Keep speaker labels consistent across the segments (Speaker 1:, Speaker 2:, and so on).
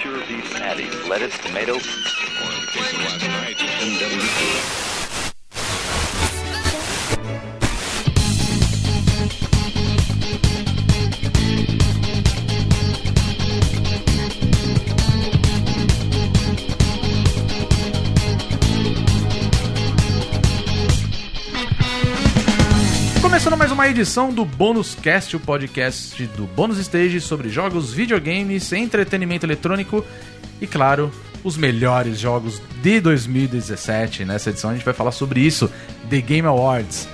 Speaker 1: quarter of beef patty, lettuce, tomato.
Speaker 2: Começando mais uma edição do Bônus Cast, o podcast do Bônus Stage sobre jogos, videogames, entretenimento eletrônico e, claro, os melhores jogos de 2017. Nessa edição a gente vai falar sobre isso, The Game Awards.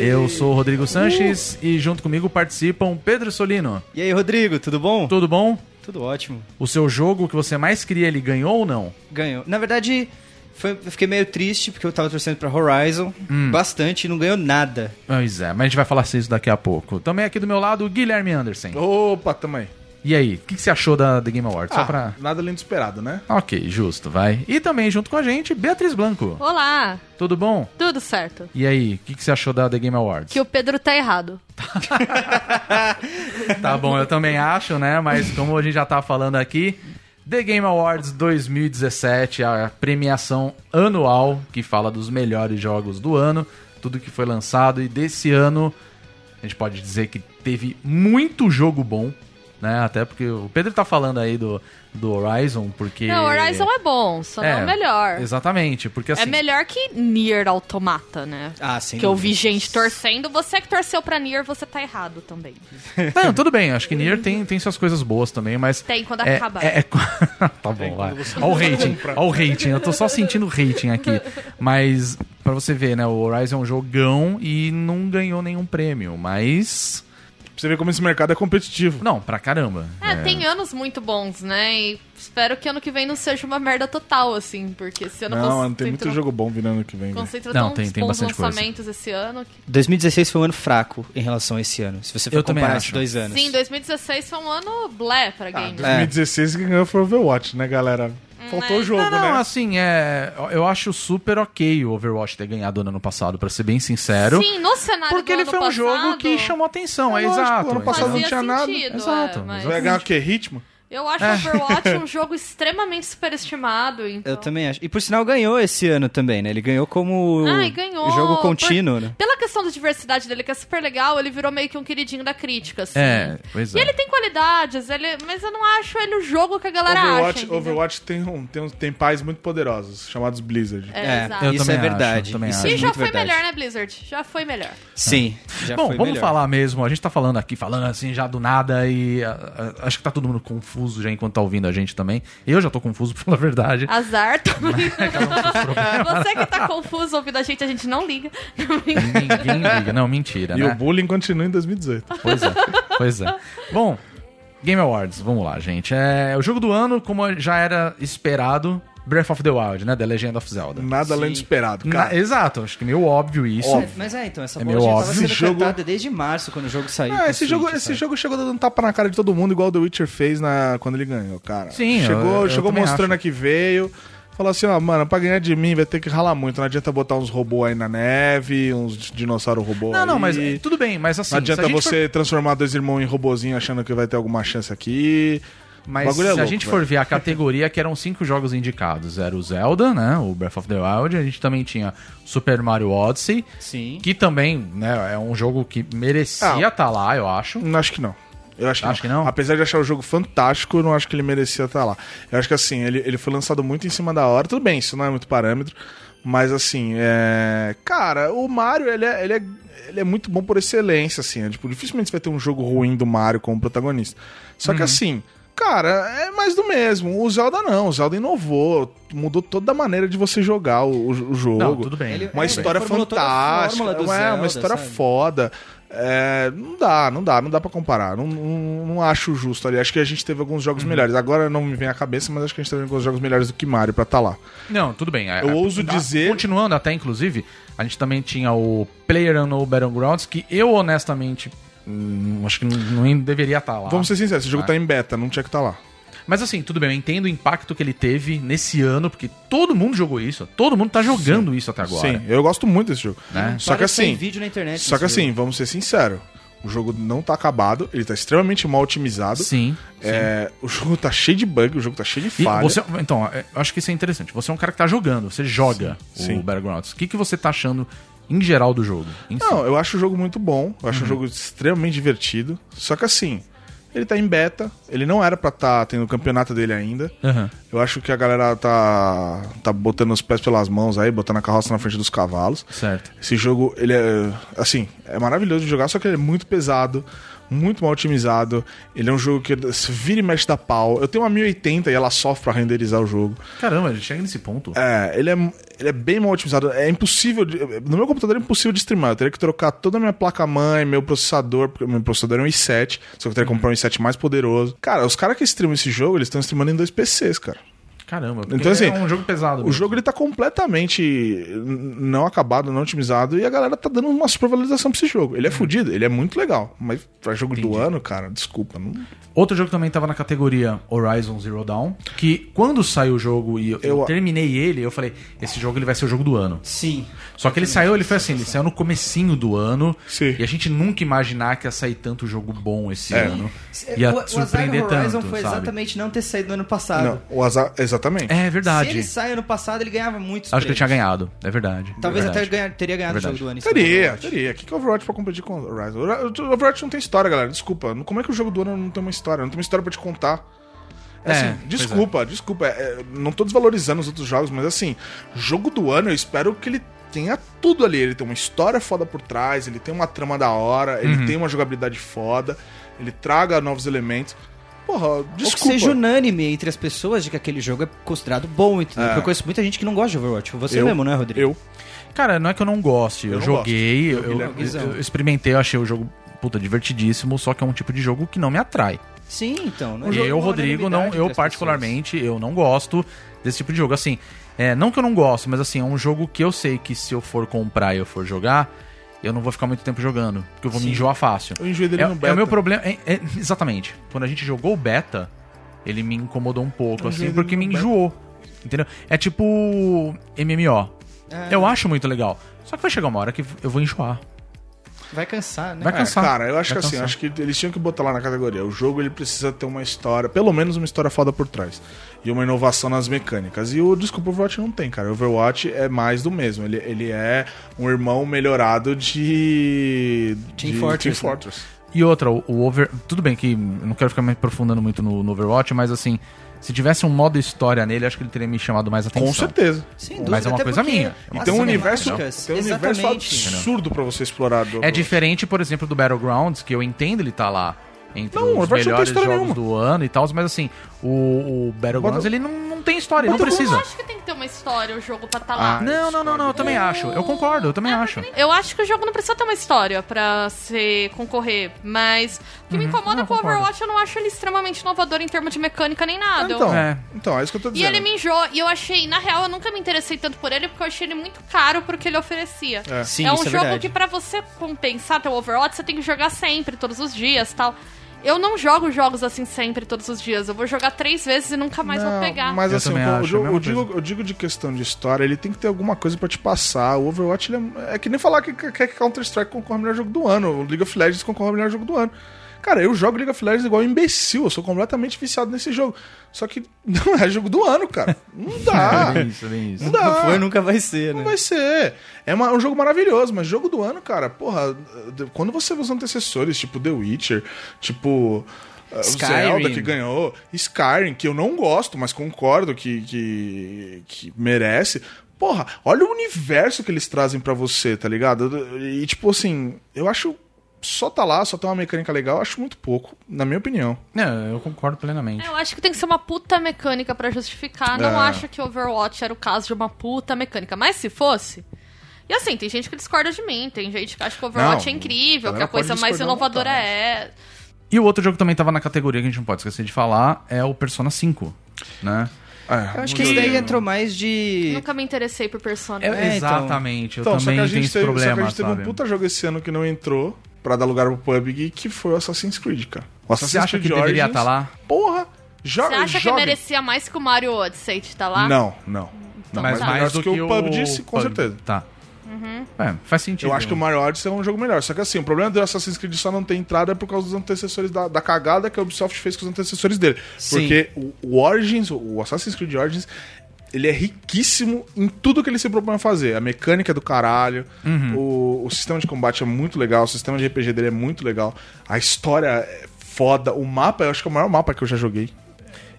Speaker 2: Eu sou o Rodrigo Sanches e junto comigo participam Pedro Solino.
Speaker 3: E aí, Rodrigo, tudo bom?
Speaker 2: Tudo bom?
Speaker 3: Tudo ótimo.
Speaker 2: O seu jogo que você mais queria, ele ganhou ou não?
Speaker 3: Ganhou. Na verdade, foi- eu fiquei meio triste porque eu tava torcendo pra Horizon
Speaker 2: Hum.
Speaker 3: bastante e não ganhou nada.
Speaker 2: Pois é, mas a gente vai falar sobre isso daqui a pouco. Também aqui do meu lado, o Guilherme Anderson.
Speaker 4: Opa, tamo aí.
Speaker 2: E aí, o que, que você achou da The Game Awards? Só
Speaker 4: Ah,
Speaker 2: pra...
Speaker 4: Nada além do esperado, né?
Speaker 2: Ok, justo, vai. E também junto com a gente, Beatriz Blanco.
Speaker 5: Olá,
Speaker 2: Tudo bom?
Speaker 5: tudo certo?
Speaker 2: E aí, o que, que você achou da The Game Awards?
Speaker 5: Que o Pedro tá errado.
Speaker 2: Tá bom, eu também acho, né? Mas como a gente já tá falando aqui, The Game Awards 2017, a premiação anual que fala dos melhores jogos do ano, tudo que foi lançado e desse ano a gente pode dizer que teve muito jogo bom, né? Até porque o Pedro tá falando aí do, do Horizon, porque
Speaker 5: Não, Horizon é bom, só não é o melhor.
Speaker 2: Exatamente, porque assim,
Speaker 5: É melhor que Nier Automata, né?
Speaker 3: Ah, sim.
Speaker 5: Que eu vi gente torcendo. Você que torceu pra Nier, você tá errado também.
Speaker 2: Não, tudo bem, acho que Nier tem, tem suas coisas boas também, mas.
Speaker 5: Tem, quando
Speaker 2: é,
Speaker 5: acabar.
Speaker 2: É, é- tá bom, vai. Olha o rating, olha o rating. Eu tô só sentindo o rating aqui. Mas, pra você ver, né? O Horizon é um jogão e não ganhou nenhum prêmio, mas.
Speaker 4: Pra você ver como esse mercado é competitivo.
Speaker 2: Não, pra caramba.
Speaker 5: É, tem anos muito bons, né? E espero que ano que vem não seja uma merda total, assim, porque se eu não
Speaker 4: Não, tem muito jogo bom virando ano que vem. velho.
Speaker 5: Concentra
Speaker 2: Não,
Speaker 5: tão
Speaker 2: tem- tem
Speaker 5: bons
Speaker 2: bastante coisa.
Speaker 5: lançamentos esse ano. que-
Speaker 3: 2016 foi um ano fraco em relação a esse ano, se você for
Speaker 2: Eu também
Speaker 3: comparar
Speaker 2: acho.
Speaker 3: esses dois anos.
Speaker 5: Sim, 2016 foi um ano blé
Speaker 2: Ah,
Speaker 5: pra
Speaker 4: É.
Speaker 5: games.
Speaker 4: 2016 quem ganhou foi Overwatch, né, galera?
Speaker 5: Hum,
Speaker 4: Faltou o jogo,
Speaker 2: não, não,
Speaker 4: né?
Speaker 2: assim, é. Eu acho super ok o Overwatch ter ganhado no ano passado, pra ser bem sincero.
Speaker 5: Sim, no cenário
Speaker 2: porque
Speaker 5: do
Speaker 2: ele
Speaker 5: ano
Speaker 2: foi um jogo
Speaker 5: passado,
Speaker 2: que chamou atenção, é,
Speaker 4: É lógico,
Speaker 2: exato.
Speaker 4: ano passado
Speaker 2: exato.
Speaker 4: não
Speaker 5: Fazia
Speaker 4: tinha nada.
Speaker 5: sentido,
Speaker 2: Exato,
Speaker 5: é, mas-
Speaker 4: Vai ganhar o quê? Ritmo?
Speaker 5: Eu acho o Overwatch um jogo extremamente superestimado, então.
Speaker 3: Eu também acho. E por sinal ganhou esse ano também, né? Ele ganhou como
Speaker 5: Ai, ganhou.
Speaker 3: jogo
Speaker 5: Por-
Speaker 3: contínuo, né?
Speaker 5: Pela questão da diversidade dele, que é super legal, ele virou meio que um queridinho da crítica, assim.
Speaker 2: É, pois é.
Speaker 5: E ele tem qualidades, ele... mas eu não acho ele o jogo que a galera acha.
Speaker 4: Overwatch,
Speaker 5: entendeu?
Speaker 4: Overwatch tem, um, tem, uns- tem pais muito poderosos, chamados Blizzard.
Speaker 5: É,
Speaker 3: É,
Speaker 5: exato.
Speaker 2: eu
Speaker 3: isso é
Speaker 2: também acho,
Speaker 3: verdade.
Speaker 2: também
Speaker 3: isso
Speaker 2: acho.
Speaker 5: E
Speaker 3: é
Speaker 5: já
Speaker 3: muito
Speaker 5: foi
Speaker 3: verdade.
Speaker 5: melhor, né, Blizzard? Já foi melhor.
Speaker 3: Sim, já
Speaker 2: Bom,
Speaker 3: foi
Speaker 2: vamos
Speaker 3: melhor.
Speaker 2: falar mesmo. A gente tá falando aqui, falando assim já do nada e ah, ah, acho que tá todo mundo confuso já enquanto tá ouvindo a gente também. Eu já tô confuso, pra falar a verdade.
Speaker 5: Azar também. Você que tá confuso ouvindo a gente, a gente não liga.
Speaker 2: Ninguém liga. Não, mentira,
Speaker 4: E
Speaker 2: né?
Speaker 4: o bullying continua em 2018.
Speaker 5: Ah,
Speaker 2: Pois é, pois é. Bom, Game Awards, vamos lá, gente. É o jogo do ano, como já era esperado, Breath of the Wild, né? The Legend of Zelda.
Speaker 4: Nada além do esperado,
Speaker 2: Na-
Speaker 4: cara.
Speaker 2: exato, acho que meio óbvio isso.
Speaker 3: Mas, mas é, então, essa
Speaker 2: É
Speaker 3: bola
Speaker 2: meio
Speaker 3: já
Speaker 2: óbvio.
Speaker 3: tava sendo
Speaker 4: Esse jogo-
Speaker 3: cantada desde março, quando o jogo
Speaker 2: É
Speaker 3: saiu.
Speaker 4: Ah,
Speaker 3: pro
Speaker 4: esse, jogo,
Speaker 3: Switch,
Speaker 4: esse
Speaker 3: sabe?
Speaker 4: jogo chegou dando um tapa na cara de todo mundo, igual o The Witcher fez na, quando ele ganhou, cara.
Speaker 2: Sim, eu-
Speaker 4: chegou,
Speaker 2: eu
Speaker 4: Chegou
Speaker 2: também
Speaker 4: mostrando
Speaker 2: acho.
Speaker 4: a que veio. Falou assim, ó, mano, pra ganhar de mim vai ter que ralar muito. Não adianta botar uns robôs aí na neve, uns dinossauro robô
Speaker 2: Não, não,
Speaker 4: aí.
Speaker 2: mas é, tudo bem, mas assim.
Speaker 4: Não
Speaker 2: se
Speaker 4: adianta
Speaker 2: a gente for
Speaker 4: você transformar dois irmãos em robozinho achando que vai ter alguma chance aqui.
Speaker 2: Mas
Speaker 4: O
Speaker 2: se
Speaker 4: bagulho é
Speaker 2: a
Speaker 4: louco,
Speaker 2: gente
Speaker 4: velho.
Speaker 2: for ver a categoria, que eram cinco jogos indicados, era o Zelda, né? O Breath of the Wild, a gente também tinha Super Mario Odyssey,
Speaker 3: Sim.
Speaker 2: que também, né, é um jogo que merecia
Speaker 4: Ah.
Speaker 2: estar lá, eu acho.
Speaker 4: Não, Acho que não. Eu acho que,
Speaker 2: Acho
Speaker 4: não.
Speaker 2: que não?
Speaker 4: Apesar de achar o jogo fantástico, eu não acho que ele merecia estar lá. Eu acho que assim, ele, ele foi lançado muito em cima da hora. Tudo bem, isso não é muito parâmetro. Mas assim, é. Cara, o Mario, ele é, ele é, ele é muito bom por excelência, assim. né? Tipo, dificilmente você vai ter um jogo ruim do Mario como protagonista. Só
Speaker 2: Uhum.
Speaker 4: que assim. Cara, é mais do mesmo. O Zelda não. O Zelda inovou, mudou toda a maneira de você jogar o, o jogo.
Speaker 2: Não, tudo bem.
Speaker 3: Ele-
Speaker 4: Uma
Speaker 3: É,
Speaker 4: história
Speaker 3: formulou toda a
Speaker 4: fantástica,
Speaker 3: fórmula do
Speaker 4: uma, é uma
Speaker 3: Zelda,
Speaker 4: história
Speaker 3: sabe?
Speaker 4: foda. É, não dá, não dá, não dá pra comparar. Não, não, não acho justo ali. Acho que a gente teve alguns jogos
Speaker 3: Uhum.
Speaker 4: melhores. Agora não me vem à cabeça, mas acho que a gente teve alguns jogos melhores do que Mario pra tá lá.
Speaker 2: Não, tudo bem. é-
Speaker 4: Eu
Speaker 2: é-
Speaker 4: ouso
Speaker 2: tá.
Speaker 4: dizer-
Speaker 2: Continuando até, inclusive, a gente também tinha o Player Unknown Battlegrounds, que eu, honestamente, hum, acho que não, não deveria estar lá.
Speaker 4: Vamos ser sinceros, esse jogo
Speaker 2: Ah.
Speaker 4: tá em beta, não tinha que tá lá.
Speaker 2: Mas assim, tudo bem, eu entendo o impacto que ele teve nesse ano, porque todo mundo jogou isso. Todo mundo tá jogando isso até agora.
Speaker 4: Sim, eu gosto muito desse jogo.
Speaker 2: Né?
Speaker 4: Só que
Speaker 3: Vários têm
Speaker 4: assim,
Speaker 3: vídeo na internet
Speaker 4: só que
Speaker 3: desse jogo.
Speaker 4: assim, vamos ser sinceros. O jogo não tá acabado, ele tá extremamente mal otimizado.
Speaker 2: Sim.
Speaker 4: É, o jogo tá cheio de bug, o jogo tá cheio de
Speaker 2: E
Speaker 4: falha.
Speaker 2: você- então, é, eu acho que isso é interessante. Você é um cara que tá jogando, você joga
Speaker 4: Sim,
Speaker 2: o
Speaker 4: sim.
Speaker 2: Battlegrounds. O que, que você tá achando em geral do jogo? Em si?
Speaker 4: Não, eu acho o jogo muito bom, eu acho o jogo extremamente divertido. Só que assim, ele tá em beta, ele não era pra estar tendo o campeonato dele ainda.
Speaker 2: Aham.
Speaker 4: Eu acho que a galera tá, tá botando os pés pelas mãos aí, botando a carroça na frente dos cavalos.
Speaker 2: Certo.
Speaker 4: Esse jogo, ele é. Assim, é maravilhoso de jogar, só que ele é muito pesado, muito mal otimizado. Ele é um jogo que se vira e mexe da pau. Eu tenho uma 1080 e ela sofre pra renderizar o jogo.
Speaker 2: Caramba, ele chega nesse ponto.
Speaker 4: É, ele é, ele é bem mal otimizado. É impossível. de- no meu computador é impossível de streamar. Eu teria que trocar toda a minha placa-mãe, meu processador, porque meu processador é um i7, só que eu teria que comprar um i7 mais poderoso. Cara, os caras que streamam esse jogo, eles estão streamando em dois PCs, cara.
Speaker 2: Caramba. porque
Speaker 4: Então, assim,
Speaker 2: é um jogo pesado.
Speaker 4: O
Speaker 2: mesmo.
Speaker 4: jogo ele tá completamente n- não acabado, não otimizado, e a galera tá dando uma supervalorização pra esse jogo. Ele é fudido, ele é muito legal, mas pra jogo do ano, cara, desculpa. Não...
Speaker 2: Outro jogo que também tava na categoria Horizon Zero Dawn, que quando saiu o jogo e eu, eu
Speaker 4: Eu-
Speaker 2: terminei ele, eu falei, esse jogo ele vai ser o jogo do ano.
Speaker 3: Sim.
Speaker 2: Só que ele saiu, ele foi assim, ele saiu no comecinho do ano,
Speaker 4: Sim.
Speaker 2: e a gente nunca imaginar que ia sair tanto jogo bom esse
Speaker 4: É.
Speaker 2: ano.
Speaker 3: É,
Speaker 2: Ia
Speaker 3: o, o azar do
Speaker 2: surpreender
Speaker 3: Horizon
Speaker 2: tanto,
Speaker 3: foi
Speaker 2: sabe?
Speaker 3: exatamente não ter saído no ano
Speaker 4: Não,
Speaker 3: passado.
Speaker 4: Ah, o azar, exatamente.
Speaker 2: É verdade.
Speaker 3: Se ele sai ano passado, ele ganhava muitos
Speaker 2: Acho que ele
Speaker 3: prêmios.
Speaker 2: tinha ganhado, é verdade.
Speaker 3: Talvez
Speaker 2: é
Speaker 3: até
Speaker 2: verdade.
Speaker 3: ganhar, teria ganhado
Speaker 2: Verdade.
Speaker 3: o jogo do ano. em cima do
Speaker 4: Teria,
Speaker 3: Overwatch.
Speaker 4: teria. O que, que é Overwatch pra competir com o Horizon? O Overwatch não tem história, galera. Desculpa. Como é que o jogo do ano não tem uma história? Não tem uma história pra te contar. É,
Speaker 2: É,
Speaker 4: assim,
Speaker 2: pois
Speaker 4: desculpa, desculpa. É, é, não tô desvalorizando os outros jogos, mas assim, jogo do ano, eu espero que ele tenha tudo ali. Ele tem uma história foda por trás, ele tem uma trama da hora,
Speaker 2: Uhum.
Speaker 4: ele tem uma jogabilidade foda, ele traga novos elementos. Porra,
Speaker 3: Ou
Speaker 4: desculpa.
Speaker 3: que seja unânime entre as pessoas de que aquele jogo é considerado bom, entendeu? Porque eu conheço muita gente que não gosta de Overwatch. Você
Speaker 4: É. Eu-
Speaker 3: mesmo, né, Rodrigo?
Speaker 4: Eu.
Speaker 2: Cara, não é que eu não goste. Eu,
Speaker 4: Eu não
Speaker 2: joguei,
Speaker 4: gosto.
Speaker 3: é
Speaker 2: eu,
Speaker 4: Eu-
Speaker 2: eu- eu experimentei, eu achei o jogo puta divertidíssimo, só que é um tipo de jogo que não me atrai.
Speaker 3: Sim, então. não é
Speaker 2: eu,
Speaker 3: uma
Speaker 2: Rodrigo, não,
Speaker 3: unanimidade entre
Speaker 2: eu
Speaker 3: as
Speaker 2: particularmente, eu não gosto desse tipo de jogo. Assim, é, não que eu não gosto, mas assim, é um jogo que eu sei que se eu for comprar e eu for jogar, eu não vou ficar muito tempo jogando, porque eu vou me enjoar fácil.
Speaker 4: Eu enjoei dele
Speaker 2: É,
Speaker 4: no
Speaker 2: é
Speaker 4: beta.
Speaker 2: o meu problema. é- é- exatamente. Quando a gente jogou o beta, ele me incomodou um pouco, assim,
Speaker 4: enjoei
Speaker 2: porque me
Speaker 4: dele no beta.
Speaker 2: enjoou. Entendeu? É tipo MMO.
Speaker 3: É.
Speaker 2: Eu acho muito legal. Só que vai chegar uma hora que eu vou enjoar.
Speaker 3: pessoas. Vai cansar, né?
Speaker 2: Vai
Speaker 4: É,
Speaker 2: cansar.
Speaker 4: cara, eu acho
Speaker 2: Vai
Speaker 4: que assim,
Speaker 2: cansar.
Speaker 4: acho que eles tinham que botar lá na categoria. O jogo ele precisa ter uma história, pelo menos uma história foda por trás. E uma inovação nas mecânicas. E o desculpa, o Overwatch não tem, cara. O Overwatch é mais do mesmo. Ele, ele é um irmão melhorado de.
Speaker 3: Team
Speaker 4: de
Speaker 3: Fortress,
Speaker 4: Team
Speaker 3: né?
Speaker 4: Fortress.
Speaker 2: E outra, o, o over. Tudo bem que eu não quero ficar me aprofundando muito no, no Overwatch, mas assim, se tivesse um modo história nele, acho que ele teria me chamado mais atenção.
Speaker 4: Com certeza.
Speaker 3: Sem
Speaker 2: Mas
Speaker 3: dúvida,
Speaker 2: é uma
Speaker 3: até
Speaker 2: coisa
Speaker 3: porque
Speaker 2: minha.
Speaker 4: E
Speaker 3: as
Speaker 4: tem um universo,
Speaker 3: temáticas-
Speaker 4: tem um universo
Speaker 3: Exatamente.
Speaker 4: absurdo pra você explorar do
Speaker 2: É
Speaker 4: Overwatch.
Speaker 2: diferente, por exemplo, do Battlegrounds, que eu entendo ele tá lá entre
Speaker 4: Não, o
Speaker 2: os
Speaker 4: Overwatch não tem
Speaker 2: melhores
Speaker 4: história
Speaker 2: jogos
Speaker 4: nenhuma.
Speaker 2: do ano e tal, mas assim, o, o Battlegrounds,
Speaker 4: Bota-
Speaker 2: ele não, não tem história, ele não
Speaker 5: Eu não
Speaker 2: precisa.
Speaker 5: acho que tem que ter uma história, o jogo pra tá
Speaker 4: Ah,
Speaker 5: lá.
Speaker 2: Não, não, não, não, eu também
Speaker 5: O-
Speaker 2: acho. Eu concordo, eu também
Speaker 5: É,
Speaker 2: acho.
Speaker 5: porque nem- Eu acho que o jogo não precisa ter uma história pra se concorrer, mas o que
Speaker 4: Uhum.
Speaker 5: me incomoda
Speaker 2: não,
Speaker 5: com o
Speaker 2: concordo.
Speaker 5: Overwatch, eu não acho ele extremamente inovador em termos de mecânica nem nada. Eu-
Speaker 4: Então,
Speaker 2: É.
Speaker 4: é. então, é isso que eu tô
Speaker 5: E
Speaker 4: dizendo.
Speaker 5: ele me enjoou, e eu achei, na real, eu nunca me interessei tanto por ele, porque eu achei ele muito caro pro que ele oferecia.
Speaker 4: É.
Speaker 3: Sim,
Speaker 5: é um
Speaker 3: isso é
Speaker 5: jogo
Speaker 3: verdade.
Speaker 5: que pra você compensar teu Overwatch, você tem que jogar sempre, todos os dias tal. Eu não jogo jogos assim sempre, todos os dias. Eu vou jogar três vezes e nunca mais
Speaker 4: Não,
Speaker 5: vou pegar.
Speaker 4: Mas
Speaker 2: Eu
Speaker 4: assim,
Speaker 2: também
Speaker 4: eu,
Speaker 2: acho, é
Speaker 4: digo-
Speaker 2: a mesma
Speaker 4: eu digo, eu digo de questão de história, ele tem que ter alguma coisa pra te passar. O Overwatch ele é, é que nem falar que, que, que Counter-Strike concorre ao melhor jogo do ano, o League of Legends concorre ao melhor jogo do ano. Cara, eu jogo League of Legends igual um imbecil, eu sou completamente viciado nesse jogo. Só que não é jogo do ano, cara. Não dá.
Speaker 2: É isso, é isso.
Speaker 4: não
Speaker 3: Nunca
Speaker 4: dá.
Speaker 3: foi, nunca vai ser, né?
Speaker 4: Não vai ser. É uma- um jogo maravilhoso, mas jogo do ano, cara, porra, de- quando você vê os antecessores, tipo The Witcher, tipo. uh,
Speaker 3: Skyrim.
Speaker 4: Zelda que ganhou, Skyrim, que eu não gosto, mas concordo que, que, que merece. Porra, olha o universo que eles trazem pra você, tá ligado? E tipo assim, eu acho. Só tá lá, só tem uma mecânica legal, eu acho muito pouco, na minha opinião.
Speaker 2: Não, eu concordo plenamente.
Speaker 5: É, Eu acho que tem que ser uma puta mecânica pra justificar. Não
Speaker 4: É.
Speaker 5: acho que Overwatch era o caso de uma puta mecânica. Mas se fosse. E assim, tem gente que discorda de mim, tem gente que acha que Overwatch
Speaker 4: Não,
Speaker 5: é incrível,
Speaker 4: a
Speaker 5: que a
Speaker 4: galera pode
Speaker 5: coisa mais
Speaker 4: discordar à
Speaker 5: inovadora
Speaker 4: vontade.
Speaker 5: é.
Speaker 2: E o outro jogo que também tava na categoria que a gente não pode esquecer de falar é o Persona 5, né?
Speaker 4: É,
Speaker 3: Eu acho
Speaker 4: um
Speaker 3: que esse
Speaker 4: jogo-
Speaker 3: daí entrou mais de.
Speaker 5: Nunca me interessei por Persona.
Speaker 2: É,
Speaker 3: É, então.
Speaker 2: exatamente,
Speaker 4: Então,
Speaker 2: eu
Speaker 4: só que
Speaker 2: também
Speaker 4: a
Speaker 2: tenho
Speaker 4: gente
Speaker 2: esse
Speaker 4: teve, só que a
Speaker 2: problema,
Speaker 4: gente teve
Speaker 2: sabe?
Speaker 4: um puta jogo esse ano que não entrou pra dar lugar pro PUBG, que foi o Assassin's Creed, cara. O Assassin's
Speaker 2: Você acha
Speaker 4: Creed
Speaker 2: que deveria
Speaker 4: Origins,
Speaker 2: estar lá?
Speaker 4: Porra! Jo
Speaker 5: Você acha que
Speaker 4: joguem.
Speaker 5: merecia mais que o Mario Odyssey de tá lá?
Speaker 4: Não, não. Não,
Speaker 5: Então,
Speaker 4: mas
Speaker 5: tá.
Speaker 4: melhor do que o PUBG, sim, com
Speaker 2: PUBG,
Speaker 4: certeza.
Speaker 2: Tá.
Speaker 5: Uhum.
Speaker 2: É, faz sentido.
Speaker 4: Eu acho que o Mario Odyssey é um jogo melhor. Só que assim, o problema do Assassin's Creed só não ter entrada é por causa dos antecessores, da, da cagada que a Ubisoft fez com os antecessores dele.
Speaker 3: Sim.
Speaker 4: Porque o, o Origins, o Assassin's Creed Origins, ele é riquíssimo em tudo que ele se propõe a fazer. A mecânica é do caralho, o, o sistema de combate é muito legal, o sistema de RPG dele é muito legal, a história é foda, o mapa, eu acho que é o maior mapa que eu já joguei.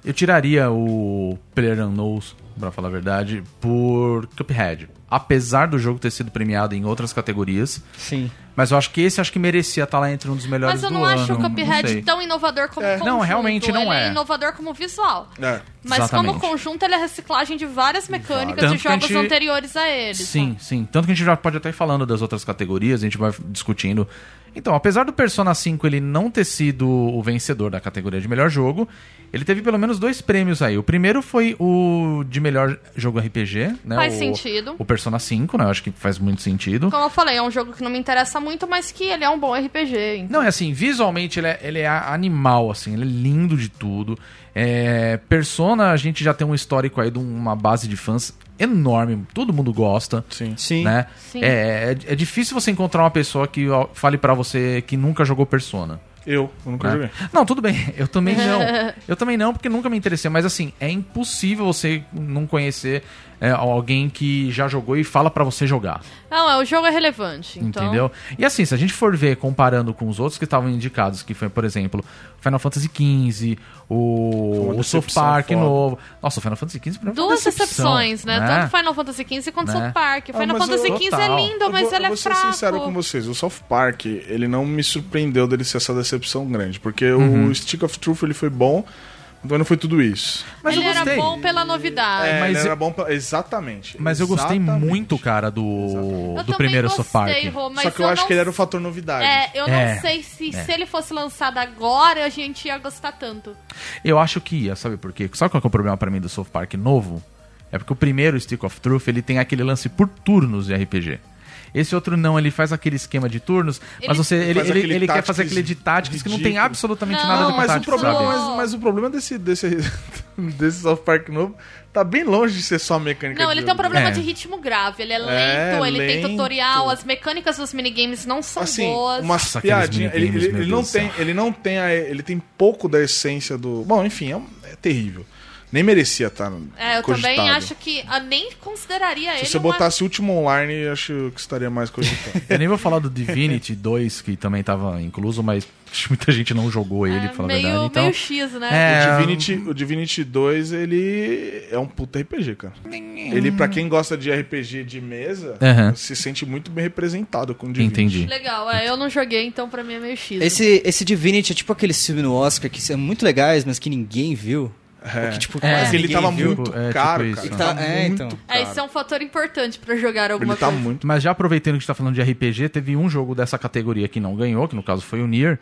Speaker 2: Eu tiraria o PlayerUnknown's, pra falar a verdade, por Cuphead. Apesar do jogo ter sido premiado em outras categorias,
Speaker 3: Sim.
Speaker 2: mas eu acho que esse acho que merecia estar lá entre um dos melhores
Speaker 5: Mas
Speaker 2: do
Speaker 5: eu
Speaker 2: ano.
Speaker 5: não acho o Cuphead
Speaker 2: sei.
Speaker 5: tão inovador como
Speaker 4: É.
Speaker 5: conjunto.
Speaker 2: Não, realmente não
Speaker 5: Ele
Speaker 2: é.
Speaker 5: inovador como visual.
Speaker 4: É.
Speaker 5: Mas
Speaker 2: Exatamente.
Speaker 5: como conjunto, ele é reciclagem de várias mecânicas
Speaker 2: Tanto
Speaker 5: de
Speaker 2: que a
Speaker 5: jogos
Speaker 2: gente-
Speaker 5: anteriores a ele.
Speaker 2: Sim, sim. Tanto que a gente já pode até ir falando das outras categorias, a gente vai discutindo. Então, apesar do Persona 5 ele não ter sido o vencedor da categoria de melhor jogo, ele teve pelo menos dois prêmios aí. O primeiro foi o de melhor jogo RPG, né?
Speaker 5: Faz
Speaker 2: o,
Speaker 5: sentido.
Speaker 2: O Persona 5, né? Eu acho que faz muito sentido.
Speaker 5: Como eu falei, é um jogo que não me interessa muito, mas que ele é um bom RPG. então.
Speaker 2: Não, é assim, visualmente ele é, ele é animal, assim, ele é lindo de tudo. É, Persona, a gente já tem um histórico aí de uma base de fãs enorme, todo mundo gosta.
Speaker 4: Sim.
Speaker 3: Sim.
Speaker 2: né?
Speaker 5: Sim.
Speaker 2: É, é, é difícil você encontrar uma pessoa que ó, fale pra você que nunca jogou Persona.
Speaker 4: Eu, eu nunca
Speaker 2: né?
Speaker 4: joguei.
Speaker 2: Não, tudo bem. Eu também não. Eu também não, porque nunca me interessei. Mas assim, é impossível você não conhecer é, alguém que já jogou e fala pra você jogar.
Speaker 5: Não, é, o jogo é relevante. Então...
Speaker 2: Entendeu? E assim, se a gente for ver comparando com os outros que estavam indicados, que foi, por exemplo, Final Fantasy XV,
Speaker 4: uma
Speaker 2: o, o South
Speaker 4: decepção
Speaker 2: Park
Speaker 4: foda.
Speaker 2: novo. Nossa, o Final Fantasy XV pra mim foi uma
Speaker 5: Duas
Speaker 2: decepção,
Speaker 5: decepções, né? Tanto Final Fantasy XV quanto
Speaker 2: Né?
Speaker 5: South Park. Final
Speaker 4: Ah, mas
Speaker 5: Fantasy
Speaker 4: eu-
Speaker 5: XV é
Speaker 2: Total.
Speaker 5: lindo,
Speaker 4: Eu
Speaker 5: mas
Speaker 4: vou,
Speaker 5: ele é
Speaker 4: eu vou ser
Speaker 5: fraco.
Speaker 4: sincero com vocês, o South Park, ele não me surpreendeu dele ser essa decepção grande, porque
Speaker 2: Uhum.
Speaker 4: o Stick of Truth ele foi bom, mas não foi tudo isso.
Speaker 2: Mas
Speaker 5: ele
Speaker 2: eu
Speaker 5: era
Speaker 2: gostei.
Speaker 5: bom pela novidade.
Speaker 4: É,
Speaker 2: mas
Speaker 4: mas
Speaker 2: eu-
Speaker 4: era bom pra... Exatamente.
Speaker 2: Mas eu gostei
Speaker 4: exatamente.
Speaker 2: muito, cara, do, do primeiro
Speaker 5: gostei,
Speaker 2: South Park.
Speaker 5: Rô, mas
Speaker 4: Só que eu, acho
Speaker 5: não
Speaker 4: que ele era o fator novidade.
Speaker 5: É, eu
Speaker 2: É,
Speaker 5: não sei se,
Speaker 2: é.
Speaker 5: se ele fosse lançado agora, a gente ia gostar tanto.
Speaker 2: Eu acho que ia, sabe por quê? Sabe qual que é o problema pra mim do South Park novo? É porque o primeiro Stick of Truth, ele tem aquele lance por turnos de RPG. Esse outro não, ele faz aquele esquema de turnos, mas
Speaker 5: Ele-
Speaker 2: você ele,
Speaker 4: Faz
Speaker 2: ele,
Speaker 4: aquele
Speaker 2: ele quer
Speaker 4: táticas
Speaker 2: fazer aquele de táticas que não tem
Speaker 4: ridículo.
Speaker 2: absolutamente
Speaker 5: Não,
Speaker 2: nada a ver
Speaker 4: Não,
Speaker 2: com
Speaker 4: mas o,
Speaker 2: táticas,
Speaker 4: problema, é
Speaker 2: sabe?
Speaker 4: mas, mas o problema desse, desse, desse South Park novo tá bem longe de ser só mecânica.
Speaker 5: Não,
Speaker 4: de
Speaker 5: ele tem um
Speaker 4: jogo.
Speaker 5: problema
Speaker 2: É.
Speaker 5: de ritmo grave, ele é
Speaker 4: É,
Speaker 5: lento, ele tem
Speaker 4: lento.
Speaker 5: tutorial, as mecânicas dos minigames não são
Speaker 4: assim,
Speaker 5: boas.
Speaker 4: uma
Speaker 2: Nossa, aqueles
Speaker 4: piadinha. Ele,
Speaker 2: minigames,
Speaker 4: ele-
Speaker 2: meu
Speaker 4: ele não
Speaker 2: Deus do
Speaker 4: tem, ele não tem, a- ele tem pouco da essência do. Bom, enfim, é, um- é terrível. Nem merecia estar.
Speaker 5: É, eu
Speaker 4: cogitado.
Speaker 5: também acho que eu nem consideraria ele é
Speaker 4: Se você
Speaker 5: uma-
Speaker 4: botasse último online, eu acho que estaria mais cogitado.
Speaker 2: Eu nem vou falar do Divinity 2, que também tava incluso, mas muita gente não jogou ele, pra falar
Speaker 5: é, meio,
Speaker 2: a verdade. Então,
Speaker 5: meio X, né?
Speaker 2: É,
Speaker 4: o, Divinity, o Divinity 2, ele é um puta RPG, cara. Ele, pra quem gosta de RPG de mesa,
Speaker 2: Hum. Aham.
Speaker 4: se sente muito bem representado com o Divinity.
Speaker 2: entendi.
Speaker 5: Legal, é, eu não joguei, então pra mim é meio X.
Speaker 3: Esse, esse Divinity é tipo aqueles filmes no Oscar que são muito legais, mas que ninguém viu. Ou que, tipo,
Speaker 2: É,
Speaker 4: Mas
Speaker 3: quase
Speaker 4: ele
Speaker 3: ninguém
Speaker 4: tava
Speaker 3: viu.
Speaker 4: muito
Speaker 2: É, tipo
Speaker 4: caro,
Speaker 2: isso,
Speaker 4: cara.
Speaker 2: né?
Speaker 4: Ele
Speaker 3: Tá-
Speaker 4: tava
Speaker 3: é,
Speaker 4: muito
Speaker 3: então.
Speaker 5: É,
Speaker 4: caro.
Speaker 5: isso é um fator importante pra jogar alguma
Speaker 4: Ele tá
Speaker 5: coisa.
Speaker 4: muito...
Speaker 2: Mas já aproveitando que a gente tá falando de RPG, teve um jogo dessa categoria que não ganhou, que no caso foi o Nier,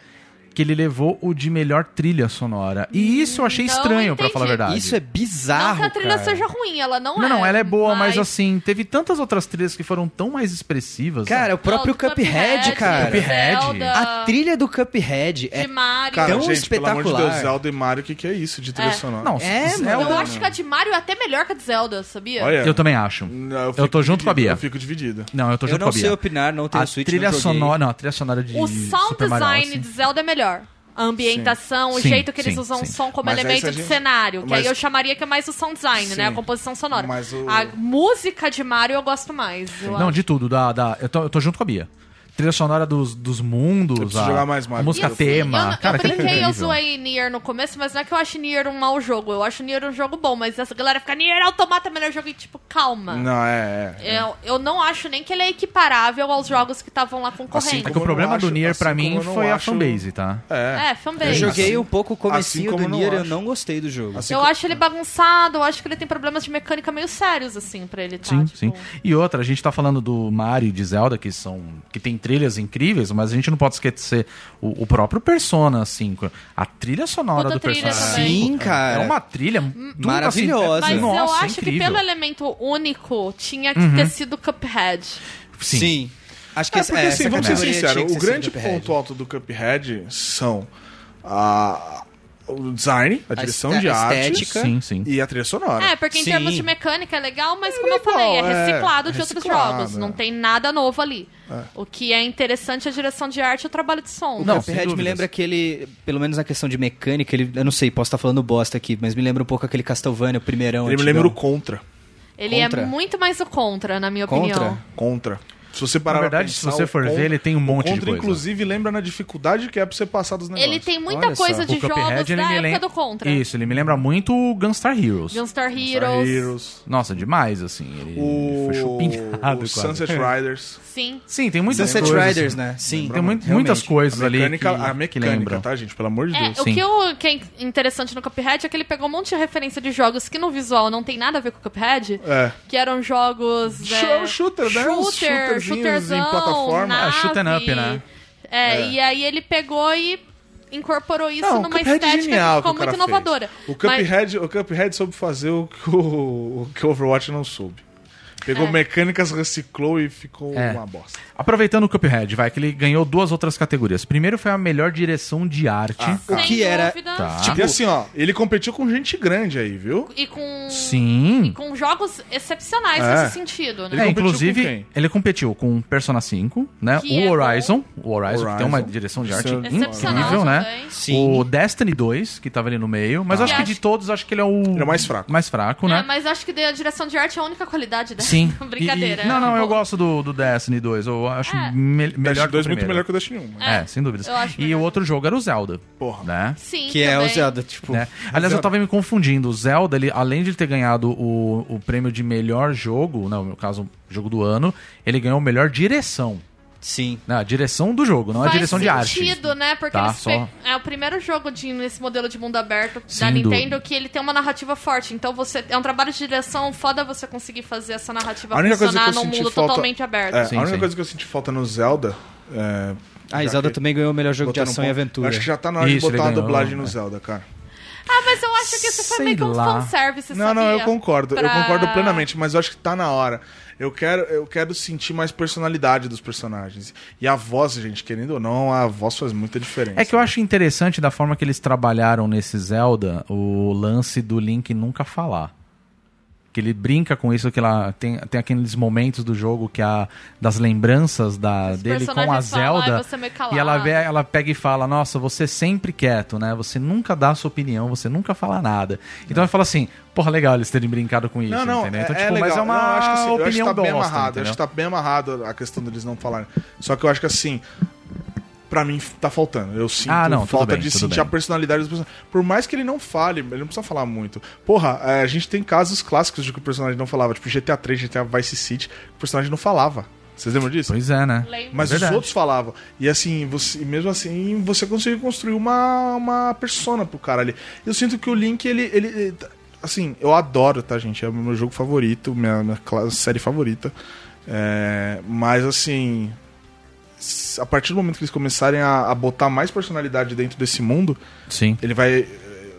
Speaker 2: que ele levou o de melhor trilha sonora. E isso eu achei
Speaker 5: Hum, não
Speaker 2: estranho, pra falar a
Speaker 5: entendi.
Speaker 2: verdade.
Speaker 3: Isso é
Speaker 5: Não
Speaker 3: bizarro.
Speaker 5: que a trilha
Speaker 3: cara.
Speaker 5: seja ruim, ela não,
Speaker 2: Não,
Speaker 5: é.
Speaker 2: não, ela é boa, mas... assim, teve tantas outras trilhas que foram tão mais expressivas.
Speaker 3: Cara, é o
Speaker 5: Não,
Speaker 3: próprio
Speaker 5: do
Speaker 3: Cuphead, cara.
Speaker 2: Cuphead.
Speaker 5: Zelda,
Speaker 3: A trilha do Cuphead é.
Speaker 5: de Mario.
Speaker 4: Cara,
Speaker 2: um
Speaker 3: Tão
Speaker 4: gente, pelo amor de
Speaker 3: espetacular.
Speaker 4: Deus, Zelda e Mario, o que, que é isso de trilha
Speaker 5: É.
Speaker 4: sonora?
Speaker 2: não,
Speaker 3: É,
Speaker 2: Zelda-
Speaker 3: mano.
Speaker 5: eu acho que a de Mario é até melhor que a de Zelda, sabia?
Speaker 4: Olha,
Speaker 2: Eu também acho.
Speaker 4: fico
Speaker 2: Eu tô junto com a Bia.
Speaker 4: Eu fico dividido.
Speaker 2: Não, eu tô
Speaker 3: Eu
Speaker 2: junto com
Speaker 3: não
Speaker 2: a
Speaker 3: sei
Speaker 2: Bia.
Speaker 3: opinar, não tenho
Speaker 2: A
Speaker 3: Switch.
Speaker 2: trilha
Speaker 3: não joguei.
Speaker 2: sonora, não, a trilha sonora de
Speaker 5: O sound
Speaker 2: Super
Speaker 5: design
Speaker 2: Mario
Speaker 5: de
Speaker 2: Odyssey.
Speaker 5: Zelda é melhor. A ambientação, o
Speaker 2: Sim,
Speaker 5: jeito que eles
Speaker 2: sim,
Speaker 5: usam o
Speaker 2: sim.
Speaker 5: som como
Speaker 4: Mas aí
Speaker 5: elemento
Speaker 4: se a
Speaker 5: de
Speaker 4: gente-
Speaker 5: cenário. Que
Speaker 4: mas-
Speaker 5: aí eu chamaria que é mais o sound design,
Speaker 4: Sim.
Speaker 5: né? A composição sonora.
Speaker 4: Mas o-
Speaker 5: A música de Mario eu gosto mais. eu
Speaker 2: Não,
Speaker 5: acho.
Speaker 2: de tudo, da, da- eu, tô, eu tô junto com a Bia. Trilha sonora dos, dos mundos,
Speaker 4: Eu preciso
Speaker 2: a,
Speaker 4: jogar mais Mario.
Speaker 2: a música
Speaker 4: E assim,
Speaker 5: Eu,
Speaker 2: tema.
Speaker 5: eu
Speaker 2: cara, aquilo é
Speaker 5: brinquei, eu
Speaker 2: incrível.
Speaker 5: zoei Nier no começo, mas não é que eu acho Nier um mau jogo. Eu acho Nier um jogo bom, mas essa galera fica Nier Automata é melhor jogo e tipo, calma.
Speaker 4: Não, é... é.
Speaker 5: Eu, eu não acho nem que ele é equiparável aos jogos que estavam lá concorrendo.
Speaker 4: Assim
Speaker 2: É que
Speaker 4: Como
Speaker 2: o
Speaker 4: eu
Speaker 2: problema
Speaker 4: não
Speaker 2: do
Speaker 4: acho-
Speaker 2: Nier pra
Speaker 4: assim
Speaker 2: mim
Speaker 4: como eu não
Speaker 2: foi a
Speaker 4: acho-
Speaker 2: fanbase, tá?
Speaker 5: É,
Speaker 3: Eu
Speaker 5: fanbase.
Speaker 3: joguei
Speaker 4: Assim-
Speaker 3: um pouco o comecinho
Speaker 4: assim como
Speaker 3: do
Speaker 4: eu não
Speaker 3: Nier, eu
Speaker 4: acho.
Speaker 3: não gostei do jogo.
Speaker 4: Assim-
Speaker 5: Eu acho ele bagunçado, eu acho que ele tem problemas de mecânica meio sérios, assim, pra ele tá,
Speaker 2: Sim,
Speaker 5: tipo...
Speaker 2: sim. E outra, a gente tá falando do Mario e de Zelda, que são. que tem trilhas incríveis, mas a gente não pode esquecer o, o próprio Persona 5. A trilha sonora
Speaker 5: Puta
Speaker 2: do
Speaker 5: trilha
Speaker 2: Persona 5.
Speaker 5: também.
Speaker 3: Sim, cara.
Speaker 2: É uma trilha tudo
Speaker 3: Maravilhosa.
Speaker 2: assim,
Speaker 5: Mas
Speaker 2: é- Nossa,
Speaker 5: eu acho que
Speaker 2: incrível.
Speaker 5: pelo elemento único tinha que ter sido Cuphead.
Speaker 2: Sim.
Speaker 3: Acho que
Speaker 4: É,
Speaker 3: essa-
Speaker 4: porque
Speaker 3: é,
Speaker 4: assim,
Speaker 3: essa
Speaker 4: vamos ser
Speaker 3: categoria tinha
Speaker 4: sinceros,
Speaker 3: que
Speaker 4: o
Speaker 3: ter sido
Speaker 4: grande
Speaker 3: Cuphead.
Speaker 4: ponto alto do Cuphead são a, o design, a
Speaker 3: A
Speaker 4: direção
Speaker 3: est-
Speaker 4: de
Speaker 3: a
Speaker 4: arte
Speaker 3: estética.
Speaker 2: Sim, sim.
Speaker 4: e a trilha sonora.
Speaker 5: É, porque em
Speaker 3: Sim.
Speaker 5: termos de mecânica é legal, mas como
Speaker 4: legal,
Speaker 5: eu falei, é
Speaker 4: é,
Speaker 5: reciclado de
Speaker 4: reciclado,
Speaker 5: outros jogos.
Speaker 4: é.
Speaker 5: Não tem nada novo ali. O que é interessante é a direção de arte e o trabalho de som.
Speaker 2: Não,
Speaker 5: né?
Speaker 3: O Cuphead me
Speaker 2: dúvidas.
Speaker 3: lembra aquele, pelo menos na questão de mecânica, ele, eu não sei, posso estar falando bosta aqui, mas me lembra um pouco aquele Castlevania, o primeirão.
Speaker 4: Ele me
Speaker 3: antigão.
Speaker 4: lembra o Contra.
Speaker 5: Ele
Speaker 3: Contra.
Speaker 5: é muito mais o contra, na minha
Speaker 3: Contra?
Speaker 5: opinião.
Speaker 4: Contra. Se você parar
Speaker 2: Na
Speaker 4: pra
Speaker 2: verdade, se
Speaker 4: pensar,
Speaker 2: você
Speaker 4: o
Speaker 2: for ver,
Speaker 4: Contra-
Speaker 2: ele tem um
Speaker 4: o
Speaker 2: monte de
Speaker 4: Contra,
Speaker 2: coisa.
Speaker 4: inclusive, lembra na dificuldade que é pra você passar dos negócios.
Speaker 5: Ele tem muita
Speaker 3: Olha só.
Speaker 5: coisa
Speaker 3: O
Speaker 5: de
Speaker 2: O Cuphead,
Speaker 5: jogos da
Speaker 2: ele me
Speaker 5: época
Speaker 2: lem-
Speaker 5: do contra.
Speaker 2: Isso, ele me lembra muito o Gunstar Heroes.
Speaker 5: Gunstar
Speaker 4: Star
Speaker 5: Heroes.
Speaker 4: Heroes.
Speaker 2: Nossa, demais, assim. Ele
Speaker 4: O,
Speaker 2: foi chupinhado
Speaker 4: o
Speaker 2: quase.
Speaker 4: Sunset Riders.
Speaker 5: Sim.
Speaker 2: Sim, tem muitas
Speaker 3: Sunset
Speaker 2: coisas.
Speaker 3: Riders, né? Sim.
Speaker 2: Tem mu-
Speaker 3: realmente.
Speaker 2: muitas coisas
Speaker 4: a
Speaker 2: ali que,
Speaker 4: mecânica, a
Speaker 2: que
Speaker 4: mecânica
Speaker 2: lembram.
Speaker 4: tá, gente? Pelo amor de Deus.
Speaker 5: É, o
Speaker 2: Sim.
Speaker 5: que, eu, que é interessante no Cuphead é que ele pegou um monte de referência de jogos que no visual não tem nada a ver com o Cuphead,
Speaker 4: É.
Speaker 5: que eram jogos.
Speaker 4: Show-
Speaker 5: é,
Speaker 4: shooter, né? Uns
Speaker 5: Shooter,
Speaker 4: shooterzinhos em
Speaker 5: shooterzão,
Speaker 4: plataforma.
Speaker 5: Nave,
Speaker 2: Ah, shoot'em up, né?
Speaker 5: É, e aí ele pegou e incorporou isso
Speaker 4: Não, o
Speaker 5: numa
Speaker 4: Cuphead é
Speaker 5: estética
Speaker 4: genial
Speaker 5: que ficou
Speaker 4: que o cara
Speaker 5: muito inovadora.
Speaker 4: fez. O
Speaker 5: Mas-
Speaker 4: Cuphead, o Cuphead soube fazer o que o, o que o Overwatch não soube. Pegou
Speaker 5: É.
Speaker 4: mecânicas, reciclou e ficou
Speaker 2: É.
Speaker 4: uma bosta.
Speaker 2: Aproveitando o Cuphead, vai, que ele ganhou duas outras categorias. Primeiro foi a melhor direção de arte.
Speaker 4: Ah.
Speaker 3: O
Speaker 5: Sem
Speaker 3: que era-
Speaker 5: dúvida. tipo,
Speaker 2: Tá.
Speaker 4: E assim, ó, ele competiu com gente grande aí, viu?
Speaker 5: E com,
Speaker 2: Sim.
Speaker 5: com jogos excepcionais
Speaker 4: É.
Speaker 5: nesse
Speaker 2: É,
Speaker 5: sentido, né?
Speaker 4: Ele competiu
Speaker 2: inclusive,
Speaker 4: com quem?
Speaker 2: ele competiu com Persona 5, né? o
Speaker 5: Que é
Speaker 2: Horizon, o Horizon, que tem uma
Speaker 4: Horizon.
Speaker 2: direção de arte
Speaker 4: Isso é
Speaker 5: Excepcional
Speaker 2: incrível, né?
Speaker 5: também.
Speaker 3: Sim.
Speaker 2: O Destiny 2, que tava ali no meio. Mas
Speaker 5: Tá.
Speaker 2: acho que
Speaker 5: E
Speaker 2: de
Speaker 5: acho-
Speaker 2: todos, acho que ele é o...
Speaker 4: Ele é o mais fraco.
Speaker 2: Mais fraco,
Speaker 5: É,
Speaker 2: né?
Speaker 5: mas acho que a direção de arte é a única qualidade dela.
Speaker 2: Sim.
Speaker 5: Brincadeira. né? Tipo,
Speaker 2: E- e- Não, não, eu
Speaker 5: Bom,
Speaker 2: gosto do, do Destiny 2. Eu acho
Speaker 5: É.
Speaker 2: me- melhor
Speaker 4: Destiny
Speaker 2: que
Speaker 4: 2
Speaker 2: o
Speaker 4: muito
Speaker 2: primeiro.
Speaker 4: melhor que o Destiny né? 1. mas-
Speaker 2: É, sem dúvidas.
Speaker 5: Eu acho
Speaker 2: E
Speaker 5: melhor.
Speaker 2: o outro jogo era o Zelda.
Speaker 4: Porra.
Speaker 2: Né?
Speaker 5: Sim,
Speaker 3: Que é o
Speaker 5: também.
Speaker 3: Zelda, tipo...
Speaker 2: Né? Aliás, eu tava me confundindo. O Zelda, ele, além de ele ter ganhado o, o prêmio de melhor jogo, não, no caso, jogo do ano, ele ganhou melhor direção.
Speaker 3: Sim.
Speaker 2: Não, a direção do jogo, não a
Speaker 5: Faz
Speaker 2: direção de arte.
Speaker 5: sentido, né? Porque
Speaker 2: Tá,
Speaker 5: eles
Speaker 2: só-
Speaker 5: pe- é o primeiro jogo de, nesse modelo de mundo aberto da
Speaker 2: Sem
Speaker 5: Nintendo
Speaker 2: dúvida.
Speaker 5: que ele tem uma narrativa forte. Então você é um trabalho de direção foda você conseguir fazer essa narrativa
Speaker 4: A única coisa que
Speaker 5: funcionar
Speaker 4: eu
Speaker 5: num
Speaker 4: senti
Speaker 5: mundo
Speaker 4: falta-
Speaker 5: totalmente aberto.
Speaker 4: É,
Speaker 2: Sim,
Speaker 4: a única
Speaker 2: sim.
Speaker 4: coisa que eu senti falta no Zelda. É,
Speaker 3: Ah,
Speaker 4: já
Speaker 3: e Zelda
Speaker 4: que-
Speaker 3: também ganhou o melhor jogo de
Speaker 4: botando
Speaker 3: ação
Speaker 4: um
Speaker 3: e
Speaker 4: ponto-
Speaker 3: aventura.
Speaker 4: Acho que já tá na hora
Speaker 2: Isso,
Speaker 4: de
Speaker 2: ele
Speaker 4: botar uma
Speaker 2: ganhou,
Speaker 4: dublagem no
Speaker 2: é.
Speaker 4: Zelda, cara.
Speaker 5: Ah, mas eu acho que isso foi
Speaker 2: Sei
Speaker 5: meio que um
Speaker 2: lá.
Speaker 5: fanservice,
Speaker 4: Não,
Speaker 5: sabia?
Speaker 4: não, eu concordo. Eu
Speaker 5: Pra-
Speaker 4: concordo plenamente, mas eu acho que tá na hora. Eu quero, eu quero sentir mais personalidade dos personagens. E a voz, gente, querendo ou não, a voz faz muita diferença. né?
Speaker 2: É que eu acho interessante da forma que eles trabalharam nesse Zelda o lance do Link nunca falar. Que ele brinca com isso, que ela tem, tem aqueles momentos do jogo que a das lembranças da, dele com a
Speaker 5: personagens falam,
Speaker 2: Zelda.
Speaker 5: aí você é meio calado.
Speaker 2: e ela, vê, ela pega e fala: Nossa, você é sempre quieto, né? Você nunca dá a sua opinião, você nunca fala nada. Então ela fala assim: Porra, legal eles terem brincado com isso,
Speaker 4: Não, não,
Speaker 2: entendeu?
Speaker 4: é,
Speaker 2: Então,
Speaker 4: é legal.
Speaker 2: mas é uma
Speaker 4: Não, eu acho que, assim, eu acho que
Speaker 2: opinião
Speaker 4: tá bem
Speaker 2: bosta,
Speaker 4: amarrado. Eu
Speaker 2: entendeu?
Speaker 4: acho que tá bem amarrado a questão deles não falarem. Só que eu acho que assim, pra mim tá faltando. Eu sinto
Speaker 2: Ah, não, tudo
Speaker 4: falta
Speaker 2: bem,
Speaker 4: de
Speaker 2: tudo
Speaker 4: sentir
Speaker 2: bem.
Speaker 4: a personalidade dos personagens. Por mais que ele não fale, ele não precisa falar muito. Porra, é, a gente tem casos clássicos de que o personagem não falava, tipo GTA 3, GTA Vice City, o personagem não falava. Vocês lembram disso?
Speaker 2: Pois é, né?
Speaker 5: Lembro.
Speaker 4: Mas
Speaker 2: É
Speaker 4: os
Speaker 2: verdade.
Speaker 4: outros falavam. E assim, você, e mesmo assim, você conseguiu construir uma, uma persona pro cara ali. Eu sinto que o Link, ele. ele- ele tá- assim, eu adoro, tá, gente? É o meu jogo favorito, minha, minha cla- série favorita. É, mas assim. s- A partir do momento que eles começarem a, a botar mais personalidade dentro desse mundo,
Speaker 2: Sim.
Speaker 4: ele vai eh,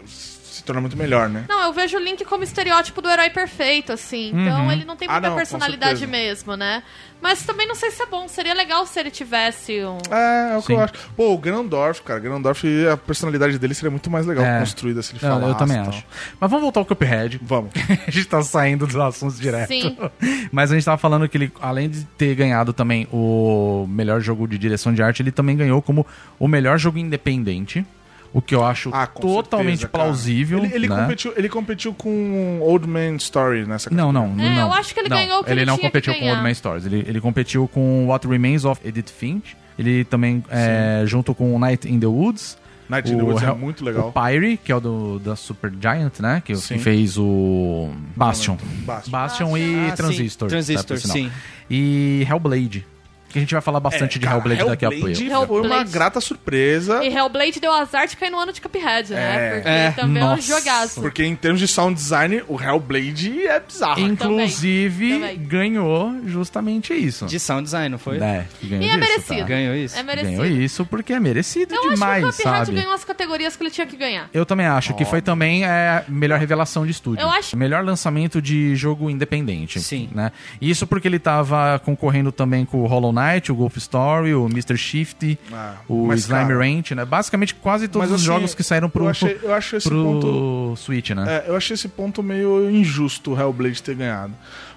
Speaker 4: se tornar muito melhor, né?
Speaker 5: Não, eu vejo o Link como estereótipo do herói perfeito, assim.
Speaker 2: Uhum.
Speaker 5: Então ele não tem
Speaker 4: Ah,
Speaker 5: muita
Speaker 4: não, com
Speaker 5: personalidade
Speaker 4: certeza.
Speaker 5: mesmo, né? Mas também não sei se é bom. Seria legal se ele tivesse um.
Speaker 4: É, é o que
Speaker 2: Sim.
Speaker 4: eu acho. Pô, o Ganondorf, cara, Ganondorf, a personalidade dele seria muito mais legal
Speaker 2: É.
Speaker 4: construída se ele
Speaker 2: Eu,
Speaker 4: falasse.
Speaker 2: eu também
Speaker 4: e tal.
Speaker 2: acho. Mas vamos voltar ao Cuphead.
Speaker 4: Vamos.
Speaker 2: a gente tá saindo dos assuntos direto.
Speaker 5: Sim.
Speaker 2: Mas a gente tava falando que ele, além de ter ganhado também o melhor jogo de direção de arte, ele também ganhou como o melhor jogo independente. O que eu acho
Speaker 4: Ah, com
Speaker 2: totalmente
Speaker 4: certeza, cara.
Speaker 2: plausível.
Speaker 4: Ele, ele
Speaker 2: né?
Speaker 4: competiu, ele competiu com Old Man Story nessa
Speaker 2: Não, não,
Speaker 5: É,
Speaker 2: não.
Speaker 5: eu acho que ele
Speaker 2: não.
Speaker 5: ganhou o que
Speaker 2: Ele
Speaker 5: ele
Speaker 2: não
Speaker 5: tinha que
Speaker 2: competiu com
Speaker 5: ganhar.
Speaker 2: Old Man Stories. Ele, ele competiu com What Remains of Edith Finch. Ele também, é, junto com Night in the Woods.
Speaker 4: Night in the Woods é
Speaker 2: Hel-
Speaker 4: muito legal.
Speaker 2: O Pyre, que é o do, da Super Giant, né? Que,
Speaker 4: Sim.
Speaker 2: que fez o Bastion.
Speaker 4: Bastion.
Speaker 2: Bastion e
Speaker 3: Ah, sim.
Speaker 2: Transistor. né, por
Speaker 3: Transistor,
Speaker 2: sinal.
Speaker 3: sim.
Speaker 2: E Hellblade. Que a gente vai falar bastante de Hellblade daqui a pouco.
Speaker 4: É, Hellblade Foi
Speaker 5: Hellblade. É.
Speaker 4: uma grata surpresa,
Speaker 5: E Hellblade deu azar de cair no ano de Cuphead, né?
Speaker 4: É.
Speaker 5: Porque
Speaker 3: É.
Speaker 5: também é um
Speaker 2: Nossa.
Speaker 5: jogaço.
Speaker 4: porque em termos de sound design, o Hellblade é bizarro.
Speaker 2: Inclusive,
Speaker 5: Também, também.
Speaker 2: ganhou justamente isso.
Speaker 3: De sound design, não foi?
Speaker 2: É, ganhou
Speaker 5: E é
Speaker 2: isso,
Speaker 5: merecido.
Speaker 2: tá?
Speaker 3: Ganhou isso?
Speaker 5: É merecido.
Speaker 2: Ganhou isso porque é merecido
Speaker 5: Eu
Speaker 2: demais,
Speaker 5: acho que o Cuphead
Speaker 2: sabe?
Speaker 5: ganhou as categorias que ele tinha que ganhar.
Speaker 2: Eu também acho que foi também é, melhor revelação de estúdio.
Speaker 5: Eu acho-
Speaker 2: Melhor lançamento de jogo independente.
Speaker 3: Sim.
Speaker 2: Né? Isso porque ele tava concorrendo também com o Hollow Knight, o Golf Story, o Mr. Shift,
Speaker 4: Ah,
Speaker 2: o
Speaker 4: mas,
Speaker 2: Slime
Speaker 4: cara,
Speaker 2: Ranch, né? Basicamente quase todos
Speaker 4: Mas,
Speaker 2: os
Speaker 4: assim,
Speaker 2: jogos que saíram pro,
Speaker 4: eu achei- eu acho esse
Speaker 2: pro
Speaker 4: ponto-
Speaker 2: Switch, né?
Speaker 4: É, eu achei esse ponto meio injusto o Hellblade ter ganhado.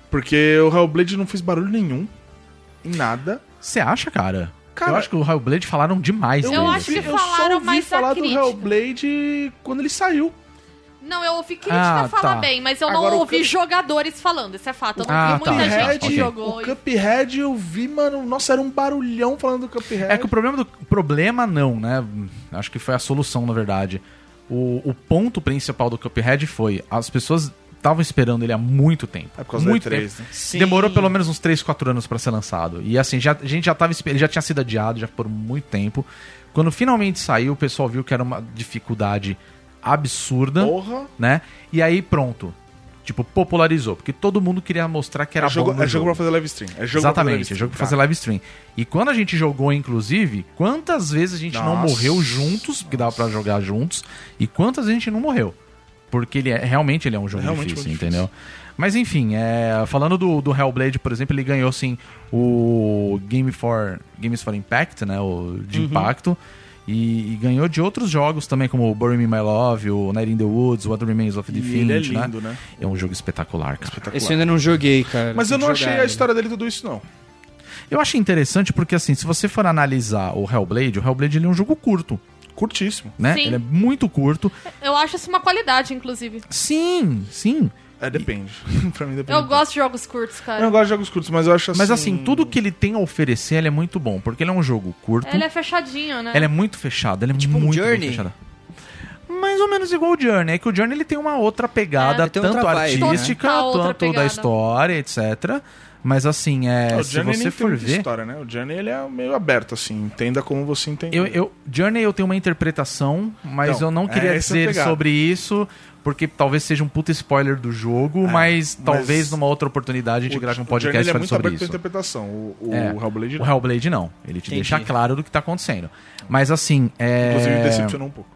Speaker 4: Porque o Hellblade não fez barulho nenhum. Em nada.
Speaker 2: Você acha, cara?
Speaker 4: Cara,
Speaker 2: eu acho que o Hellblade falaram demais. né?
Speaker 5: Eu
Speaker 2: dele.
Speaker 5: acho que
Speaker 4: eu
Speaker 5: falaram
Speaker 4: só ouvi
Speaker 5: mais da
Speaker 4: falar do
Speaker 5: crítica.
Speaker 4: Hellblade quando ele saiu.
Speaker 5: Não, eu ouvi crítica
Speaker 2: Ah,
Speaker 5: falar
Speaker 2: tá.
Speaker 5: bem, mas eu
Speaker 4: Agora,
Speaker 5: não
Speaker 4: o
Speaker 5: ouvi
Speaker 4: Cup-
Speaker 5: jogadores falando, isso é fato. Eu não
Speaker 2: Ah,
Speaker 5: vi
Speaker 2: tá,
Speaker 5: muita
Speaker 2: tá,
Speaker 5: gente que
Speaker 2: ok.
Speaker 5: jogou.
Speaker 4: o Cuphead eu vi, mano. Nossa, era um barulhão falando do Cuphead.
Speaker 2: É que o problema do. Problema não, né? Acho que foi a solução, na verdade. O, o ponto principal do Cuphead foi: as pessoas estavam esperando ele há muito tempo.
Speaker 4: É por causa
Speaker 2: muito
Speaker 4: da E3, né?
Speaker 3: Sim.
Speaker 2: Demorou pelo menos uns 3, 4 anos pra ser lançado. E assim, já, a gente já tava esper- ele já tinha sido adiado já por muito tempo. Quando finalmente saiu, o pessoal viu que era uma dificuldade absurda,
Speaker 4: Porra.
Speaker 2: né? E aí pronto. Tipo, popularizou, porque todo mundo queria mostrar que era
Speaker 4: é jogo,
Speaker 2: bom no
Speaker 4: é
Speaker 2: jogo.
Speaker 4: jogo pra fazer live stream. É jogo
Speaker 2: Exatamente, é
Speaker 4: pra fazer live stream,
Speaker 2: jogo pra
Speaker 4: cara.
Speaker 2: fazer live stream. E quando a gente jogou, inclusive, quantas vezes a gente não
Speaker 4: Nossa.
Speaker 2: morreu juntos, porque dava pra jogar juntos, e quantas vezes a gente não morreu. Porque ele é, realmente ele é um jogo
Speaker 4: Realmente
Speaker 2: difícil,
Speaker 4: muito
Speaker 2: entendeu? Mas enfim, é, falando do, do Hellblade, por exemplo, ele ganhou sim o Game for, Games for Impact, né? O de
Speaker 4: Uhum.
Speaker 2: impacto. E, e ganhou de outros jogos também, como o Bury Me My Love, o Night in the Woods, What Remains of the
Speaker 4: E ele é
Speaker 2: Fiend, né?
Speaker 4: lindo, né?
Speaker 2: É um jogo espetacular, cara.
Speaker 3: Esse eu ainda não joguei, cara.
Speaker 4: Mas eu
Speaker 3: Tem
Speaker 4: não
Speaker 3: que
Speaker 4: achei
Speaker 3: jogar
Speaker 4: a
Speaker 3: ele.
Speaker 4: história dele tudo isso, não.
Speaker 2: Eu achei interessante porque, assim, se você for analisar o Hellblade, o Hellblade ele é um jogo curto,
Speaker 4: Curtíssimo.
Speaker 2: né?
Speaker 5: Sim.
Speaker 2: Ele é muito curto.
Speaker 5: Eu acho isso uma qualidade, inclusive.
Speaker 2: Sim, sim.
Speaker 4: É, depende. pra mim depende.
Speaker 5: Eu gosto de jogos curtos,
Speaker 4: Eu não
Speaker 5: cara.
Speaker 4: gosto de jogos curtos, mas eu acho assim.
Speaker 2: Mas, assim, tudo que ele tem a oferecer ele é muito bom, porque ele é um jogo curto.
Speaker 5: Ele é fechadinho, né?
Speaker 2: Ele é muito fechado, ele é
Speaker 3: tipo um
Speaker 2: muito bem
Speaker 3: Journey?
Speaker 2: fechado. Mais ou menos igual o Journey. É que o Journey ele tem uma outra pegada,
Speaker 3: É, tem
Speaker 2: tanto
Speaker 3: outra vibe, né?
Speaker 2: artística,
Speaker 5: Total outra
Speaker 2: tanto da
Speaker 5: pegada.
Speaker 2: história, etc. Mas assim, é,
Speaker 4: o
Speaker 2: se
Speaker 4: Journey nem
Speaker 2: você
Speaker 4: tem
Speaker 2: for
Speaker 4: muita
Speaker 2: ver.
Speaker 4: história, né? O Journey ele é meio aberto, assim. Entenda como você entende.
Speaker 2: Eu, eu- Journey eu tenho uma interpretação, mas
Speaker 4: Uhum. Então,
Speaker 2: eu não queria
Speaker 4: é essa a
Speaker 2: dizer
Speaker 4: pegada.
Speaker 2: sobre isso, porque talvez seja um puta spoiler do jogo, mas
Speaker 4: É, mas
Speaker 2: talvez numa outra oportunidade a gente grava um podcast
Speaker 4: ele é
Speaker 2: falando
Speaker 4: muito
Speaker 2: sobre
Speaker 4: aberto pra
Speaker 2: isso.
Speaker 4: interpretação. O, o
Speaker 2: É.
Speaker 4: Hellblade
Speaker 2: O
Speaker 4: não.
Speaker 2: Hellblade não, ele te
Speaker 3: Entendi.
Speaker 2: deixa claro do que tá acontecendo. Mas assim, é.
Speaker 4: Inclusive me decepcionou um pouco.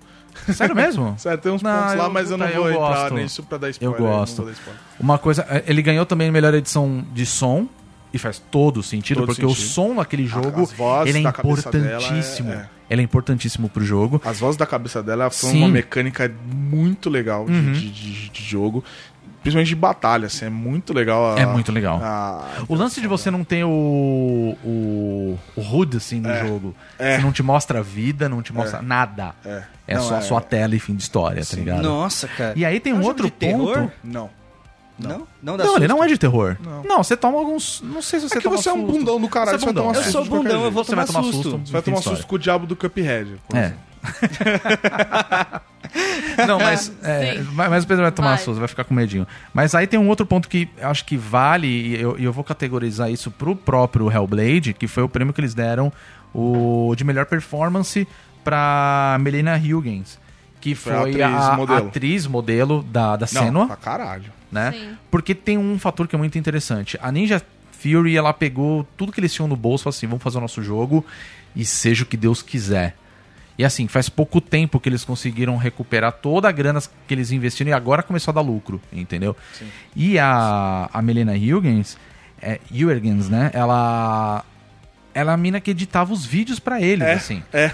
Speaker 2: Sério mesmo?
Speaker 4: Sério, tem uns
Speaker 2: Não,
Speaker 4: pontos lá,
Speaker 2: eu- tá,
Speaker 4: mas eu não
Speaker 2: eu
Speaker 4: vou entrar
Speaker 2: gosto.
Speaker 4: nisso pra dar spoiler.
Speaker 2: gosto.
Speaker 4: Não vou dar spoiler.
Speaker 2: Uma coisa, é, ele ganhou também melhor edição de som. E faz todo sentido,
Speaker 4: Todo
Speaker 2: porque o
Speaker 4: sentido.
Speaker 2: som naquele jogo
Speaker 4: as vozes
Speaker 2: ele é
Speaker 4: da cabeça dela é-
Speaker 2: importantíssimo.
Speaker 4: é.
Speaker 2: Ele é importantíssimo pro jogo.
Speaker 4: As vozes da cabeça dela foi
Speaker 2: Sim. Uhum.
Speaker 4: uma mecânica muito legal de, de- de- de jogo. Principalmente de batalha, assim. É muito legal. a-
Speaker 2: É muito legal.
Speaker 4: a-
Speaker 2: O lance de você não ter o. o, o HUD assim no jogo.
Speaker 4: É.
Speaker 2: Você não te mostra a vida, não te mostra nada.
Speaker 4: É.
Speaker 2: É,
Speaker 4: Não,
Speaker 2: só
Speaker 4: é-
Speaker 2: a sua tela e fim de história, tá ligado?
Speaker 3: Nossa, cara.
Speaker 2: E aí tem
Speaker 3: É
Speaker 2: um
Speaker 3: jogo
Speaker 2: outro
Speaker 3: de terror?
Speaker 2: ponto.
Speaker 4: Não.
Speaker 3: Não? Não dá
Speaker 2: Não, ele
Speaker 3: susto.
Speaker 2: não é de terror. Não. você toma alguns. Não sei se você
Speaker 4: É que
Speaker 2: toma
Speaker 4: você é um
Speaker 2: susto.
Speaker 4: bundão do caralho,
Speaker 2: Você
Speaker 4: você
Speaker 2: é
Speaker 4: vai
Speaker 2: bundão.
Speaker 4: tomar
Speaker 3: Eu
Speaker 4: susto.
Speaker 3: sou
Speaker 4: de qualquer
Speaker 3: bundão, eu
Speaker 4: jeito.
Speaker 3: vou
Speaker 2: Você vai
Speaker 3: tomar,
Speaker 2: tomar
Speaker 3: susto.
Speaker 2: susto.
Speaker 4: Você vai
Speaker 2: Fim de
Speaker 4: tomar
Speaker 2: história.
Speaker 4: susto com o diabo do Cuphead.
Speaker 2: É. Não, mas, é,
Speaker 5: Sim.
Speaker 2: vai- mas o Pedro vai tomar
Speaker 5: Vai.
Speaker 2: susto, vai ficar com medinho. Mas aí tem um outro ponto que eu acho que vale, e eu, e eu vou categorizar isso pro próprio Hellblade, que foi o prêmio que eles deram o de melhor performance pra Melina Huggins, que
Speaker 4: Foi a
Speaker 2: foi a
Speaker 4: atriz
Speaker 2: atriz modelo,
Speaker 4: modelo.
Speaker 2: da, da
Speaker 4: Não,
Speaker 2: Senua
Speaker 4: pra caralho.
Speaker 2: né?
Speaker 5: Sim.
Speaker 2: Porque tem um fator que é muito interessante. A Ninja Fury, ela pegou tudo que eles tinham no bolso, falou assim, vamos fazer o nosso jogo e seja o que Deus quiser. E assim, faz pouco tempo que eles conseguiram recuperar toda a grana que eles investiram e agora começou a dar lucro, entendeu? E a, a Melena Huygens, é, Huygens, né? Ela ela é a mina que editava os vídeos pra eles,
Speaker 4: É,
Speaker 2: assim.
Speaker 4: é.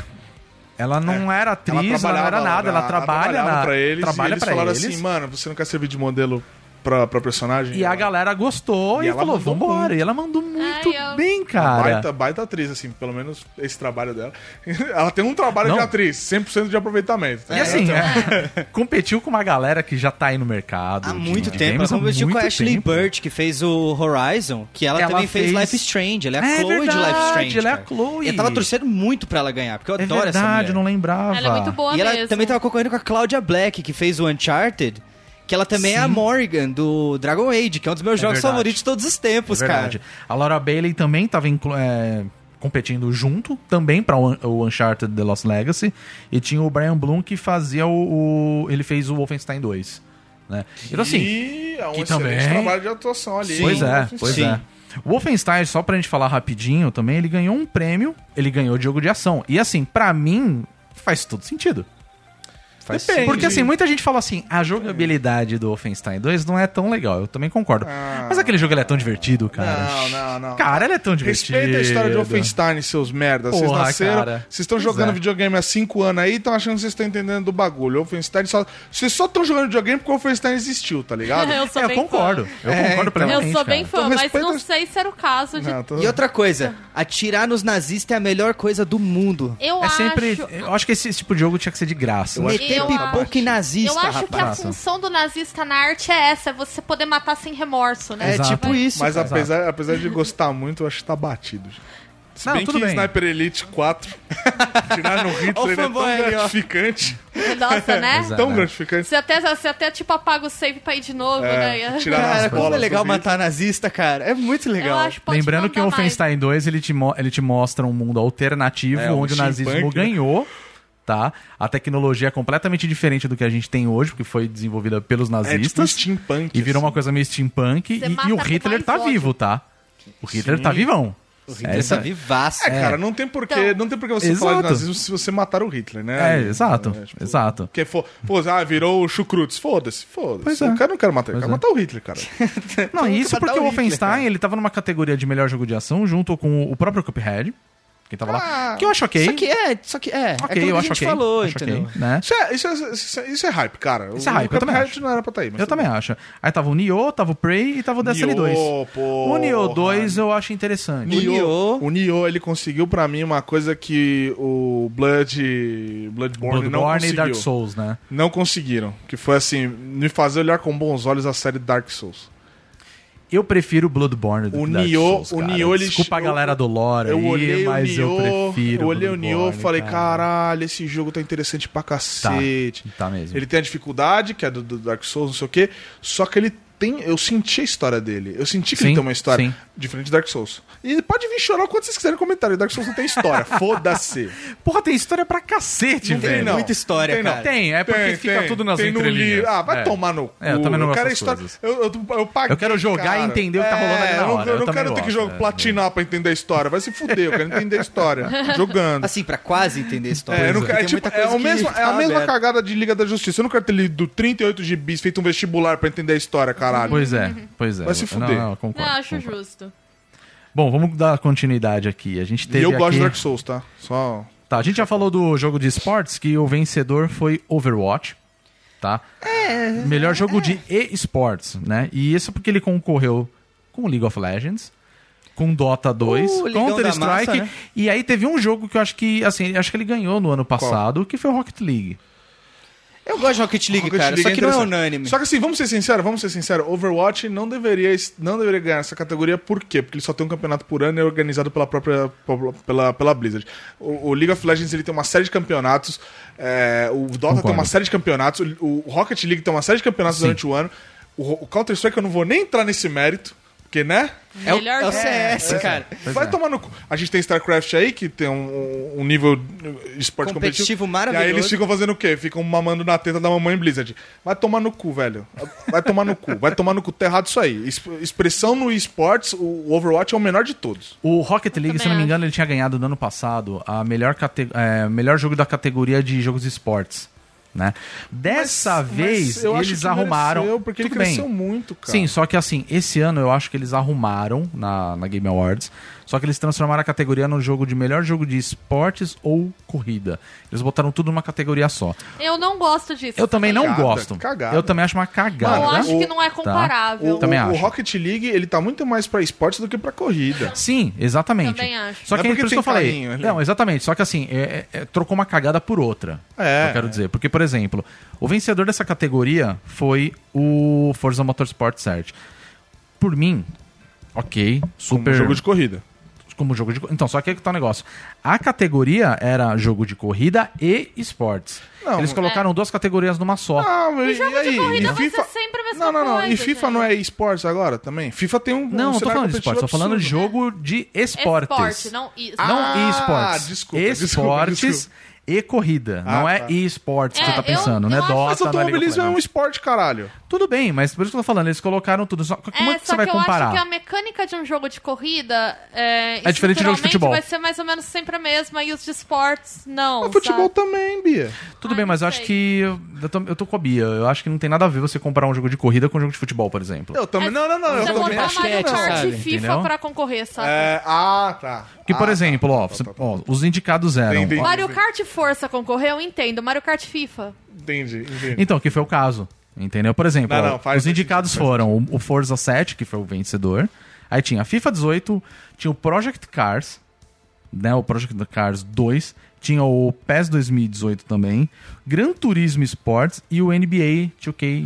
Speaker 2: Ela não era atriz, ela, não era nada, ela, trabalha
Speaker 4: trabalhava
Speaker 2: na-
Speaker 4: pra eles. e
Speaker 2: trabalha
Speaker 4: eles
Speaker 2: pra
Speaker 4: falaram
Speaker 2: eles.
Speaker 4: assim, mano, você não quer servir de modelo pra, pra personagem?
Speaker 2: E a
Speaker 4: Ela-
Speaker 2: galera gostou
Speaker 4: E
Speaker 2: e,
Speaker 4: ela
Speaker 2: falou,
Speaker 4: mandou
Speaker 2: vambora.
Speaker 4: muito.
Speaker 2: E ela mandou muito
Speaker 5: eu-
Speaker 2: bem,
Speaker 4: Uma
Speaker 2: cara.
Speaker 4: Baita, baita atriz, assim, pelo menos esse trabalho dela. Ela tem um trabalho
Speaker 2: Não.
Speaker 4: de atriz, 100% de aproveitamento. tá
Speaker 2: E assim, é, competiu com uma galera que já tá aí no mercado.
Speaker 3: Há
Speaker 2: de
Speaker 3: muito
Speaker 2: videogames
Speaker 3: tempo. Ela
Speaker 2: há
Speaker 3: competiu com a
Speaker 2: muito
Speaker 3: Ashley
Speaker 2: tempo.
Speaker 3: Birch, que fez o Horizon, que ela,
Speaker 2: Ela
Speaker 3: também fez,
Speaker 2: fez-
Speaker 3: Life is Strange. Ela é a
Speaker 2: É
Speaker 3: Chloe de Life is
Speaker 2: verdade,
Speaker 3: Strange.
Speaker 2: ela é a
Speaker 3: cara.
Speaker 2: Chloe.
Speaker 3: E eu tava torcendo muito pra ela ganhar, porque eu
Speaker 2: É
Speaker 3: adoro
Speaker 2: verdade,
Speaker 3: essa
Speaker 2: não
Speaker 3: mulher.
Speaker 2: lembrava.
Speaker 5: Ela é muito boa
Speaker 3: E ela
Speaker 5: mesmo.
Speaker 4: tá
Speaker 3: também tava concorrendo com a Claudia Black, que fez o Uncharted, que ela também é a
Speaker 2: Sim.
Speaker 3: Morgan, do Dragon Age, que é um dos meus
Speaker 2: É
Speaker 3: jogos
Speaker 2: verdade.
Speaker 3: favoritos de todos os
Speaker 2: É
Speaker 3: tempos, cara.
Speaker 2: verdade. A Laura Bailey também tava inclu- é, competindo junto, também pra o o Uncharted The Lost Legacy. E tinha o Brian Bloom que fazia o... o- ele fez o Wolfenstein 2. Né? Então assim...
Speaker 4: e é um
Speaker 2: que
Speaker 4: excelente
Speaker 2: também-
Speaker 4: trabalho de atuação ali.
Speaker 3: Sim.
Speaker 2: Pois é,
Speaker 4: Sim.
Speaker 2: pois
Speaker 3: Sim.
Speaker 2: é. O Wolfenstein, só pra gente falar rapidinho também, ele ganhou um prêmio, ele ganhou de jogo de ação. E assim, pra mim, faz todo sentido.
Speaker 3: Faz
Speaker 4: Depende.
Speaker 3: sentido.
Speaker 2: Porque assim, muita gente fala assim, a jogabilidade do Wolfenstein 2 não é tão legal, eu também concordo.
Speaker 4: Ah.
Speaker 2: Mas aquele jogo ele é tão divertido, cara.
Speaker 4: Não, não, não.
Speaker 2: Cara, ele é tão divertido.
Speaker 4: Respeita a história de Wolfenstein, seus merda. Vocês
Speaker 2: Porra,
Speaker 4: nasceram.
Speaker 2: cara.
Speaker 4: Vocês estão
Speaker 2: Pois
Speaker 4: jogando
Speaker 2: é.
Speaker 4: videogame há 5 anos aí e estão achando que vocês estão entendendo do bagulho. Wolfenstein só. Vocês só estão jogando videogame porque o Wolfenstein existiu, tá ligado?
Speaker 5: Eu sou
Speaker 2: É, eu
Speaker 5: bem
Speaker 2: concordo. Eu
Speaker 3: É,
Speaker 2: concordo
Speaker 3: então.
Speaker 5: fã. Eu
Speaker 2: plenamente.
Speaker 5: sou bem
Speaker 2: cara.
Speaker 5: fã,
Speaker 4: Então,
Speaker 5: mas
Speaker 4: respeita
Speaker 5: não
Speaker 4: as-
Speaker 5: sei se era o caso de.
Speaker 4: Não, tô-
Speaker 3: E outra coisa, atirar nos nazistas é a melhor coisa do mundo.
Speaker 5: Eu
Speaker 2: É
Speaker 5: acho.
Speaker 2: sempre. Eu acho que esse tipo de jogo tinha que ser de graça. né?
Speaker 3: Meter
Speaker 5: eu
Speaker 3: pipoca
Speaker 5: acho- é
Speaker 3: em nazista,
Speaker 5: Eu acho que é
Speaker 3: rapaz.
Speaker 5: a
Speaker 2: Nossa.
Speaker 5: função do nazista na arte é essa, é você poder matar sem remorso, né?
Speaker 3: É
Speaker 2: Exato.
Speaker 3: tipo isso.
Speaker 4: Mas
Speaker 3: cara.
Speaker 4: apesar, apesar de gostar muito, eu acho que tá batido. gente. Se
Speaker 2: Não,
Speaker 4: bem
Speaker 2: tudo
Speaker 4: que
Speaker 2: bem.
Speaker 4: Sniper Elite 4 tirar no
Speaker 3: Ó o
Speaker 4: Hitler é tão
Speaker 3: fanboy ali, ó.
Speaker 4: gratificante.
Speaker 5: Nossa, né?
Speaker 2: Exato.
Speaker 4: Tão
Speaker 2: né?
Speaker 4: gratificante.
Speaker 5: Você até, você até tipo apaga o save pra ir de novo,
Speaker 4: É,
Speaker 5: né?
Speaker 4: tirar
Speaker 3: Cara,
Speaker 4: as
Speaker 3: como
Speaker 4: bolas.
Speaker 3: é legal
Speaker 4: do Hitler.
Speaker 3: matar nazista, cara. É muito
Speaker 5: Eu
Speaker 3: legal.
Speaker 5: acho que pode
Speaker 2: Lembrando
Speaker 5: mandar
Speaker 2: que o
Speaker 5: mais.
Speaker 2: Wolfenstein 2 ele te, mo- ele te mostra um mundo alternativo
Speaker 4: É, um
Speaker 2: onde o nazismo
Speaker 4: steampunk, né?
Speaker 2: ganhou. Tá? A tecnologia é completamente diferente do que a gente tem hoje, porque foi desenvolvida pelos
Speaker 4: É tipo um
Speaker 2: nazistas.
Speaker 4: steampunk.
Speaker 2: e virou
Speaker 4: assim.
Speaker 2: uma coisa meio steampunk.
Speaker 5: Você
Speaker 2: E,
Speaker 5: mata
Speaker 2: e o
Speaker 5: com
Speaker 2: Hitler
Speaker 5: mais
Speaker 2: tá
Speaker 5: ódio.
Speaker 2: vivo, tá? O Hitler tá vivão.
Speaker 3: O Hitler tá vivaço.
Speaker 4: É, cara, não tem porquê,
Speaker 5: Então-
Speaker 4: não tem porquê você falar de
Speaker 2: Exato.
Speaker 4: nazismo se você matar o Hitler, né?
Speaker 2: É, exato.
Speaker 4: É, tipo,
Speaker 2: exato.
Speaker 4: Porque, for, pô, ah, virou o Chucrutes. Foda-se,
Speaker 2: Pois
Speaker 4: foda-se.
Speaker 2: é.
Speaker 4: Eu quero, não quero matar, eu
Speaker 2: Pois
Speaker 4: quero
Speaker 2: é.
Speaker 4: matar o Hitler, cara.
Speaker 2: Não, e isso
Speaker 3: matar
Speaker 2: porque o
Speaker 3: o Hitler,
Speaker 2: Wolfenstein,
Speaker 3: cara.
Speaker 2: ele tava numa categoria de melhor jogo de ação junto com o próprio Cuphead, que tava lá. Que eu acho ok.
Speaker 3: Só que é, só que é. é aquilo
Speaker 2: ok,
Speaker 3: que
Speaker 2: eu
Speaker 3: a
Speaker 2: acho
Speaker 3: gente
Speaker 2: ok.
Speaker 3: falou,
Speaker 2: acho ok,
Speaker 3: entendeu?
Speaker 2: né?
Speaker 4: Isso é, isso, é, isso, é, isso é hype, cara.
Speaker 2: Isso é hype, eu também
Speaker 4: Cuphead
Speaker 2: acho.
Speaker 4: não era pra tá aí, mas
Speaker 2: Eu
Speaker 4: tudo
Speaker 2: também
Speaker 4: bem.
Speaker 2: acho. Aí tava o Nioh, tava o Prey e tava o Destiny
Speaker 4: Nioh,
Speaker 2: 2.
Speaker 4: porra.
Speaker 2: O Nioh 2 eu acho interessante.
Speaker 3: Nioh.
Speaker 4: Nioh- O Nioh, ele conseguiu pra mim uma coisa que o Blood, Bloodborne, não
Speaker 2: Bloodborne e
Speaker 4: conseguiu.
Speaker 2: Dark Souls, né?
Speaker 4: Não conseguiram. Que foi assim, me fazer olhar com bons olhos a série Dark Souls.
Speaker 2: Eu prefiro Bloodborne do
Speaker 4: O
Speaker 2: que Dark
Speaker 4: Nioh-
Speaker 2: Souls,
Speaker 4: o
Speaker 2: cara.
Speaker 4: Nioh, ele-
Speaker 2: Desculpa a
Speaker 4: eu-
Speaker 2: galera do lore
Speaker 4: Eu
Speaker 2: aí,
Speaker 4: olhei
Speaker 2: mas
Speaker 4: o Nioh,
Speaker 2: eu prefiro
Speaker 4: eu olhei o Nioh e
Speaker 2: Bloodborne,
Speaker 4: falei, caralho, esse jogo tá interessante pra cacete.
Speaker 2: Tá mesmo.
Speaker 4: Ele tem a dificuldade, que é do, do Dark Souls, não sei o quê, só que ele tem... Eu senti a história dele. Eu senti que
Speaker 2: Sim,
Speaker 4: ele tem uma história
Speaker 2: sim.
Speaker 4: diferente de Dark Souls. E pode vir chorar o quanto vocês quiserem no comentário. Dark Souls não tem história. Foda-se.
Speaker 2: Porra, tem história pra cacete,
Speaker 4: Não tem,
Speaker 2: velho.
Speaker 4: não.
Speaker 3: Muita história,
Speaker 4: Tem, não.
Speaker 3: cara.
Speaker 2: Tem, é porque
Speaker 4: Tem,
Speaker 2: fica
Speaker 4: tem.
Speaker 2: tudo nas
Speaker 4: Tem no
Speaker 2: entrelinhas.
Speaker 4: livro. Ah, vai
Speaker 2: É.
Speaker 4: tomar no cu.
Speaker 2: É, eu também não gosto
Speaker 4: quero
Speaker 2: dessas
Speaker 4: história-
Speaker 2: coisas.
Speaker 4: Eu, eu, eu paguei,
Speaker 2: Eu quero jogar
Speaker 4: cara. É,
Speaker 2: e entender o que tá rolando ali na
Speaker 4: eu não-
Speaker 2: hora.
Speaker 4: Eu
Speaker 2: Eu
Speaker 4: não
Speaker 2: também
Speaker 4: quero ter
Speaker 2: gosto,
Speaker 4: que jogar,
Speaker 2: é.
Speaker 4: platinar pra entender a história. Vai se fuder, eu quero entender a história. Jogando.
Speaker 3: Assim, pra quase entender a história.
Speaker 4: É, eu não
Speaker 3: Porque
Speaker 4: quero- é,
Speaker 3: tem
Speaker 4: tipo,
Speaker 3: muita
Speaker 4: é
Speaker 3: coisa
Speaker 4: o
Speaker 3: que
Speaker 4: mesmo- é a
Speaker 3: tá
Speaker 4: mesma
Speaker 3: aberta.
Speaker 4: cagada de Liga da Justiça. Eu não quero ter lido 38 gibis, feito um vestibular pra entender a história, caralho.
Speaker 2: Pois é, pois é.
Speaker 4: Vai se
Speaker 2: Eu-
Speaker 4: fuder.
Speaker 2: Não, não, eu
Speaker 5: Não,
Speaker 2: concordo.
Speaker 5: acho
Speaker 2: concordo.
Speaker 5: justo.
Speaker 2: Bom, vamos dar continuidade aqui. A gente
Speaker 4: E
Speaker 2: teve
Speaker 4: eu gosto
Speaker 2: aqui-
Speaker 4: de Dark Souls, tá? Só.
Speaker 2: Tá, a gente já falou do jogo de esportes que o vencedor foi Overwatch, tá? É. Melhor jogo de e-sports, né? E isso porque ele concorreu com League of Legends, com Dota 2,
Speaker 3: Uh, Ligão
Speaker 2: Counter
Speaker 3: da massa,
Speaker 2: Strike,
Speaker 3: né?
Speaker 2: e aí teve um jogo que eu acho que, assim, acho que ele ganhou no ano passado, que foi o Rocket League.
Speaker 3: Eu gosto de Rocket League,
Speaker 4: Rocket
Speaker 3: cara.
Speaker 4: League
Speaker 3: só
Speaker 4: é
Speaker 3: que não é
Speaker 4: interessante.
Speaker 3: unânime.
Speaker 4: Só que assim, vamos ser sinceros, vamos ser sinceros. Overwatch não deveria, não deveria ganhar essa categoria, por quê? Porque ele só tem um campeonato por ano e é organizado pela própria pela, pela Blizzard. O, o League of Legends ele tem uma série de campeonatos, é, o Dota tem uma série de campeonatos, o, o Rocket League tem uma série de campeonatos
Speaker 2: Sim.
Speaker 4: durante o ano. O, o Counter Strike eu não vou nem entrar nesse mérito, porque né?
Speaker 3: É o,
Speaker 5: Melhor
Speaker 3: é o
Speaker 5: jogo.
Speaker 3: CS, cara.
Speaker 4: Vai
Speaker 2: é.
Speaker 4: tomar no cu. A gente tem StarCraft aí, que tem um, um nível de esporte
Speaker 3: Competitivo
Speaker 4: competitivo, E
Speaker 3: maravilhoso.
Speaker 4: aí eles ficam fazendo o quê? Ficam mamando na teta da mamãe Blizzard. Vai tomar no cu, velho. Vai tomar no cu. Vai tomar no cu. Tá errado isso aí. Ex- expressão no esportes, o Overwatch é o menor de todos.
Speaker 2: O Rocket League,
Speaker 5: também
Speaker 2: se não me
Speaker 5: acho.
Speaker 2: engano, ele tinha ganhado no ano passado a melhor, cate- é, melhor jogo da categoria de jogos de esportes. Né? Dessa
Speaker 4: Mas
Speaker 2: vez,
Speaker 4: eu acho
Speaker 2: eles
Speaker 4: que
Speaker 2: arrumaram.
Speaker 4: mereceu, porque
Speaker 2: Tudo
Speaker 4: ele
Speaker 2: bem.
Speaker 4: cresceu muito, cara.
Speaker 2: Sim, só que assim, esse ano eu acho que eles arrumaram na, na Game Awards, só que eles transformaram a categoria no jogo de melhor jogo de esportes ou corrida. Eles botaram tudo numa categoria só.
Speaker 5: é. Eu não gosto disso.
Speaker 2: Eu também não
Speaker 4: Cagada,
Speaker 2: gosto.
Speaker 4: cagada.
Speaker 2: Eu também acho uma
Speaker 5: Eu
Speaker 2: cagada.
Speaker 5: acho que
Speaker 4: o-
Speaker 5: não é comparável.
Speaker 4: O,
Speaker 2: Também
Speaker 4: o, o
Speaker 2: acho.
Speaker 4: Rocket League, ele tá muito mais pra esportes do que pra corrida.
Speaker 2: Sim, exatamente.
Speaker 5: Também acho.
Speaker 2: Só
Speaker 4: Não
Speaker 2: que
Speaker 4: é
Speaker 2: é
Speaker 4: porque
Speaker 2: por isso que eu
Speaker 4: tem
Speaker 2: falei.
Speaker 4: carinho ali.
Speaker 2: Não, exatamente. Só que assim, é- é- é- trocou uma cagada por outra.
Speaker 4: É.
Speaker 2: Eu quero dizer. Porque, por exemplo, o vencedor dessa categoria foi o Forza Motorsport 7. Por mim, ok,
Speaker 4: Como
Speaker 2: super.
Speaker 4: Um jogo de corrida.
Speaker 2: como jogo de co- Então, só que aí que tá o negócio. A categoria era jogo de corrida e esportes.
Speaker 4: Não,
Speaker 2: Eles colocaram
Speaker 5: É.
Speaker 2: duas categorias numa só.
Speaker 4: Ah, mas
Speaker 5: Um jogo
Speaker 4: e aí?
Speaker 5: de corrida
Speaker 4: E
Speaker 5: vai ser sempre a mesma
Speaker 4: Não, não, não.
Speaker 5: coisa,
Speaker 4: e FIFA
Speaker 5: gente.
Speaker 4: não é esportes agora também? FIFA tem um.
Speaker 2: não,
Speaker 4: um
Speaker 2: não tô
Speaker 4: cenário
Speaker 2: falando de esportes, tô
Speaker 4: competitivo
Speaker 2: falando de
Speaker 4: absurdo.
Speaker 2: jogo de esportes.
Speaker 5: É Esporte, não isso.
Speaker 2: Não
Speaker 4: Ah,
Speaker 2: esportes.
Speaker 4: desculpa, desculpa,
Speaker 2: esportes
Speaker 4: desculpa.
Speaker 2: e corrida.
Speaker 4: Ah,
Speaker 2: não é
Speaker 4: tá.
Speaker 2: esportes que
Speaker 5: É,
Speaker 2: você tá
Speaker 5: eu-
Speaker 2: pensando, né?
Speaker 5: eu acho-
Speaker 4: Mas
Speaker 5: Mas
Speaker 2: Dota, não é League of
Speaker 4: automobilismo é um
Speaker 2: Legends.
Speaker 4: esporte, caralho.
Speaker 2: Tudo bem, mas por isso que eu tô falando, eles colocaram tudo. Só, como é que você
Speaker 5: só
Speaker 2: vai
Speaker 5: que eu
Speaker 2: comparar?
Speaker 5: acho que a mecânica de um jogo de corrida é,
Speaker 2: É diferente de jogo de futebol.
Speaker 5: estruturalmente, vai ser mais ou menos sempre a mesma e os de esportes não.
Speaker 4: Mas futebol
Speaker 5: sabe?
Speaker 4: também, Bia.
Speaker 2: Tudo
Speaker 5: Ai,
Speaker 2: bem,
Speaker 5: não
Speaker 2: mas eu
Speaker 5: sei.
Speaker 2: acho que. Eu, eu tô, eu tô com a Bia. Eu acho que não tem nada a ver você comparar um jogo de corrida com um jogo de futebol, por exemplo.
Speaker 4: Eu também.
Speaker 5: É,
Speaker 4: Não, não, não. tá- Eu
Speaker 5: Você
Speaker 4: também
Speaker 5: botar
Speaker 4: acho que
Speaker 5: Mario
Speaker 4: não.
Speaker 5: Kart
Speaker 3: sabe,
Speaker 5: e FIFA
Speaker 2: entendeu?
Speaker 5: pra concorrer, sabe?
Speaker 4: É, ah, tá.
Speaker 2: Que, por
Speaker 4: Ah,
Speaker 2: exemplo, ó, você-
Speaker 4: tá, tá.
Speaker 2: ó, os indicados eram.
Speaker 4: Entendi.
Speaker 2: ó,
Speaker 5: Mario Kart e Força concorrer, eu entendo. Mario Kart FIFA.
Speaker 4: Entendi, entendi.
Speaker 2: Então, que foi o caso. Entendeu? Por exemplo,
Speaker 4: Não,
Speaker 2: ó,
Speaker 4: não, faz
Speaker 2: os
Speaker 4: sentido,
Speaker 2: indicados
Speaker 4: faz
Speaker 2: foram o- o Forza 7, que foi o vencedor. Aí tinha a FIFA 18, tinha o Project Cars, né? O Project Cars 2, tinha o PES 2018 também, Gran Turismo Sports e o NBA 2K.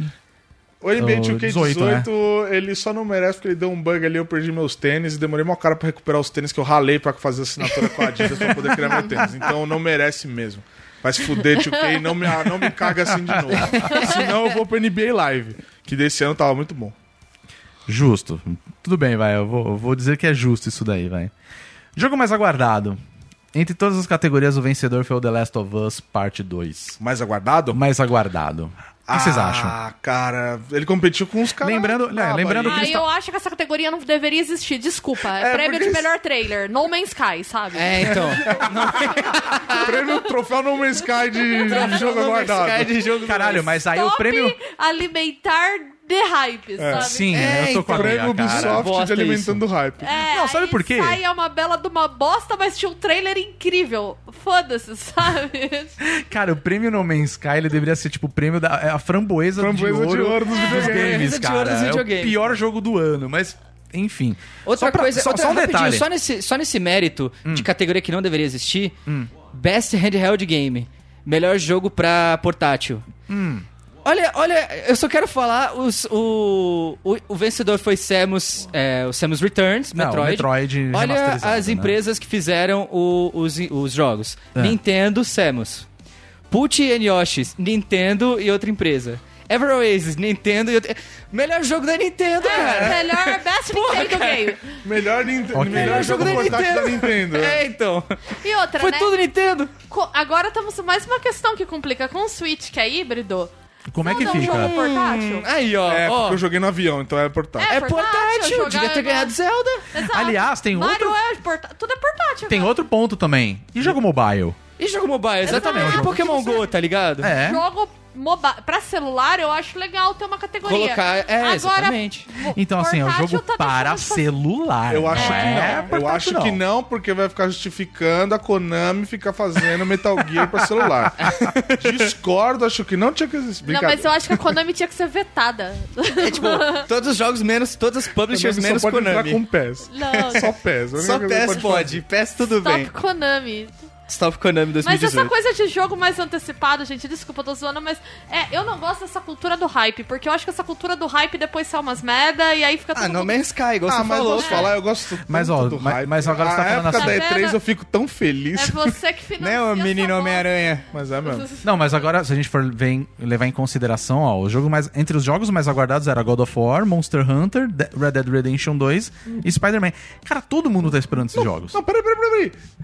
Speaker 4: O NBA
Speaker 2: O
Speaker 4: 2K18, ele só não merece porque ele deu um bug ali, eu perdi meus tênis e demorei uma cara pra recuperar os tênis que eu ralei pra fazer assinatura com a Adidas pra poder criar meu tênis. Então não merece mesmo. Vai se fuder, 2K, não me, ah, não me caga assim de novo. Senão eu vou pro NBA Live, que desse ano tava muito bom.
Speaker 2: Justo. Tudo bem, vai. Eu vou, eu vou dizer que é justo isso daí, vai. Jogo mais aguardado. Entre todas as categorias, o vencedor foi o The Last of Us Parte 2.
Speaker 4: Mais aguardado?
Speaker 2: O mais aguardado. O que vocês acham?
Speaker 4: Ah, cara, ele competiu com os caras.
Speaker 2: Lembrando-
Speaker 4: que tava
Speaker 2: é, lembrando
Speaker 4: aí.
Speaker 5: Ah,
Speaker 2: eles
Speaker 5: eu acho que essa categoria não deveria existir, desculpa. É,
Speaker 4: É,
Speaker 5: prêmio
Speaker 4: porque-
Speaker 5: de melhor trailer, No Man's Sky, sabe?
Speaker 3: É, então.
Speaker 4: Prêmio troféu no Man's Sky É de jogo aguardado.
Speaker 3: Sky de jogo do
Speaker 2: Caralho,
Speaker 3: mês.
Speaker 2: mas aí o
Speaker 5: Top
Speaker 2: prêmio.
Speaker 5: alimentar de hype, sabe?
Speaker 2: Sim,
Speaker 3: É,
Speaker 2: eu tô com a
Speaker 4: então. Prêmio
Speaker 2: minha cara.
Speaker 4: Ubisoft de
Speaker 3: Bosta
Speaker 4: alimentando o hype.
Speaker 5: É,
Speaker 2: Não, sabe
Speaker 5: aí
Speaker 2: por quê?
Speaker 5: Sai é uma bela de uma bosta, mas tinha um trailer incrível. Foda-se, sabe?
Speaker 2: Cara, o prêmio No Man's Sky ele deveria ser tipo o prêmio da é a framboesa,
Speaker 4: Framboesa
Speaker 2: de, ouro
Speaker 4: dos
Speaker 2: dos
Speaker 4: videogames.
Speaker 2: games,
Speaker 3: Framboesa de
Speaker 2: cara.
Speaker 3: ouro dos
Speaker 2: É o
Speaker 3: videogames.
Speaker 2: pior jogo do ano, mas enfim.
Speaker 3: Outra
Speaker 2: Só pra-
Speaker 3: coisa,
Speaker 2: só,
Speaker 3: outra,
Speaker 2: só um
Speaker 3: rapidinho,
Speaker 2: detalhe. Hum.
Speaker 3: Só nesse, só nesse mérito de categoria que não deveria existir, Best Handheld Game, melhor jogo pra portátil.
Speaker 2: Hum.
Speaker 3: Olha, olha, eu só quero falar, os- o, o, o vencedor foi Samus, é, o Samus Returns,
Speaker 2: Não,
Speaker 3: Metroid.
Speaker 2: Metroid
Speaker 3: olha
Speaker 2: remasterizado,
Speaker 3: as
Speaker 2: né?
Speaker 3: empresas que fizeram o- os, os jogos.
Speaker 2: É.
Speaker 3: Nintendo, Samus. Pucci and Yoshi, Nintendo e outra empresa. Ever Oasis, Nintendo e outra... Melhor jogo da Nintendo,
Speaker 2: É,
Speaker 3: cara!
Speaker 5: Melhor é best Nintendo game.
Speaker 4: Melhor, Ninte-
Speaker 2: Ok.
Speaker 4: melhor jogo
Speaker 3: É, da
Speaker 4: portátil da Nintendo. é.
Speaker 3: É, então.
Speaker 5: E outra,
Speaker 3: Foi
Speaker 5: né?
Speaker 3: tudo Nintendo.
Speaker 5: Co- Agora estamos mais uma questão que complica com o Switch, que é híbrido.
Speaker 2: Como é que
Speaker 5: Não dá um
Speaker 2: fica?
Speaker 5: jogo portátil.
Speaker 3: Hum, Aí, ó.
Speaker 4: É,
Speaker 3: ó
Speaker 4: porque eu joguei no avião, então é portátil.
Speaker 5: É
Speaker 3: é portátil.
Speaker 5: portátil,
Speaker 3: Devia
Speaker 5: jogar
Speaker 3: ter
Speaker 5: na-
Speaker 3: ganhado Zelda.
Speaker 5: Exato.
Speaker 2: Aliás, tem
Speaker 5: Mario
Speaker 2: outro-
Speaker 5: é porta- Tudo é portátil.
Speaker 2: Tem
Speaker 5: cara.
Speaker 2: outro ponto também. E jogo mobile?
Speaker 3: E jogo mobile, exatamente.
Speaker 5: Exato. É,
Speaker 3: E Pokémon Go, tá ligado?
Speaker 2: É.
Speaker 5: Jogo mobile. Pra celular, eu acho legal ter uma categoria.
Speaker 3: Colocar. É,
Speaker 5: Agora,
Speaker 3: exatamente.
Speaker 5: vo-
Speaker 2: Então assim, é um
Speaker 5: portátil
Speaker 2: jogo
Speaker 5: tá deixando
Speaker 2: para
Speaker 5: de fazer-
Speaker 2: celular.
Speaker 4: Eu acho
Speaker 2: não é
Speaker 4: que não. Eu
Speaker 2: portátil,
Speaker 4: acho que não, porque vai ficar justificando a Konami ficar fazendo Metal Gear pra celular. Discordo, acho que não tinha que existir.
Speaker 5: Não, mas eu acho que a Konami tinha que ser vetada.
Speaker 3: É tipo, todos os jogos menos, todas as publishers menos
Speaker 4: só pode entrar
Speaker 3: Konami.
Speaker 4: com PES.
Speaker 5: Não.
Speaker 4: Só PES. a única
Speaker 3: Só
Speaker 4: coisa que
Speaker 3: PES
Speaker 4: fazer.
Speaker 3: pode. PES tudo bem.
Speaker 5: Top Konami.
Speaker 3: Stop Konami
Speaker 5: Mas
Speaker 3: 2018.
Speaker 5: essa coisa de jogo mais antecipado, gente, desculpa, eu tô zoando, mas é, eu não gosto dessa cultura do hype, porque eu acho que essa cultura do hype depois sai umas merda e aí fica todo
Speaker 3: Ah, No
Speaker 5: mundo...
Speaker 3: Man's Sky, igual
Speaker 4: Ah,
Speaker 3: você
Speaker 4: mas
Speaker 3: falou. É.
Speaker 4: posso falar, eu gosto tanto
Speaker 2: Mas, ó,
Speaker 4: do
Speaker 2: mas-
Speaker 4: hype.
Speaker 2: mas agora você tá
Speaker 4: A
Speaker 2: falando
Speaker 4: época
Speaker 2: assim.
Speaker 4: da E3
Speaker 5: Tá
Speaker 4: eu fico tão
Speaker 5: É
Speaker 4: feliz.
Speaker 5: você que financia
Speaker 3: Né, o
Speaker 5: essa
Speaker 3: menino
Speaker 5: bosta.
Speaker 3: Homem-Aranha.
Speaker 4: Mas é mesmo.
Speaker 2: Não, mas agora, se a gente for vem- levar em consideração, ó, o jogo mais. Entre os jogos mais aguardados era God of War, Monster Hunter, De- Red Dead Redemption 2 e Spider-Man. Cara, todo mundo tá esperando esses jogos.
Speaker 4: Não, peraí, peraí, peraí. E-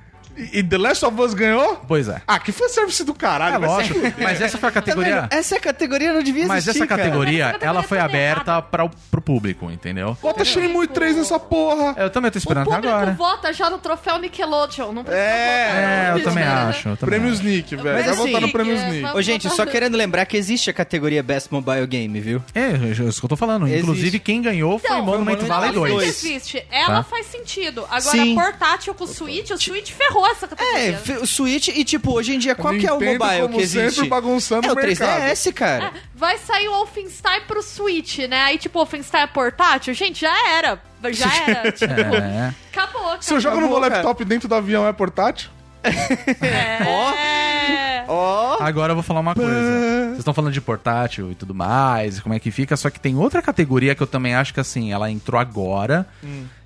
Speaker 4: E The Last of Us ganhou?
Speaker 2: Pois é.
Speaker 4: Ah, que foi service do caralho.
Speaker 2: É
Speaker 4: vai se
Speaker 2: lógico. Mas essa foi a
Speaker 3: Tá vendo?
Speaker 2: categoria.
Speaker 3: Essa categoria não devia
Speaker 2: Mas
Speaker 3: existir,
Speaker 2: essa categoria,
Speaker 5: Mas essa
Speaker 2: ela
Speaker 5: categoria
Speaker 2: foi
Speaker 5: tá
Speaker 2: aberta
Speaker 5: errada.
Speaker 2: pra, o- pro público, entendeu?
Speaker 4: Bota Shenmue 3 nessa porra.
Speaker 2: Eu também tô
Speaker 3: tá
Speaker 5: O
Speaker 2: esperando até
Speaker 5: público
Speaker 2: tá agora.
Speaker 5: vota já no troféu Nickelodeon, não precisa
Speaker 4: É,
Speaker 5: votar.
Speaker 2: É, eu
Speaker 5: Isso,
Speaker 2: também
Speaker 5: né?
Speaker 2: acho. Eu também
Speaker 4: Prêmio
Speaker 2: acho.
Speaker 4: Sneak, velho.
Speaker 3: Mas
Speaker 4: Vai
Speaker 3: assim,
Speaker 4: votar no Prêmio
Speaker 5: é,
Speaker 4: Sneak.
Speaker 5: vamos-
Speaker 3: Ô, gente, só querendo lembrar que existe a categoria Best Mobile Game, viu?
Speaker 2: É, isso que eu tô falando.
Speaker 3: Existe.
Speaker 2: Inclusive, quem ganhou foi
Speaker 5: Então,
Speaker 2: Monument
Speaker 3: foi
Speaker 2: Valley
Speaker 5: Não, isso
Speaker 2: 2.
Speaker 5: existe. Ela
Speaker 2: Tá?
Speaker 5: faz sentido. Agora,
Speaker 3: Sim.
Speaker 5: portátil com o Switch, o Switch ferrou essa
Speaker 3: É,
Speaker 5: categoria.
Speaker 3: fi- o Switch e tipo, hoje em dia, qual que é o
Speaker 4: Nintendo,
Speaker 3: mobile
Speaker 4: como
Speaker 3: que existe?
Speaker 4: sempre, bagunçando
Speaker 3: é o
Speaker 4: o mercado.
Speaker 3: 3DS, cara.
Speaker 5: Vai sair o Wolfenstein pro Switch, né? Aí, tipo, o Wolfenstein é portátil? Gente, já era. Já era. tipo,
Speaker 2: É.
Speaker 5: acabou, cara.
Speaker 4: Se eu jogo no meu
Speaker 3: Acabou, cara.
Speaker 4: laptop dentro do avião, é portátil?
Speaker 5: É.
Speaker 3: Ó,
Speaker 2: Agora eu vou falar uma coisa. Vocês estão falando de portátil e tudo mais, como é que fica, só que tem outra categoria que eu também acho que assim, ela entrou agora.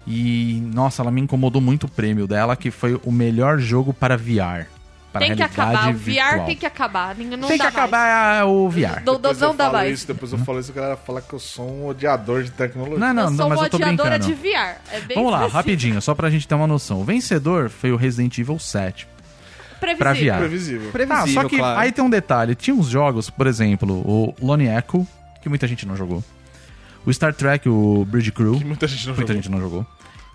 Speaker 2: E nossa, ela me incomodou muito o prêmio dela, que foi o melhor jogo para VR. Para
Speaker 5: Tem que
Speaker 2: realidade
Speaker 5: acabar. O
Speaker 2: virtual.
Speaker 5: VR tem que acabar. Ninguém- Não
Speaker 2: Tem que
Speaker 5: dá mais.
Speaker 2: acabar o VR.
Speaker 5: Não, não,
Speaker 4: Depois
Speaker 5: não
Speaker 4: eu
Speaker 5: dá
Speaker 4: falo
Speaker 5: mais.
Speaker 4: Isso, depois eu falo isso, a galera fala que eu sou um odiador de tecnologia.
Speaker 2: Não, não,
Speaker 5: eu
Speaker 2: não,
Speaker 5: sou
Speaker 2: mas
Speaker 5: uma
Speaker 2: eu tô
Speaker 5: odiadora
Speaker 2: brincando.
Speaker 5: de VR. É bem
Speaker 2: Vamos lá,
Speaker 5: específico.
Speaker 2: rapidinho, só pra gente ter uma noção. O vencedor foi o Resident Evil 7.
Speaker 5: Previsível.
Speaker 2: pra VR.
Speaker 4: Previsível.
Speaker 2: Ah,
Speaker 3: Previsível,
Speaker 2: só que
Speaker 3: claro.
Speaker 2: aí tem um detalhe. Tinha uns jogos, por exemplo, o Lone Echo, que muita gente não jogou. O Star Trek, o Bridge Crew,
Speaker 4: Que muita gente não
Speaker 2: muita
Speaker 4: jogou.
Speaker 2: gente não jogou.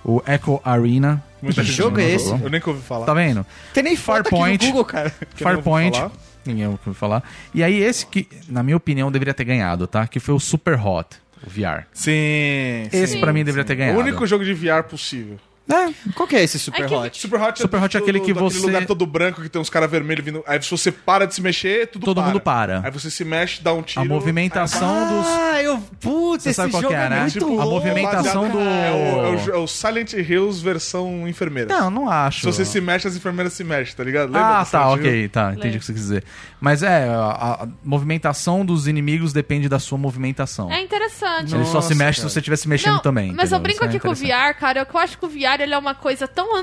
Speaker 2: O Echo Arena,
Speaker 4: Muita
Speaker 2: que
Speaker 4: gente
Speaker 3: jogo
Speaker 4: não
Speaker 3: é
Speaker 4: jogou.
Speaker 2: esse?
Speaker 4: Eu nem ouvi falar.
Speaker 2: Tá vendo?
Speaker 3: Tem nem foto aqui no
Speaker 2: Farpoint.
Speaker 3: Google, cara.
Speaker 4: Que eu não ouvi
Speaker 2: Farpoint.
Speaker 4: falar.
Speaker 2: Ninguém ouviu falar. E aí esse que, na minha opinião, deveria ter ganhado, tá? Que foi o Super Hot, o VR.
Speaker 4: Sim.
Speaker 2: Esse
Speaker 4: sim.
Speaker 2: pra mim deveria ter ganhado.
Speaker 4: O único jogo de VR possível.
Speaker 3: É, qual que é esse
Speaker 5: É
Speaker 3: Super
Speaker 5: que-
Speaker 3: Hot?
Speaker 4: Super Hot,
Speaker 2: Super Hot é aquele que
Speaker 4: daquele
Speaker 2: você-
Speaker 4: lugar todo branco que tem uns caras vermelhos vindo. Aí se você para de se mexer, é tudo
Speaker 2: Todo
Speaker 4: para.
Speaker 2: mundo para.
Speaker 4: Aí você se mexe, dá um tiro.
Speaker 2: A movimentação
Speaker 4: um
Speaker 2: dos...
Speaker 3: Ah, eu... Putz,
Speaker 2: Você
Speaker 3: esse
Speaker 2: sabe qual
Speaker 3: jogo
Speaker 2: que é,
Speaker 3: é,
Speaker 2: né?
Speaker 3: muito
Speaker 2: Tipo, a
Speaker 3: louco,
Speaker 2: movimentação
Speaker 3: cara.
Speaker 2: do-
Speaker 4: É o, é o- é o Silent Hills versão enfermeira.
Speaker 2: Não, não acho.
Speaker 4: Se você se mexe, as enfermeiras se mexem, tá ligado?
Speaker 2: Ah,
Speaker 4: desse
Speaker 2: tá,
Speaker 4: Silent Hill?
Speaker 2: ok, tá. Entendi
Speaker 5: Lembra.
Speaker 2: o que você quis dizer. Mas é, a, a movimentação dos inimigos depende da sua movimentação.
Speaker 5: É interessante.
Speaker 2: Ele só se
Speaker 4: Nossa,
Speaker 2: mexe
Speaker 4: cara.
Speaker 2: se você estivesse mexendo
Speaker 5: Não,
Speaker 2: também.
Speaker 5: Mas
Speaker 2: entendeu?
Speaker 5: eu brinco
Speaker 2: Isso é
Speaker 5: aqui com o
Speaker 2: interessante.
Speaker 5: VR, cara. Eu acho que o VR ele é uma coisa tão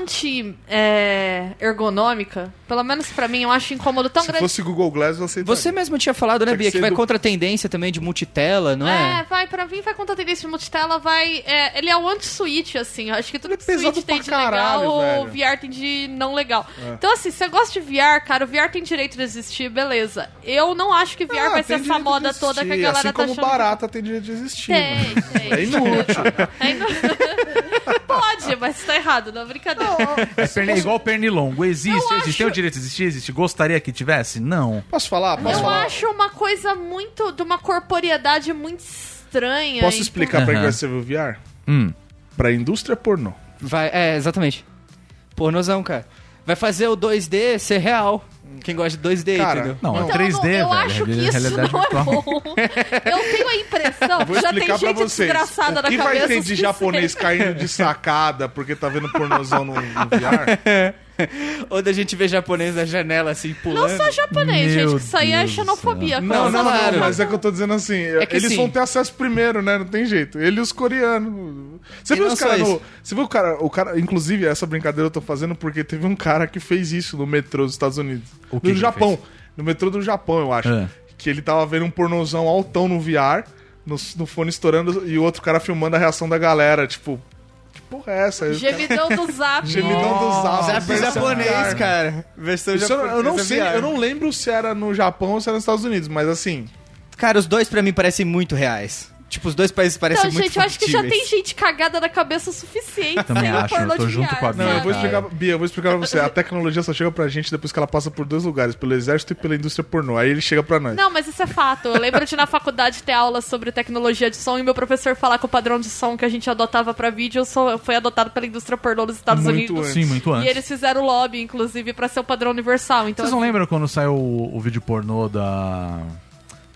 Speaker 5: anti-ergonômica. Pelo menos pra mim, eu acho incômodo tão
Speaker 4: Se
Speaker 5: grande.
Speaker 4: fosse Google Glass, você
Speaker 3: Você mesmo tinha falado, né,
Speaker 4: Tinha que
Speaker 3: Bia, que
Speaker 4: ser
Speaker 3: vai
Speaker 4: do-
Speaker 3: contra a tendência também de multitela, não
Speaker 5: É,
Speaker 3: é?
Speaker 5: vai, pra mim vai contra a tendência de multitela, vai. é, ele é o anti-switch, assim. Eu acho que tudo
Speaker 4: Ele é
Speaker 5: que switch
Speaker 4: pesado
Speaker 5: tem
Speaker 4: pra
Speaker 5: de
Speaker 4: caralho,
Speaker 5: legal, o
Speaker 4: velho. É.
Speaker 5: VR tem de não legal. Então, assim, se você gosta de VR, cara, o VR tem direito de existir, beleza. Eu não acho que VR
Speaker 4: Ah,
Speaker 5: vai
Speaker 4: tem
Speaker 5: ser
Speaker 4: direito
Speaker 5: essa
Speaker 4: de
Speaker 5: moda
Speaker 4: existir,
Speaker 5: toda que a galera
Speaker 4: assim
Speaker 5: tá
Speaker 4: como
Speaker 5: achando.
Speaker 4: barata tem direito de existir. né?
Speaker 5: Tem, tem.
Speaker 4: É inútil.
Speaker 5: É inú- Pode, mas tá errado, não é brincadeira.
Speaker 2: É perni- igual pernilongo. Existe,
Speaker 5: Eu
Speaker 2: existe. Tem o
Speaker 5: acho-
Speaker 2: direito de existir? Existe. Gostaria que tivesse? Não.
Speaker 4: Posso falar? Posso
Speaker 5: Eu
Speaker 4: falar?
Speaker 5: acho uma coisa muito. de uma corporeidade muito estranha.
Speaker 4: Posso
Speaker 5: e-
Speaker 4: explicar
Speaker 2: então.
Speaker 4: pra
Speaker 2: Aham.
Speaker 4: quem vai servir o VR?
Speaker 2: Hum.
Speaker 4: Pra indústria pornô.
Speaker 3: Vai, é, exatamente. Pornozão, cara. Vai fazer o 2D ser real. Quem gosta de 2D,
Speaker 4: Cara,
Speaker 3: entendeu?
Speaker 2: Não, é
Speaker 5: Então,
Speaker 2: 3D,
Speaker 5: eu, não-
Speaker 2: velho.
Speaker 5: eu acho que
Speaker 2: Realidade
Speaker 5: isso não é
Speaker 2: virtual.
Speaker 5: bom. Eu tenho a impressão
Speaker 4: Vou
Speaker 5: que já tem
Speaker 4: explicar pra
Speaker 5: gente
Speaker 4: vocês.
Speaker 5: desgraçada
Speaker 4: O que
Speaker 5: na cabeça.
Speaker 4: vai ter de
Speaker 5: suficiente.
Speaker 4: japonês caindo de sacada porque tá vendo pornozão no, no VR?
Speaker 3: Onde a gente vê japonês na janela, assim,
Speaker 5: Não
Speaker 3: pulando.
Speaker 5: só japonês,
Speaker 2: Meu
Speaker 5: gente. que Isso aí é
Speaker 2: Deus do
Speaker 5: xenofobia.
Speaker 4: Não, não,
Speaker 3: Claro.
Speaker 4: não, mas é que eu tô dizendo assim,
Speaker 3: que
Speaker 4: eles
Speaker 3: sim.
Speaker 4: vão ter acesso primeiro, né? Não tem jeito. Ele e os coreanos. Você
Speaker 3: E
Speaker 4: viu
Speaker 3: não
Speaker 4: os
Speaker 3: só
Speaker 4: caras
Speaker 3: isso.
Speaker 4: no. Você viu o cara, o cara. Inclusive, essa brincadeira eu tô fazendo porque teve um cara que fez isso no metrô dos Estados Unidos.
Speaker 2: O que
Speaker 4: no
Speaker 2: que ele
Speaker 4: Japão.
Speaker 2: fez?
Speaker 4: No metrô do Japão, eu acho.
Speaker 2: Ah.
Speaker 4: Que ele tava vendo um pornozão altão no VR, no, no fone estourando, e o outro cara filmando a reação da galera, tipo. Que porra é essa? Aí o cara-
Speaker 5: Gemidão do zap.
Speaker 4: Gemidão dos
Speaker 3: Zap
Speaker 4: altos.
Speaker 2: é
Speaker 3: um japonês, cara. Versão
Speaker 4: Isso eu, não- eu não
Speaker 3: japonesa
Speaker 4: sei,
Speaker 3: VR.
Speaker 4: eu não lembro se era no Japão ou se era nos Estados Unidos, mas assim,
Speaker 3: Cara, os dois pra mim parecem muito reais. Tipo, os dois países parecem
Speaker 5: Então,
Speaker 3: muito
Speaker 5: gente, eu acho que já tem
Speaker 3: factíveis.
Speaker 5: gente cagada na cabeça o suficiente.
Speaker 2: Também
Speaker 5: sem um o
Speaker 2: acho, eu
Speaker 5: pornô
Speaker 2: tô
Speaker 5: de
Speaker 2: junto
Speaker 5: VR,
Speaker 2: com a
Speaker 5: sabe?
Speaker 2: Bia,
Speaker 4: Não, eu vou
Speaker 2: cara.
Speaker 4: explicar, Bia, eu vou explicar pra você. A tecnologia só chega pra gente depois que ela passa por dois lugares, pelo exército e pela indústria pornô. Aí ele chega pra nós.
Speaker 5: Não, mas isso é fato. Eu lembro de na faculdade ter aula sobre tecnologia de som e meu professor falar que o padrão de som que a gente adotava pra vídeo só foi adotado pela indústria pornô dos Estados
Speaker 4: Muito
Speaker 5: Unidos.
Speaker 2: Sim, muito
Speaker 5: E
Speaker 2: antes.
Speaker 5: eles fizeram lobby, inclusive, pra ser o padrão universal. Então,
Speaker 2: Vocês não
Speaker 5: assim,
Speaker 2: lembram quando saiu o, o vídeo pornô da,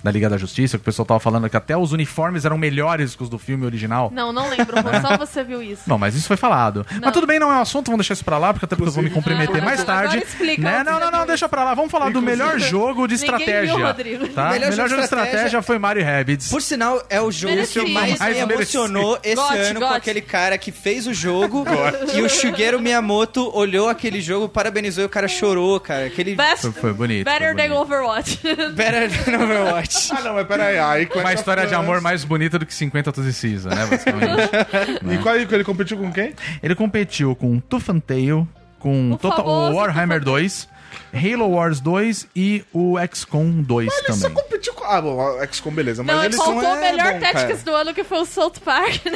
Speaker 2: da Liga da Justiça, que o pessoal tava falando que até os uniformes eram melhores que os do filme original?
Speaker 5: Não, não lembro. Rô, Só você viu isso.
Speaker 2: Bom, mas isso foi falado.
Speaker 5: Não.
Speaker 2: Mas tudo bem, não é um assunto, vamos deixar isso pra lá, porque até porque eu vou me comprometer
Speaker 5: Ah,
Speaker 2: mais
Speaker 5: agora
Speaker 2: tarde.
Speaker 5: explica,
Speaker 2: né? Não, não, não,
Speaker 5: Rodrigo.
Speaker 2: deixa pra lá. Vamos falar do melhor jogo de
Speaker 5: Ninguém viu,
Speaker 2: estratégia.
Speaker 5: Rodrigo.
Speaker 2: Tá?
Speaker 3: Melhor
Speaker 2: Melhor,
Speaker 3: jogo de
Speaker 2: jogo de
Speaker 3: estratégia-
Speaker 2: estratégia foi Mario Rabbids.
Speaker 3: Por sinal, é o jogo
Speaker 5: Merecido.
Speaker 3: que mais me
Speaker 2: Mais merecido.
Speaker 3: emocionou esse
Speaker 5: Gote,
Speaker 3: ano com
Speaker 5: gote.
Speaker 3: aquele cara que fez o jogo e o Shigeru Miyamoto olhou aquele jogo, parabenizou e o cara chorou, cara. Aquele
Speaker 5: Best,
Speaker 2: Foi- foi bonito,
Speaker 5: Better
Speaker 2: foi
Speaker 5: than
Speaker 2: bonito.
Speaker 5: Overwatch.
Speaker 3: Better Than Overwatch.
Speaker 4: Ah, não, mas peraí. Aí, com
Speaker 2: Uma
Speaker 4: essa
Speaker 2: história de
Speaker 4: frase-
Speaker 2: amor mais bonita do que 50 Tons de Cinza, né? Basicamente.
Speaker 4: E qual ele, ele competiu com quem?
Speaker 2: Ele competiu com Tufan Tail, com
Speaker 5: O
Speaker 2: Total,
Speaker 5: famoso
Speaker 2: Warhammer 2, Halo Wars 2 e o XCOM 2
Speaker 4: Ele só
Speaker 2: também.
Speaker 4: competiu com. Ah, bom, a XCOM, beleza. Mas
Speaker 5: não, é
Speaker 4: eles
Speaker 5: faltou
Speaker 4: são. é
Speaker 5: o melhor
Speaker 4: bom,
Speaker 5: Tactics
Speaker 4: cara.
Speaker 5: do ano, que foi o South Park. né?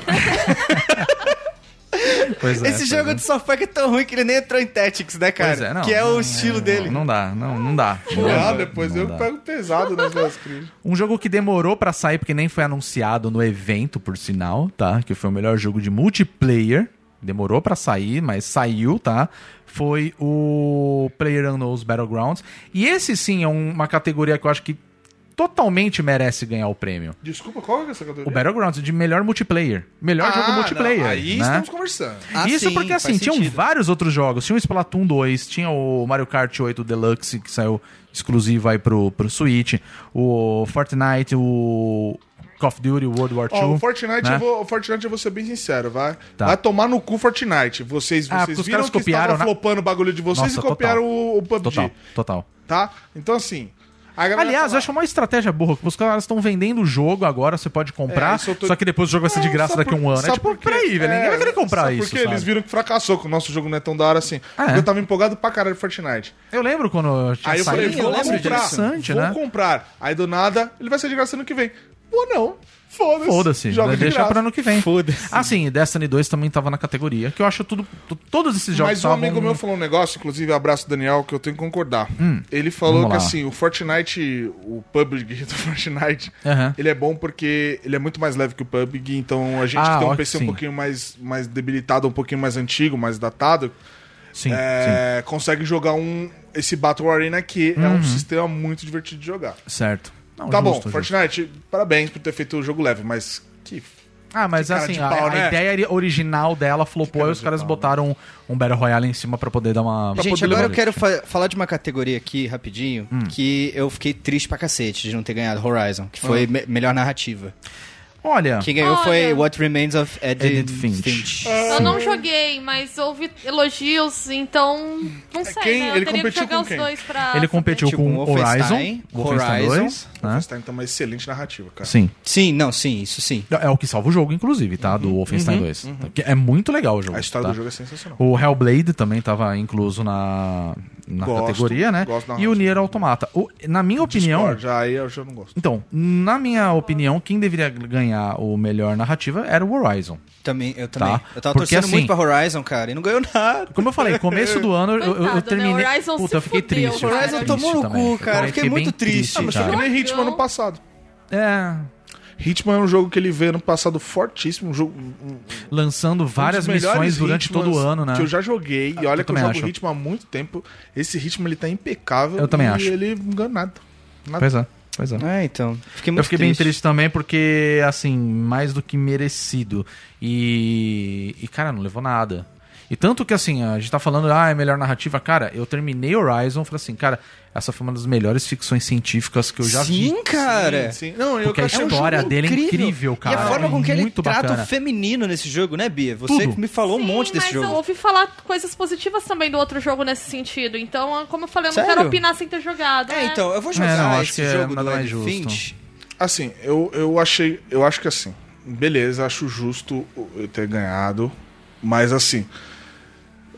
Speaker 2: Pois é,
Speaker 3: Esse
Speaker 2: pois
Speaker 3: jogo
Speaker 2: é.
Speaker 3: de software é tão ruim que ele nem entrou em Tactics, né, cara?
Speaker 2: Pois é, não,
Speaker 3: que é
Speaker 2: não,
Speaker 3: o estilo dele.
Speaker 2: Não dá, não, não dá. Não
Speaker 4: Ah,
Speaker 2: dá,
Speaker 4: depois
Speaker 2: não
Speaker 4: eu
Speaker 2: dá.
Speaker 4: pego pesado nas minhas críticas.
Speaker 2: Um jogo que demorou pra sair porque nem foi anunciado no evento, por sinal, tá? Que foi o melhor jogo de multiplayer. Demorou pra sair, mas saiu, tá? Foi o PlayerUnknown's Battlegrounds. E esse sim é um- uma categoria que eu acho que totalmente merece ganhar o prêmio.
Speaker 4: Desculpa, qual é essa categoria?
Speaker 2: O Battlegrounds de melhor multiplayer. Melhor jogo
Speaker 4: Ah, não,
Speaker 2: multiplayer.
Speaker 4: Aí
Speaker 2: né?
Speaker 4: estamos conversando.
Speaker 3: Ah,
Speaker 2: Isso
Speaker 3: sim,
Speaker 2: porque
Speaker 3: faz
Speaker 2: assim, tinham
Speaker 3: sentido.
Speaker 2: vários outros jogos. Tinha o Splatoon 2, tinha o Mario Kart 8 Deluxe, que saiu exclusivo aí pro, pro Switch, o Fortnite, o Call of Duty, World War II.
Speaker 4: Ó, o Fortnite,
Speaker 2: né?
Speaker 4: eu vou, o Fortnite, eu vou ser bem sincero, vai.
Speaker 2: Tá.
Speaker 4: Vai tomar no cu Fortnite. Vocês,
Speaker 2: Ah,
Speaker 4: vocês
Speaker 2: porque os
Speaker 4: viram
Speaker 2: caras
Speaker 4: que
Speaker 2: copiaram,
Speaker 4: estava
Speaker 2: né?
Speaker 4: flopando o bagulho de vocês
Speaker 2: Nossa,
Speaker 4: e copiaram
Speaker 2: total.
Speaker 4: o, o PUBG.
Speaker 2: Total, total.
Speaker 4: tá? Então, assim, A galera
Speaker 2: Aliás,
Speaker 4: fala-
Speaker 2: eu acho uma estratégia burra, porque os caras estão vendendo o jogo agora, você pode
Speaker 4: É,
Speaker 2: comprar,
Speaker 4: isso eu tô-
Speaker 2: só que depois o jogo vai ser de graça
Speaker 4: Sabe
Speaker 2: daqui a
Speaker 4: por-
Speaker 2: um ano. É
Speaker 4: sabe
Speaker 2: tipo,
Speaker 4: por quê? É,
Speaker 2: peraí, velho, ninguém vai querer comprar
Speaker 4: sabe
Speaker 2: isso.
Speaker 4: Porque
Speaker 2: sabe?
Speaker 4: eles viram que fracassou, que o nosso jogo não é tão da hora assim.
Speaker 2: Ah, é?
Speaker 4: Eu tava empolgado pra caralho de Fortnite.
Speaker 2: Eu lembro quando eu tinha
Speaker 4: Aí eu falei,
Speaker 2: saído,
Speaker 4: vou
Speaker 2: eu lembro
Speaker 4: comprar.
Speaker 2: interessante,
Speaker 4: vou
Speaker 2: né?
Speaker 4: comprar. Aí do nada, ele vai ser de graça ano que vem. Vou não. Foda-se.
Speaker 2: Foda-se, né?
Speaker 4: Joga de
Speaker 2: deixa
Speaker 4: graça.
Speaker 2: pra ano que vem.
Speaker 3: Foda-se.
Speaker 2: Ah, sim, Destiny 2 também tava na categoria, que eu acho tudo. t- Todos esses jogos
Speaker 4: Mas um
Speaker 2: estavam...
Speaker 4: amigo meu falou um negócio, inclusive abraço Daniel, que eu tenho que concordar. ele falou
Speaker 2: Hum, vamos
Speaker 4: que
Speaker 2: lá.
Speaker 4: assim, o Fortnite, o PUBG do Fortnite,
Speaker 2: Aham.
Speaker 4: ele é bom porque ele é muito mais leve que o PUBG, então a gente
Speaker 2: Ah,
Speaker 4: que tem um
Speaker 2: ó,
Speaker 4: PC
Speaker 2: sim.
Speaker 4: um pouquinho mais, mais debilitado, um pouquinho mais antigo, mais datado,
Speaker 2: Sim,
Speaker 4: é, consegue jogar um esse Battle Arena que é um sistema muito divertido de jogar.
Speaker 2: sim, certo. Não,
Speaker 4: tá bom,
Speaker 2: justo, justo.
Speaker 4: Fortnite, parabéns por ter feito o jogo leve, mas que
Speaker 2: Ah, mas
Speaker 4: Que cara
Speaker 2: assim,
Speaker 4: de
Speaker 2: a,
Speaker 4: pau,
Speaker 2: a
Speaker 4: né?
Speaker 2: ideia original dela flopou, aí os caras botaram um Battle Royale em cima pra poder dar uma. pra
Speaker 6: Gente,
Speaker 2: poder
Speaker 6: agora eu
Speaker 2: levar
Speaker 6: quero
Speaker 2: isso.
Speaker 6: fa- falar de uma categoria aqui, rapidinho,
Speaker 2: Hum.
Speaker 6: que eu fiquei triste pra cacete de não ter ganhado Horizon, que
Speaker 2: Uhum.
Speaker 6: foi me- melhor narrativa.
Speaker 2: Olha.
Speaker 6: Quem ganhou foi
Speaker 5: Olha. É.
Speaker 6: What Remains of Edith
Speaker 2: Edith Finch.
Speaker 6: Finch.
Speaker 4: É.
Speaker 5: Eu não joguei, mas houve elogios, então. Não sei,
Speaker 4: É, quem-
Speaker 5: né? Eu
Speaker 4: ele
Speaker 5: teria que
Speaker 4: competiu
Speaker 5: jogar
Speaker 4: com
Speaker 5: os
Speaker 4: quem?
Speaker 5: dois pra.
Speaker 2: Ele
Speaker 5: saber.
Speaker 2: competiu
Speaker 6: Tipo,
Speaker 2: com
Speaker 6: um
Speaker 2: Wolfenstein,
Speaker 6: Wolfenstein,
Speaker 2: Wolfenstein 2. né?
Speaker 4: Wolfenstein tá uma excelente narrativa, cara.
Speaker 2: Sim.
Speaker 6: Sim, não, sim, isso sim.
Speaker 2: É o que salva o jogo, inclusive, tá? Do Wolfenstein 2. Que É muito legal o jogo.
Speaker 4: A história
Speaker 2: tá?
Speaker 4: do jogo é sensacional.
Speaker 2: O Hellblade também estava incluso na, na
Speaker 4: Gosto,
Speaker 2: categoria, né?
Speaker 4: gosto da
Speaker 2: E o
Speaker 4: narrativa.
Speaker 2: Nier Automata. O- na minha opinião.
Speaker 4: Já aí eu já não gosto.
Speaker 2: Então, na minha opinião, quem deveria ganhar o melhor narrativa era o Horizon.
Speaker 6: Também, eu também. Eu tava
Speaker 2: Porque,
Speaker 6: torcendo muito
Speaker 2: assim-
Speaker 6: pra Horizon, cara, e não ganhou nada.
Speaker 2: Como eu falei, começo do ano eu- eu, eu
Speaker 5: Coitado, né?
Speaker 2: terminei.
Speaker 5: Horizon
Speaker 2: Puta, eu
Speaker 5: se
Speaker 2: fiquei
Speaker 5: fudeu,
Speaker 2: triste. eu
Speaker 5: Horizon
Speaker 2: fiquei triste
Speaker 6: tomou no
Speaker 2: também.
Speaker 6: cu, cara, eu fiquei
Speaker 2: bem
Speaker 6: muito triste,
Speaker 4: Ah, mas foi
Speaker 2: cara.
Speaker 4: que nem
Speaker 5: Dragão.
Speaker 4: Hitman ano passado.
Speaker 2: É,
Speaker 4: Hitman era um jogo que ele veio ano passado fortíssimo, um jogo um- um
Speaker 2: lançando várias
Speaker 4: dos melhores
Speaker 2: missões durante
Speaker 4: Hitmans
Speaker 2: todo o ano, né?
Speaker 4: Que eu já joguei
Speaker 2: Ah,
Speaker 4: e olha
Speaker 2: eu
Speaker 4: que eu
Speaker 2: também
Speaker 4: jogo
Speaker 2: acho.
Speaker 4: Hitman há muito tempo. Esse ritmo ele tá impecável
Speaker 2: Eu também
Speaker 4: e
Speaker 2: acho.
Speaker 4: ele não ganha nada. Nada.
Speaker 2: Pois é, pois é.
Speaker 6: É, então. Fiquei muito
Speaker 2: Eu fiquei bem triste também porque, assim, mais do que merecido. E. E, cara, não levou nada. E tanto que, assim, a gente tá falando, ah, é melhor narrativa. Cara, eu terminei Horizon, falei assim, cara, essa foi uma das melhores ficções científicas que eu já vi.
Speaker 6: Sim, cara.
Speaker 4: Sim, sim. Não, eu
Speaker 2: Porque a
Speaker 4: acho- um
Speaker 2: história dele é incrível,
Speaker 6: E
Speaker 2: cara.
Speaker 6: a forma
Speaker 2: é
Speaker 6: com que ele
Speaker 2: muito
Speaker 6: trata
Speaker 2: bacana.
Speaker 6: o feminino nesse jogo, né, Bia? Você
Speaker 2: Tudo.
Speaker 6: me falou
Speaker 5: Sim,
Speaker 6: um monte desse
Speaker 5: mas
Speaker 6: jogo.
Speaker 5: eu ouvi falar coisas positivas também do outro jogo nesse sentido. Então, como eu falei, eu não
Speaker 6: Sério?
Speaker 5: quero opinar sem ter jogado.
Speaker 6: É,
Speaker 5: né?
Speaker 6: então, eu vou jogar
Speaker 2: É, não, acho
Speaker 6: esse
Speaker 2: que é
Speaker 6: jogo
Speaker 2: nada
Speaker 6: do
Speaker 2: mais
Speaker 6: Ed
Speaker 2: justo.
Speaker 6: Finch.
Speaker 4: Assim, eu, eu achei. Eu acho que assim. Beleza, acho justo eu ter ganhado. Mas assim.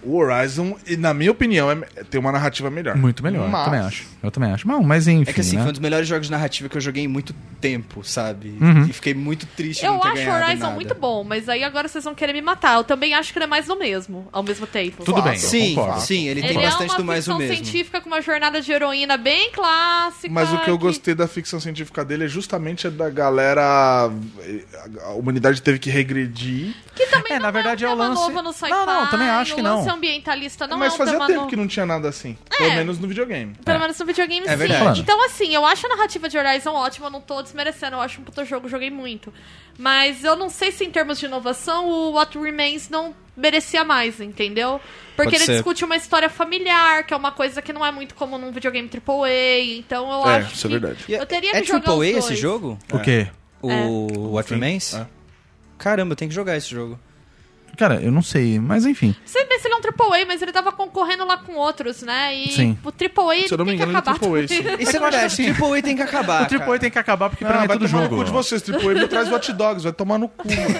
Speaker 4: O Horizon, e na minha opinião, é- tem uma narrativa melhor.
Speaker 2: Muito melhor, eu
Speaker 4: Mas-
Speaker 2: também acho. Eu também acho. Bom, mas enfim.
Speaker 6: É que assim,
Speaker 2: né?
Speaker 6: foi um dos melhores jogos de narrativa que eu joguei em muito tempo, sabe? E fiquei muito triste de
Speaker 5: Eu
Speaker 6: não ter
Speaker 5: acho
Speaker 6: ganhado
Speaker 5: Horizon
Speaker 6: nada.
Speaker 5: muito bom, mas aí agora vocês vão querer me matar. Eu também acho que ele é mais do mesmo, ao mesmo tempo.
Speaker 2: Tudo bem, eu
Speaker 6: Sim,
Speaker 2: concordo.
Speaker 6: sim, ele tem
Speaker 5: Ele é
Speaker 6: bastante
Speaker 5: uma
Speaker 6: do mais o
Speaker 5: ficção
Speaker 6: mesmo.
Speaker 5: científica com uma jornada de heroína bem clássica.
Speaker 4: Mas o que eu gostei da ficção científica dele é justamente a da galera. a- A humanidade teve que regredir.
Speaker 5: Que também
Speaker 2: É,
Speaker 5: não
Speaker 2: na verdade é
Speaker 5: um
Speaker 2: o
Speaker 5: tema
Speaker 2: lance-
Speaker 5: novo no sci-fi,
Speaker 2: Não, não, também acho que
Speaker 5: O lance
Speaker 2: não.
Speaker 5: ambientalista não
Speaker 4: mas
Speaker 5: é um
Speaker 4: fazia
Speaker 5: tema
Speaker 4: tempo
Speaker 5: novo.
Speaker 4: que não tinha nada assim. Pelo menos no videogame.
Speaker 5: Pelo menos no videogame,
Speaker 6: É
Speaker 5: sim.
Speaker 6: verdade.
Speaker 5: Então, assim, eu acho a narrativa de Horizon ótima, eu não tô desmerecendo, eu acho um puta jogo, joguei muito. Mas eu não sei se em termos de inovação o What Remains não merecia mais, entendeu? Porque
Speaker 6: Pode
Speaker 5: ele
Speaker 6: ser.
Speaker 5: discute uma história familiar, que é uma coisa que não é muito comum num videogame AAA, então eu
Speaker 4: É,
Speaker 5: acho
Speaker 4: isso é
Speaker 5: que
Speaker 4: verdade.
Speaker 6: E
Speaker 5: Eu teria
Speaker 6: é
Speaker 5: que jogar os
Speaker 6: AAA esse
Speaker 5: dois. É.
Speaker 6: jogo? É.
Speaker 2: O quê?
Speaker 6: O What Remains?
Speaker 4: É.
Speaker 6: Caramba, eu tenho que jogar esse jogo.
Speaker 2: Cara, eu não sei, mas enfim.
Speaker 5: Você vê se ele é um AAA, mas ele tava concorrendo lá com outros, né? E
Speaker 2: Sim.
Speaker 5: o AAA ele
Speaker 4: Se eu não me
Speaker 5: tem que
Speaker 4: engano, ele é
Speaker 5: acabar.
Speaker 4: AAA, sim.
Speaker 6: Isso é
Speaker 5: assim.
Speaker 6: verdade, AAA tem que acabar.
Speaker 2: O AAA
Speaker 6: Ah, cara.
Speaker 2: tem que acabar porque pra
Speaker 4: Ah,
Speaker 2: mim é
Speaker 4: vai
Speaker 2: tudo
Speaker 4: tomar
Speaker 2: jogo.
Speaker 4: no cu de vocês, Triple me traz Hot Dogs, vai tomar no cu. mano.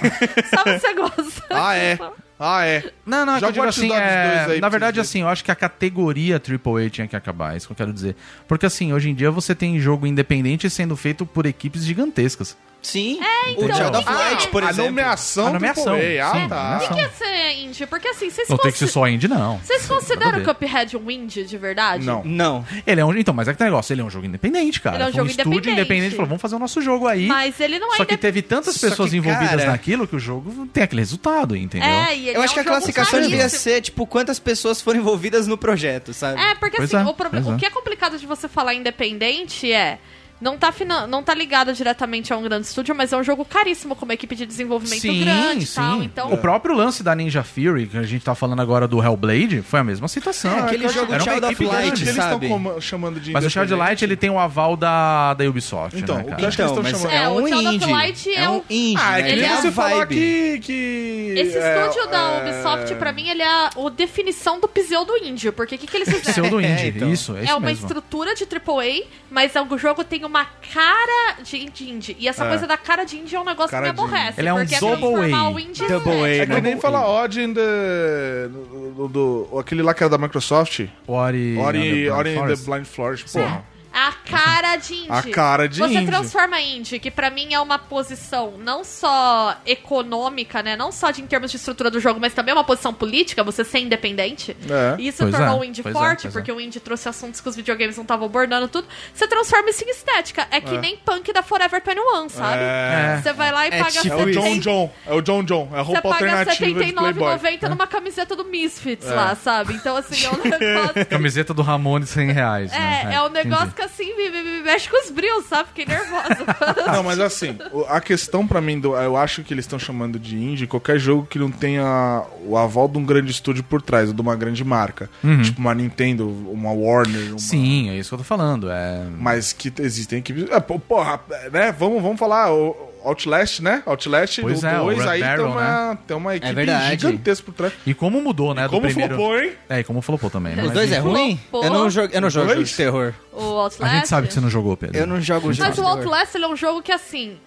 Speaker 5: Só você gosta.
Speaker 4: Ah, é. Ah, é.
Speaker 2: Não, não, é que eu
Speaker 4: Joga
Speaker 2: digo
Speaker 4: Watch
Speaker 2: assim,
Speaker 4: Dogs
Speaker 2: é,
Speaker 4: 2 aí
Speaker 2: na
Speaker 4: pra
Speaker 2: verdade,
Speaker 4: vocês
Speaker 2: assim, eu acho que a categoria AAA tinha que acabar, é isso que eu quero dizer. Porque assim, hoje em dia você tem jogo independente sendo feito por equipes gigantescas.
Speaker 6: Sim. É,
Speaker 5: então,
Speaker 6: O Child of
Speaker 5: Ah,
Speaker 6: Light, por
Speaker 4: a
Speaker 6: exemplo.
Speaker 4: nomeação
Speaker 2: A nomeação,
Speaker 4: AAA. Ah,
Speaker 2: sim,
Speaker 4: tá.
Speaker 2: nomeação.
Speaker 5: O que é ser indie? Porque assim, vocês
Speaker 2: Não tem que ser
Speaker 5: consi-
Speaker 2: só indie, não.
Speaker 5: Vocês consideram o
Speaker 2: Nada a ver.
Speaker 5: Cuphead um indie de verdade?
Speaker 4: Não.
Speaker 6: Não.
Speaker 2: Ele é um, então, mas é que tem negócio, ele é um jogo independente, cara.
Speaker 5: Ele é um
Speaker 2: Foi
Speaker 5: jogo
Speaker 2: estúdio
Speaker 5: independente.
Speaker 2: independente falou, vamos fazer o nosso jogo aí.
Speaker 5: Mas ele não é
Speaker 2: Só que
Speaker 5: indep-
Speaker 2: teve tantas
Speaker 6: Só
Speaker 2: pessoas
Speaker 6: que,
Speaker 2: envolvidas
Speaker 6: cara-
Speaker 2: naquilo que o jogo tem aquele resultado, entendeu?
Speaker 5: É, e ele
Speaker 6: Eu
Speaker 5: é
Speaker 6: acho
Speaker 5: um
Speaker 6: que a
Speaker 5: jogo
Speaker 6: classificação devia
Speaker 5: caríssimo.
Speaker 6: ser, tipo, quantas pessoas foram envolvidas no projeto, sabe?
Speaker 5: É, porque
Speaker 2: Pois
Speaker 5: assim,
Speaker 2: é,
Speaker 5: o, proble-
Speaker 2: pois é.
Speaker 5: o que é complicado de você falar independente é. Não tá, fina- não tá ligado diretamente a um grande estúdio, mas é um jogo caríssimo, com uma equipe de desenvolvimento grande e tal. Então,
Speaker 2: O próprio lance da Ninja Fury, que a gente tá falando agora do Hellblade, foi a mesma situação.
Speaker 6: É, aquele jogo
Speaker 2: Era uma
Speaker 6: Child of
Speaker 2: equipe
Speaker 6: Light,
Speaker 2: grande.
Speaker 4: eles
Speaker 6: sabe?
Speaker 4: estão coma- chamando de
Speaker 2: Mas o Child Light, ele tem o aval da, da Ubisoft,
Speaker 4: Então,
Speaker 2: né,
Speaker 4: o
Speaker 2: cara?
Speaker 4: que eu acho que eles
Speaker 6: Então,
Speaker 4: estão
Speaker 6: mas
Speaker 4: chamando.
Speaker 5: É,
Speaker 6: é
Speaker 5: o
Speaker 6: um
Speaker 5: Zelda
Speaker 6: indie.
Speaker 5: Light é
Speaker 6: É um
Speaker 5: um-
Speaker 6: indie,
Speaker 4: Ah,
Speaker 6: né?
Speaker 4: é que
Speaker 5: ele
Speaker 6: Ele
Speaker 4: nem
Speaker 6: é a
Speaker 4: você falar
Speaker 6: vibe.
Speaker 4: que. que
Speaker 5: esse
Speaker 4: é,
Speaker 5: estúdio da
Speaker 4: é,
Speaker 5: Ubisoft, pra mim, ele é a, a definição do pseudo do índio. Porque o que, que eles
Speaker 2: Seu
Speaker 5: fizeram?
Speaker 2: do
Speaker 6: É,
Speaker 2: Indie,
Speaker 6: então.
Speaker 2: isso, é isso
Speaker 5: É uma
Speaker 2: mesmo.
Speaker 5: estrutura de AAA, mas é um- o jogo tem uma cara de de indie. E essa coisa da cara de indie é um negócio
Speaker 4: Cara
Speaker 5: que me
Speaker 4: de
Speaker 5: aborrece.
Speaker 2: Ele é um
Speaker 5: porque
Speaker 2: double
Speaker 5: transformar
Speaker 2: A.
Speaker 5: o indie em
Speaker 6: Double
Speaker 5: indie.
Speaker 6: A,
Speaker 4: É
Speaker 6: né?
Speaker 4: que nem falar Odd in the. Do, do- do- aquele lá que era da Microsoft.
Speaker 2: Ori,
Speaker 4: Ori,
Speaker 2: and
Speaker 4: Ori in the
Speaker 2: Forest.
Speaker 4: Blind Forest, porra.
Speaker 5: A cara de indie.
Speaker 4: A cara de
Speaker 5: Você
Speaker 4: indie.
Speaker 5: transforma indie, que pra mim é uma posição não só econômica, né? Não só de, em termos de estrutura do jogo, mas também é uma posição política, você ser independente.
Speaker 4: É.
Speaker 5: E isso
Speaker 2: Pois
Speaker 5: tornou
Speaker 2: é,
Speaker 5: o indie
Speaker 2: pois é,
Speaker 5: forte,
Speaker 2: pois é.
Speaker 5: porque o indie trouxe assuntos que os videogames não estavam abordando tudo. Você transforma isso em estética. É que nem punk da Forever 21, sabe?
Speaker 4: É.
Speaker 5: Você vai lá e
Speaker 6: É
Speaker 5: paga
Speaker 6: tipo
Speaker 4: É o
Speaker 6: isso.
Speaker 5: 70
Speaker 4: John John. É o John John. É a
Speaker 5: Você
Speaker 4: roupa
Speaker 5: paga
Speaker 4: alternativa de Playboy. É.
Speaker 5: R$79,90
Speaker 2: É.
Speaker 5: numa camiseta do Misfits lá, sabe? Então, assim, é um negócio.
Speaker 2: Camiseta do Ramone de 100 reais, né?
Speaker 5: É, é um negócio
Speaker 2: entendi.
Speaker 5: que assim me, me- me mexe com os brios, sabe? Fiquei nervosa.
Speaker 4: Não, mas assim, o- a questão pra mim, do, eu acho que eles estão chamando de indie qualquer jogo que não tenha o aval de um grande estúdio por trás, ou de uma grande marca. Tipo uma Nintendo, uma Warner, uma...
Speaker 2: Sim, é isso que eu tô falando. É...
Speaker 4: Mas que t- existem equipes. É, pô- porra, né? Vamos, vamos falar. o- o Outlast, né? Outlast,
Speaker 2: Pois
Speaker 4: o
Speaker 2: é, o
Speaker 4: 2,
Speaker 2: Red
Speaker 4: aí tem,
Speaker 2: Barrel,
Speaker 4: uma, tem uma equipe
Speaker 6: verdade.
Speaker 4: gigantesca por trás.
Speaker 2: E como mudou, né? do
Speaker 4: Como
Speaker 2: primeiro...
Speaker 4: flopou, hein?
Speaker 2: É, e como flopou também. né?
Speaker 6: Os
Speaker 2: Mas
Speaker 6: dois é
Speaker 2: enfim.
Speaker 6: ruim?
Speaker 5: Pô.
Speaker 6: Eu não jogo, eu não jogo
Speaker 4: Dois?
Speaker 6: jogo de terror.
Speaker 5: o Outlast.
Speaker 2: A gente sabe que você não jogou, Pedro.
Speaker 6: Eu não jogo jogo
Speaker 5: Mas
Speaker 6: de
Speaker 5: o
Speaker 6: terror.
Speaker 5: Outlast ele é um jogo que, assim.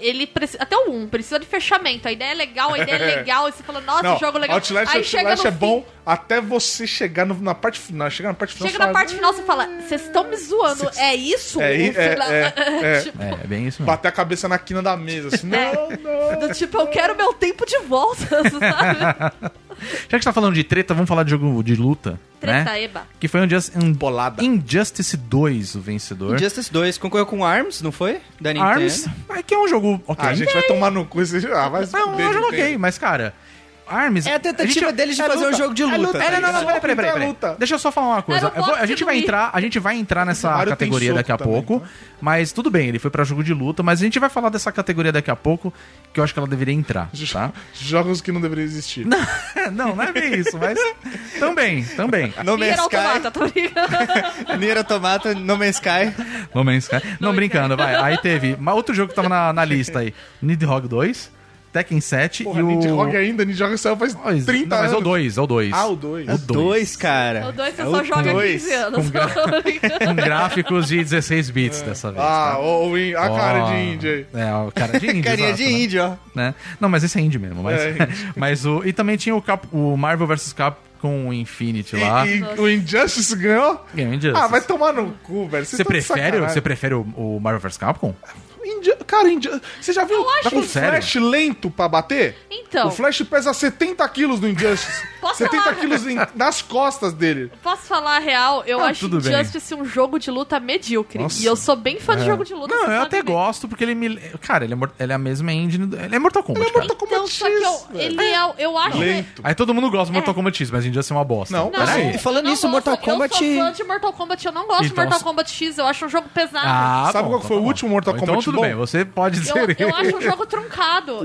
Speaker 5: Ele precisa. Até o 1 precisa de fechamento. A ideia é legal, a ideia é legal. E você fala, nossa,
Speaker 4: Não,
Speaker 5: jogo é legal.
Speaker 4: Outlast,
Speaker 5: Aí chega
Speaker 4: Outlast
Speaker 5: no
Speaker 4: é
Speaker 5: fim,
Speaker 4: bom até você chegar no- na parte final. Chega na parte final.
Speaker 5: Chega
Speaker 4: você
Speaker 5: na
Speaker 4: fala, "Hum,
Speaker 5: parte final, você fala, vocês estão me zoando. É isso?
Speaker 4: É,
Speaker 5: O
Speaker 4: é,
Speaker 5: final-
Speaker 4: é, é.
Speaker 5: Tipo, É.
Speaker 2: É, é bem isso mesmo.
Speaker 4: Bater a cabeça na quina da mesa. Assim, não, não.
Speaker 5: do tipo, eu quero meu tempo de volta, sabe?
Speaker 2: Já que você tá falando de treta, vamos falar de jogo de luta,
Speaker 5: Treta,
Speaker 2: né?
Speaker 5: eba.
Speaker 2: Que foi um Just... um-
Speaker 4: Bolada.
Speaker 2: Injustice 2 o vencedor.
Speaker 6: Injustice 2 concorreu com Arms, não foi? Da Nintendo.
Speaker 2: Arms, é que é um jogo ok.
Speaker 4: Ah, a gente vai tomar no cu. Esse... Ah, vai se
Speaker 2: é um
Speaker 4: fuder,
Speaker 2: jogo
Speaker 4: Nintendo.
Speaker 2: ok, mas cara... Arms...
Speaker 6: É a tentativa
Speaker 2: gente-
Speaker 6: deles de
Speaker 2: é
Speaker 6: fazer
Speaker 2: luta.
Speaker 6: um jogo de
Speaker 2: É
Speaker 6: luta.
Speaker 2: luta. É,
Speaker 6: tá
Speaker 2: não, não,
Speaker 6: ligado? um
Speaker 2: não, peraí, peraí, peraí,
Speaker 4: Luta é
Speaker 2: peraí.
Speaker 4: luta.
Speaker 2: Deixa eu só falar uma coisa.
Speaker 5: Era o
Speaker 2: Eu vou- a
Speaker 5: boxe
Speaker 2: gente
Speaker 5: do
Speaker 2: vai
Speaker 5: Wii.
Speaker 2: entrar, a gente vai entrar nessa
Speaker 4: Mario tem
Speaker 2: categoria
Speaker 4: soco
Speaker 2: daqui a
Speaker 4: também,
Speaker 2: pouco,
Speaker 4: então.
Speaker 2: mas tudo bem, ele foi pra jogo de luta, mas a gente vai falar dessa categoria daqui a pouco, que eu acho que ela deveria entrar, tá?
Speaker 4: Jogos que não deveriam existir.
Speaker 2: não, não é bem isso, mas também, também.
Speaker 6: No Man's
Speaker 5: Nier Automata,
Speaker 6: Sky,
Speaker 5: tô brincando.
Speaker 6: Nier Automata, No Man's Sky.
Speaker 2: No Man's Sky. Não, brincando, vai. Aí teve ma- outro jogo que tava na, na lista aí. Nidhogg 2, Tekken 7
Speaker 4: Porra,
Speaker 2: e o...
Speaker 4: Ninja Rock ainda, Ninja Rock saiu faz
Speaker 2: Pois,
Speaker 4: 30
Speaker 2: não, mas é o
Speaker 4: anos.
Speaker 2: 2, é o 2.
Speaker 4: Ah, o dois.
Speaker 2: O
Speaker 4: É
Speaker 2: 2.
Speaker 6: Dois, cara.
Speaker 5: O 2 você
Speaker 6: É
Speaker 5: só
Speaker 6: o
Speaker 5: joga há
Speaker 6: dois.
Speaker 5: 15 anos.
Speaker 2: Com gráficos de 16 bits dessa vez.
Speaker 4: Ah,
Speaker 2: tá?
Speaker 4: ou o in- a cara de índia aí.
Speaker 2: É, o cara de índio.
Speaker 6: Carinha
Speaker 2: exato,
Speaker 6: de
Speaker 2: né?
Speaker 6: índio, ó.
Speaker 2: né? Não, mas esse é indie mesmo. Mas,
Speaker 4: É,
Speaker 2: mas o, e também tinha o, Cap, o Marvel vs Capcom Infinity
Speaker 4: E-
Speaker 2: lá.
Speaker 4: E, o Injustice ganhou?
Speaker 2: Ganhou Injustice.
Speaker 4: Ah, vai tomar no cu, velho. Vocês
Speaker 2: Você
Speaker 4: tão de
Speaker 2: prefere,
Speaker 4: sacanagem. Ah,
Speaker 2: você prefere o, o Marvel vs Capcom?
Speaker 4: Indi- Cara, India... você já viu
Speaker 5: Eu acho-
Speaker 4: um
Speaker 2: Sério?
Speaker 4: flash lento pra bater?
Speaker 5: Então.
Speaker 4: O flash pesa 70 quilos do Injustice.
Speaker 5: Posso
Speaker 4: 70
Speaker 5: falar?
Speaker 4: quilos em- nas costas dele.
Speaker 5: Posso falar a real? Eu
Speaker 2: Ah,
Speaker 5: acho
Speaker 2: tudo bem.
Speaker 5: Injustice um jogo de luta medíocre.
Speaker 4: Nossa.
Speaker 5: E eu sou bem fã de jogo de luta.
Speaker 2: Não,
Speaker 5: você
Speaker 2: eu
Speaker 5: sabe
Speaker 2: até
Speaker 5: bem.
Speaker 2: gosto, porque ele me. Cara, ele é, mor- ele é a mesma engine. do- Ele é Mortal Kombat. cara.
Speaker 6: Tá
Speaker 4: Mortal Kombat
Speaker 5: Então, só que eu,
Speaker 4: X,
Speaker 5: ele é, eu acho...
Speaker 4: Lento.
Speaker 2: Aí todo mundo gosta do Mortal Kombat X, mas Injustice é uma bosta.
Speaker 4: Não,
Speaker 5: Não,
Speaker 2: Peraí.
Speaker 6: E falando
Speaker 5: eu
Speaker 6: nisso,
Speaker 5: gosto,
Speaker 6: Mortal Kombat-
Speaker 5: Eu sou fã de Mortal Kombat, eu não gosto de
Speaker 2: Então,
Speaker 5: Mortal
Speaker 2: se-
Speaker 5: Kombat X, eu acho um jogo pesado.
Speaker 2: Ah,
Speaker 4: Sabe
Speaker 2: bom,
Speaker 4: qual que foi
Speaker 2: tá
Speaker 4: o
Speaker 2: bom.
Speaker 4: último Mortal
Speaker 2: então,
Speaker 4: Kombat
Speaker 2: tudo
Speaker 4: bom?
Speaker 2: bem, você pode
Speaker 5: Eu,
Speaker 2: dizer.
Speaker 5: eu acho um jogo truncado.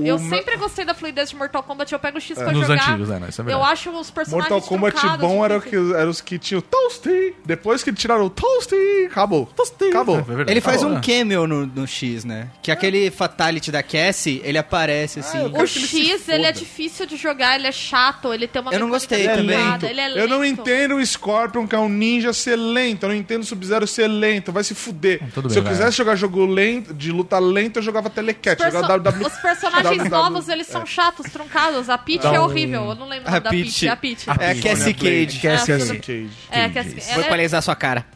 Speaker 4: O
Speaker 5: eu
Speaker 4: me-
Speaker 5: sempre gostei da fluidez de Mortal Kombat. Eu pego o X pra
Speaker 2: Nos
Speaker 5: jogar.
Speaker 2: antigos, é, né? Isso é
Speaker 5: eu
Speaker 2: verdade.
Speaker 5: acho os personagens
Speaker 4: Mortal Kombat
Speaker 5: truncados, tipo,
Speaker 4: bom era, o que,
Speaker 5: difíceis.
Speaker 4: era os que tinham Toasty. Depois que tiraram o Toasty, acabou.
Speaker 2: Toasty.
Speaker 4: Acabou.
Speaker 2: É verdade.
Speaker 6: Ele faz
Speaker 2: Tá bom,
Speaker 6: um
Speaker 2: né?
Speaker 6: cameo no, no X, né? Que aquele fatality da Cassie, ele aparece assim.
Speaker 4: eu
Speaker 5: É. O
Speaker 4: quero que ele se
Speaker 5: X, ele é
Speaker 4: foda.
Speaker 5: difícil de jogar, ele é chato, ele tem uma
Speaker 6: Eu não
Speaker 5: mecânica
Speaker 6: gostei também.
Speaker 5: truncada, Ele é lento.
Speaker 4: Eu não entendo o Scorpion, que é um ninja ser lento. Eu não entendo o Sub-Zero ser lento. Vai se fuder.
Speaker 2: Tudo
Speaker 4: Se
Speaker 2: bem,
Speaker 4: eu
Speaker 2: vai.
Speaker 4: quisesse jogar jogo lento, de luta lenta, eu jogava Telecat.
Speaker 5: Perso-
Speaker 4: Jogava WW.
Speaker 5: Os personagens
Speaker 4: WW.
Speaker 5: novos, eles são chatos, truncados. A Peach
Speaker 4: um-
Speaker 5: é horrível. Eu não lembro o
Speaker 6: A
Speaker 5: nome da Peach.
Speaker 6: Peach.
Speaker 5: É a Peach.
Speaker 6: É a
Speaker 2: né?
Speaker 6: Cassie Cage.
Speaker 2: Quer
Speaker 5: Ah,
Speaker 2: ser
Speaker 5: tudo
Speaker 2: assim.
Speaker 5: bem.
Speaker 4: Cage.
Speaker 5: É, que assim,
Speaker 6: Foi
Speaker 5: ela é,
Speaker 6: equalizar sua cara.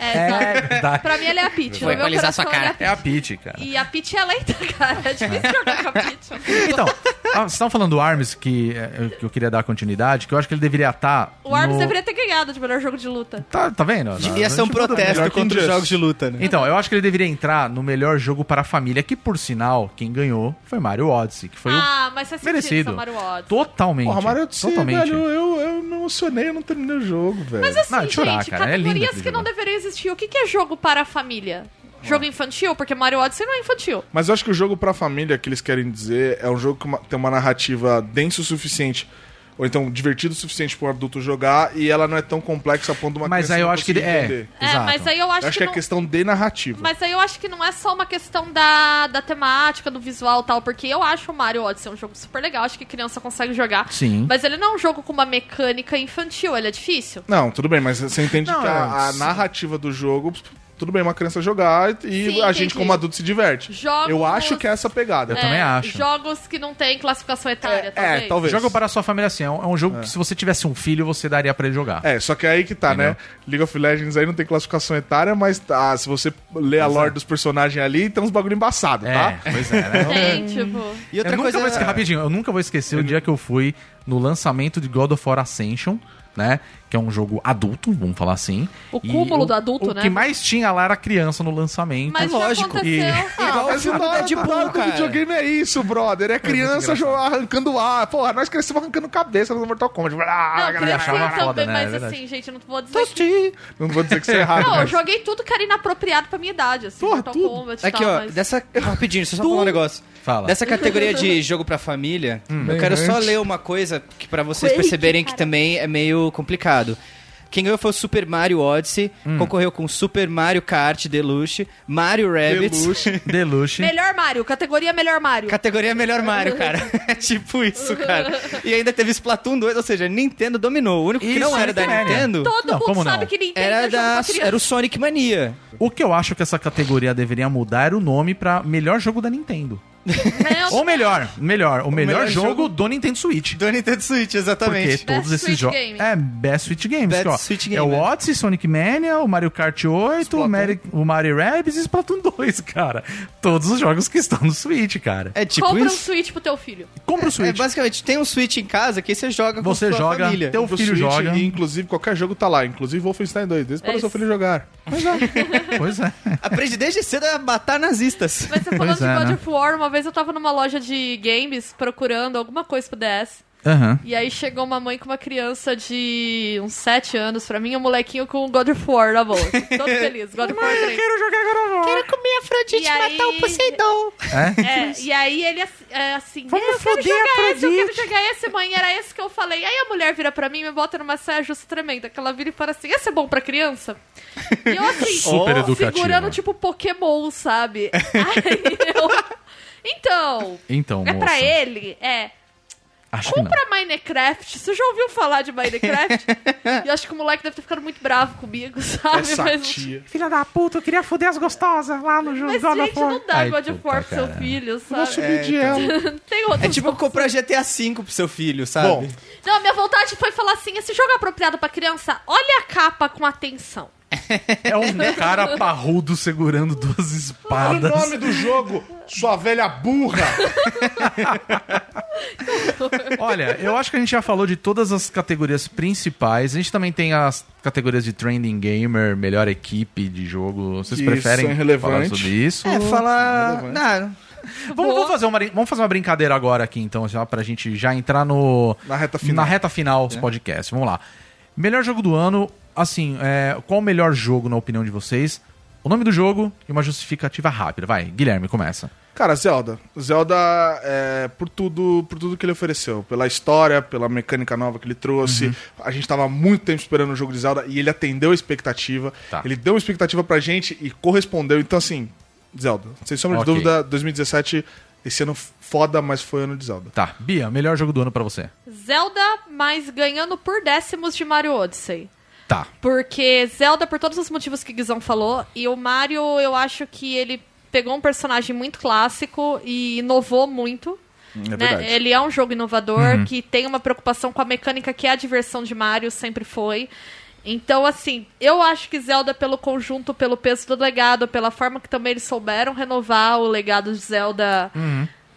Speaker 5: é,
Speaker 2: É
Speaker 5: exato.
Speaker 2: verdade.
Speaker 5: Pra mim, ela é a
Speaker 6: Vou
Speaker 5: Peach. no meu
Speaker 6: equalizar
Speaker 5: coração,
Speaker 6: sua
Speaker 5: ela é a
Speaker 6: cara.
Speaker 2: É a Peach, cara.
Speaker 5: E a Peach é lenta, cara. É difícil jogar com a Peach.
Speaker 2: Então, ah, vocês estão falando do Arms, que, eh, que eu queria dar continuidade, que eu acho que ele deveria estar.
Speaker 5: O Arms
Speaker 2: no...
Speaker 5: deveria ter ganhado de melhor jogo de luta.
Speaker 2: Tá, tá vendo?
Speaker 6: Devia
Speaker 2: Não,
Speaker 6: ser um
Speaker 2: não te muda
Speaker 6: protesto
Speaker 4: melhor que
Speaker 6: contra os
Speaker 4: Injustice.
Speaker 6: jogos de luta, né?
Speaker 2: Então, eu acho que ele deveria entrar no melhor jogo para a família, que por sinal, quem ganhou foi Mario Odyssey, que foi
Speaker 5: Ah, mas faz
Speaker 2: o
Speaker 5: sentido,
Speaker 2: merecido.
Speaker 5: seu Mario Odyssey.
Speaker 2: Totalmente.
Speaker 4: Porra, Mario Odyssey, é
Speaker 2: totalmente.
Speaker 4: velho, eu, eu me emocionei, eu não terminei o jogo, velho.
Speaker 5: Mas assim,
Speaker 2: Não, é de chorar,
Speaker 5: gente,
Speaker 2: cara, é lindo
Speaker 5: categorias
Speaker 2: aquele
Speaker 5: que
Speaker 2: jogo.
Speaker 5: não deveriam existir. O que que é jogo para a família? Jogo infantil, porque Mario Odyssey não é infantil.
Speaker 4: Mas eu acho que o jogo pra família que eles querem dizer é um jogo que uma- tem uma narrativa densa o suficiente. Ou então divertido o suficiente para um adulto jogar e ela não é tão complexa a ponto de uma
Speaker 2: Mas
Speaker 4: criança
Speaker 2: aí eu
Speaker 4: não
Speaker 2: acho que
Speaker 4: conseguir
Speaker 2: ele- é.
Speaker 4: entender.
Speaker 5: É,
Speaker 3: Exato.
Speaker 5: mas aí eu acho,
Speaker 4: Eu acho
Speaker 5: que,
Speaker 4: que é
Speaker 5: não...
Speaker 4: questão de narrativa.
Speaker 5: Mas aí eu acho que não é só uma questão da, da temática, do visual e tal, porque eu acho o Mario Odyssey um jogo super legal, acho que criança consegue jogar.
Speaker 2: Sim.
Speaker 5: Mas ele não é um jogo com uma mecânica infantil, ele é difícil.
Speaker 4: Não, tudo bem, mas você entende
Speaker 2: Não,
Speaker 4: que a,
Speaker 2: é,
Speaker 4: a
Speaker 2: sim.
Speaker 4: narrativa do jogo, tudo bem é uma criança jogar e
Speaker 5: Sim,
Speaker 4: a gente
Speaker 5: entendi.
Speaker 4: como adulto se diverte.
Speaker 5: Jogos-
Speaker 4: Eu acho que é essa pegada.
Speaker 2: É. também acho.
Speaker 5: Jogos que não tem classificação etária,
Speaker 4: É,
Speaker 5: talvez.
Speaker 4: é, talvez.
Speaker 2: Jogo para a sua família assim. É um é um jogo que se você tivesse um filho, você daria pra ele jogar.
Speaker 4: É, só que aí que tá, né? League of Legends aí não tem classificação etária, mas tá, se você lê a lore dos personagens ali, tem uns bagulho embaçado, tá?
Speaker 2: É, pois é. né?
Speaker 5: Tem, tipo...
Speaker 6: E outra
Speaker 2: eu nunca
Speaker 6: coisa... é-
Speaker 2: vou esquecer, rapidinho, eu nunca vou esquecer o dia que eu fui no lançamento de God of War Ascension, né? Que é um jogo adulto, vamos falar assim.
Speaker 5: O
Speaker 2: E
Speaker 5: cúmulo
Speaker 2: o-
Speaker 5: do adulto,
Speaker 2: o
Speaker 5: né?
Speaker 2: que mais tinha lá era criança no lançamento.
Speaker 5: Mas já
Speaker 6: lógico.
Speaker 5: aconteceu. Ah,
Speaker 6: Igual o
Speaker 4: Mas É o
Speaker 6: filme do
Speaker 4: da de
Speaker 6: Deadpool, cara.
Speaker 4: videogame é isso, brother. É criança jo- arrancando ar. Porra, nós crescemos arrancando cabeça no Mortal Kombat.
Speaker 5: Não,
Speaker 4: Ah,
Speaker 5: cresceu
Speaker 4: galera.
Speaker 2: achava
Speaker 5: também,
Speaker 2: foda, né? É
Speaker 5: mas
Speaker 2: verdade.
Speaker 5: assim, gente, eu não vou dizer... que-
Speaker 4: Não vou dizer que isso é errado,
Speaker 5: Não, eu
Speaker 4: mas...
Speaker 5: joguei tudo que era inapropriado pra minha idade, assim.
Speaker 4: Porra,
Speaker 5: Mortal
Speaker 4: tudo.
Speaker 5: Kombat e
Speaker 6: Aqui,
Speaker 5: tal,
Speaker 6: ó,
Speaker 5: Tá, mas-
Speaker 6: dessa... Rapidinho, deixa eu só falar um negócio.
Speaker 2: Fala.
Speaker 6: Dessa categoria de jogo pra família,
Speaker 2: Hum.
Speaker 6: eu quero só ler uma coisa que para vocês
Speaker 5: Quake,
Speaker 6: perceberem que
Speaker 5: cara.
Speaker 6: também é meio complicado. Quem ganhou foi o Super Mario Odyssey,
Speaker 2: Hum.
Speaker 6: concorreu com Super Mario Kart Deluxe, Mario Rabbids,
Speaker 4: Peluche.
Speaker 2: Deluxe.
Speaker 5: Melhor Mario, categoria Melhor Mario.
Speaker 6: Categoria Melhor Mario, cara. É tipo isso, cara. E ainda teve Splatoon 2, ou seja, Nintendo dominou. O único que
Speaker 2: Isso,
Speaker 6: não era da
Speaker 2: Nintendo.
Speaker 6: Nintendo
Speaker 5: Todo
Speaker 2: Não, como
Speaker 5: mundo sabe
Speaker 2: não?
Speaker 5: que Nintendo é
Speaker 6: era,
Speaker 5: jogo pra
Speaker 6: da,
Speaker 5: criança.
Speaker 6: era o Sonic Mania.
Speaker 2: O que eu acho que essa categoria deveria mudar era o nome pra melhor jogo da Nintendo.
Speaker 5: Não,
Speaker 2: Ou melhor, melhor, o melhor,
Speaker 6: melhor
Speaker 2: jogo,
Speaker 6: jogo-
Speaker 2: do Nintendo Switch.
Speaker 6: Do Nintendo Switch,
Speaker 2: Porque
Speaker 6: exatamente.
Speaker 2: todos esses
Speaker 5: Switch
Speaker 2: jogos.
Speaker 5: Game.
Speaker 2: É, Best Switch Games.
Speaker 6: Best
Speaker 2: que, ó,
Speaker 6: Switch
Speaker 2: é
Speaker 6: Game,
Speaker 2: o
Speaker 6: né?
Speaker 2: Odyssey, Sonic Mania, o Mario Kart 8, o Mario, o Mario Rabbids e Splatoon 2, cara. Todos os jogos que estão no Switch, cara.
Speaker 6: É tipo
Speaker 5: compra um
Speaker 6: isso.
Speaker 5: Switch pro teu filho.
Speaker 2: Compra o
Speaker 6: É,
Speaker 2: Switch.
Speaker 6: basicamente, tem um Switch em casa que você joga com
Speaker 2: Você
Speaker 6: sua
Speaker 2: joga,
Speaker 6: família.
Speaker 2: teu
Speaker 4: O
Speaker 2: filho
Speaker 4: Switch,
Speaker 2: joga.
Speaker 4: e, inclusive, qualquer jogo tá lá. Inclusive, Wolfenstein 2. Deixa para
Speaker 5: É
Speaker 4: seu
Speaker 5: isso.
Speaker 4: filho jogar.
Speaker 2: Pois é.
Speaker 6: Aprende desde cedo a matar nazistas.
Speaker 5: Mas você falando
Speaker 2: Pois é,
Speaker 5: de God
Speaker 2: né?
Speaker 5: of War, uma vez eu tava numa loja de games procurando alguma coisa pro DS.
Speaker 2: Aham.
Speaker 5: E aí chegou uma mãe com uma criança de uns 7 anos pra mim, um molequinho com o God of War na boa. Todo feliz, God of War 3.
Speaker 2: Quero jogar agora Quero
Speaker 5: E aí,
Speaker 2: É?
Speaker 5: é, e aí ele ass- é, assim, "É, eu quero jogar esse, eu quero jogar esse, mãe. Era esse que eu falei. Aí a mulher vira pra mim e me bota numa saia justa tremenda. Que ela vira e fala assim, esse é bom pra criança? E eu assim,
Speaker 2: Super
Speaker 5: ó,
Speaker 2: educativa.
Speaker 5: segurando tipo Pokémon, sabe? Aí eu... Então,
Speaker 2: Então,
Speaker 5: é
Speaker 2: moça.
Speaker 5: pra ele? É.
Speaker 2: Acho que não.
Speaker 5: Compra Minecraft. Você já ouviu falar de Minecraft? e eu acho que o moleque deve ter ficado muito bravo comigo,
Speaker 2: É
Speaker 5: sabe?
Speaker 4: Essa
Speaker 5: Mas,
Speaker 4: tia.
Speaker 2: Filha da puta, eu queria foder as gostosas lá no jogo
Speaker 5: mas gente, não dá
Speaker 2: Ai,
Speaker 5: God of
Speaker 2: puta,
Speaker 5: War pro seu
Speaker 2: cara.
Speaker 5: filho,
Speaker 4: Vou
Speaker 5: sabe?
Speaker 4: subir de ela.
Speaker 5: Tem outro.
Speaker 6: É tipo comprar GTA V pro seu filho, sabe?
Speaker 4: Bom,
Speaker 5: Não, a minha vontade foi falar assim: esse jogo é apropriado pra criança? Olha a capa com atenção.
Speaker 2: É um cara parrudo segurando duas
Speaker 4: olha o
Speaker 2: espadas.
Speaker 4: nome do jogo. Sua velha burra.
Speaker 2: Olha, eu acho que a gente já falou de todas as categorias principais. A gente também tem as categorias de trending gamer, melhor equipe de jogo. Vocês
Speaker 4: Que
Speaker 2: preferem
Speaker 4: são irrelevantes.
Speaker 2: falar sobre isso?
Speaker 6: É, falar... Não,
Speaker 2: Vamos, vamos fazer uma, vamos fazer uma brincadeira agora aqui, então, já pra gente já entrar no...
Speaker 4: Na reta final. É.
Speaker 2: Na reta final dos podcasts. Vamos lá. Melhor jogo do ano, assim, é, qual o melhor jogo, na opinião de vocês? O nome do jogo e uma justificativa rápida. Vai, Guilherme, começa.
Speaker 4: Cara, Zelda. Zelda é, por tudo, por tudo que ele ofereceu, pela história, pela mecânica nova que ele trouxe. A gente tava há muito tempo esperando o jogo de Zelda e ele atendeu a expectativa.
Speaker 2: Tá.
Speaker 4: Ele deu uma expectativa pra gente e correspondeu. Então assim, Zelda, sem sombra
Speaker 2: Ok.
Speaker 4: de dúvida, 2017 esse ano foda, mas foi ano de Zelda.
Speaker 2: Tá, Bia, melhor jogo do ano pra você.
Speaker 5: Zelda, mas ganhando por décimos de Mario Odyssey.
Speaker 2: Tá.
Speaker 5: Porque Zelda, por todos os motivos que Guizão falou, e o Mario, eu acho que ele pegou um personagem muito clássico e inovou muito.
Speaker 4: É
Speaker 5: né?
Speaker 4: verdade. Uhum.
Speaker 5: Ele é um jogo inovador que tem uma preocupação com a mecânica que é a diversão de Mario, sempre foi. Então, assim, eu acho que Zelda, pelo conjunto, pelo peso do legado, pela forma que também eles souberam renovar o legado de Zelda,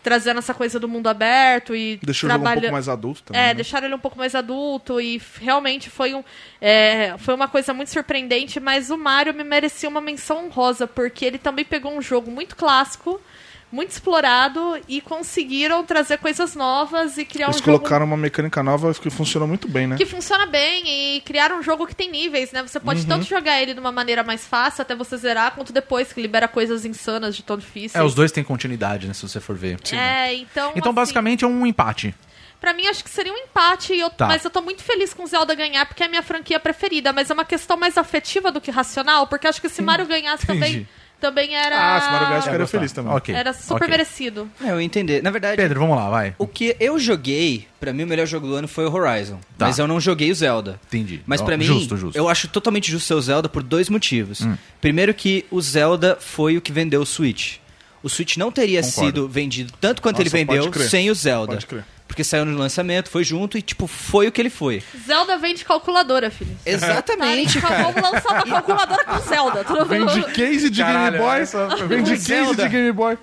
Speaker 5: trazendo essa coisa do mundo aberto e
Speaker 4: Deixou Uhum. o jogo um
Speaker 5: trabalha-
Speaker 4: pouco mais adulto também.
Speaker 5: é,
Speaker 4: né?
Speaker 5: deixaram ele um pouco mais adulto e f- realmente foi, um, é, foi uma coisa muito surpreendente, mas o Mario me merecia uma menção honrosa, porque ele também pegou um jogo muito clássico, muito explorado e conseguiram trazer coisas novas e criar
Speaker 4: Eles
Speaker 5: um jogo
Speaker 4: colocaram uma mecânica nova É que funcionou muito bem, né?
Speaker 5: que funciona bem e criar um jogo que tem níveis, né? Você
Speaker 4: Uhum.
Speaker 5: pode tanto jogar ele de uma maneira mais fácil até você zerar, quanto depois que libera coisas insanas de tão difícil.
Speaker 2: É, os dois têm continuidade, né? Se você for ver.
Speaker 5: É, então.
Speaker 2: Então,
Speaker 5: assim,
Speaker 2: basicamente, é um empate.
Speaker 5: Pra mim, acho que seria um empate, e eu-
Speaker 2: Tá.
Speaker 5: mas eu tô muito feliz com o Zelda ganhar, porque é a minha franquia preferida, mas é uma questão mais afetiva do que racional, porque acho que se Mario ganhasse também,
Speaker 2: Entendi.
Speaker 5: também era.
Speaker 4: Ah, se Mario ganhasse,
Speaker 2: Ia
Speaker 4: Ficaria
Speaker 2: gostar.
Speaker 4: feliz também.
Speaker 2: Ok,
Speaker 5: Era super
Speaker 2: ok.
Speaker 5: merecido.
Speaker 3: É, eu entender. Na verdade,
Speaker 2: Pedro, vamos lá, vai. Um
Speaker 3: o que eu joguei, pra mim o melhor jogo do ano foi o Horizon.
Speaker 2: Tá.
Speaker 3: Mas eu não joguei o Zelda.
Speaker 2: Entendi.
Speaker 3: Mas
Speaker 2: Ó,
Speaker 3: pra mim,
Speaker 2: justo, justo.
Speaker 3: eu acho totalmente justo ser o Zelda por dois motivos. Primeiro que o Zelda foi o que vendeu o Switch. O Switch não teria
Speaker 2: Concordo.
Speaker 3: sido vendido tanto quanto
Speaker 4: Nossa,
Speaker 3: ele vendeu
Speaker 4: pode crer.
Speaker 3: sem o Zelda.
Speaker 4: Pode crer.
Speaker 3: Porque saiu no lançamento, foi junto e, tipo, foi o que ele foi.
Speaker 5: Zelda vem de calculadora, filho.
Speaker 3: Exatamente,
Speaker 5: Tá,
Speaker 3: cara.
Speaker 5: Vamos lançar uma calculadora com Zelda. tudo bem?
Speaker 4: Vende case de
Speaker 2: Caralho,
Speaker 4: Game Boy.
Speaker 2: essa foi
Speaker 4: Vende
Speaker 3: boa.
Speaker 4: case
Speaker 3: Zelda.
Speaker 4: de Game Boy.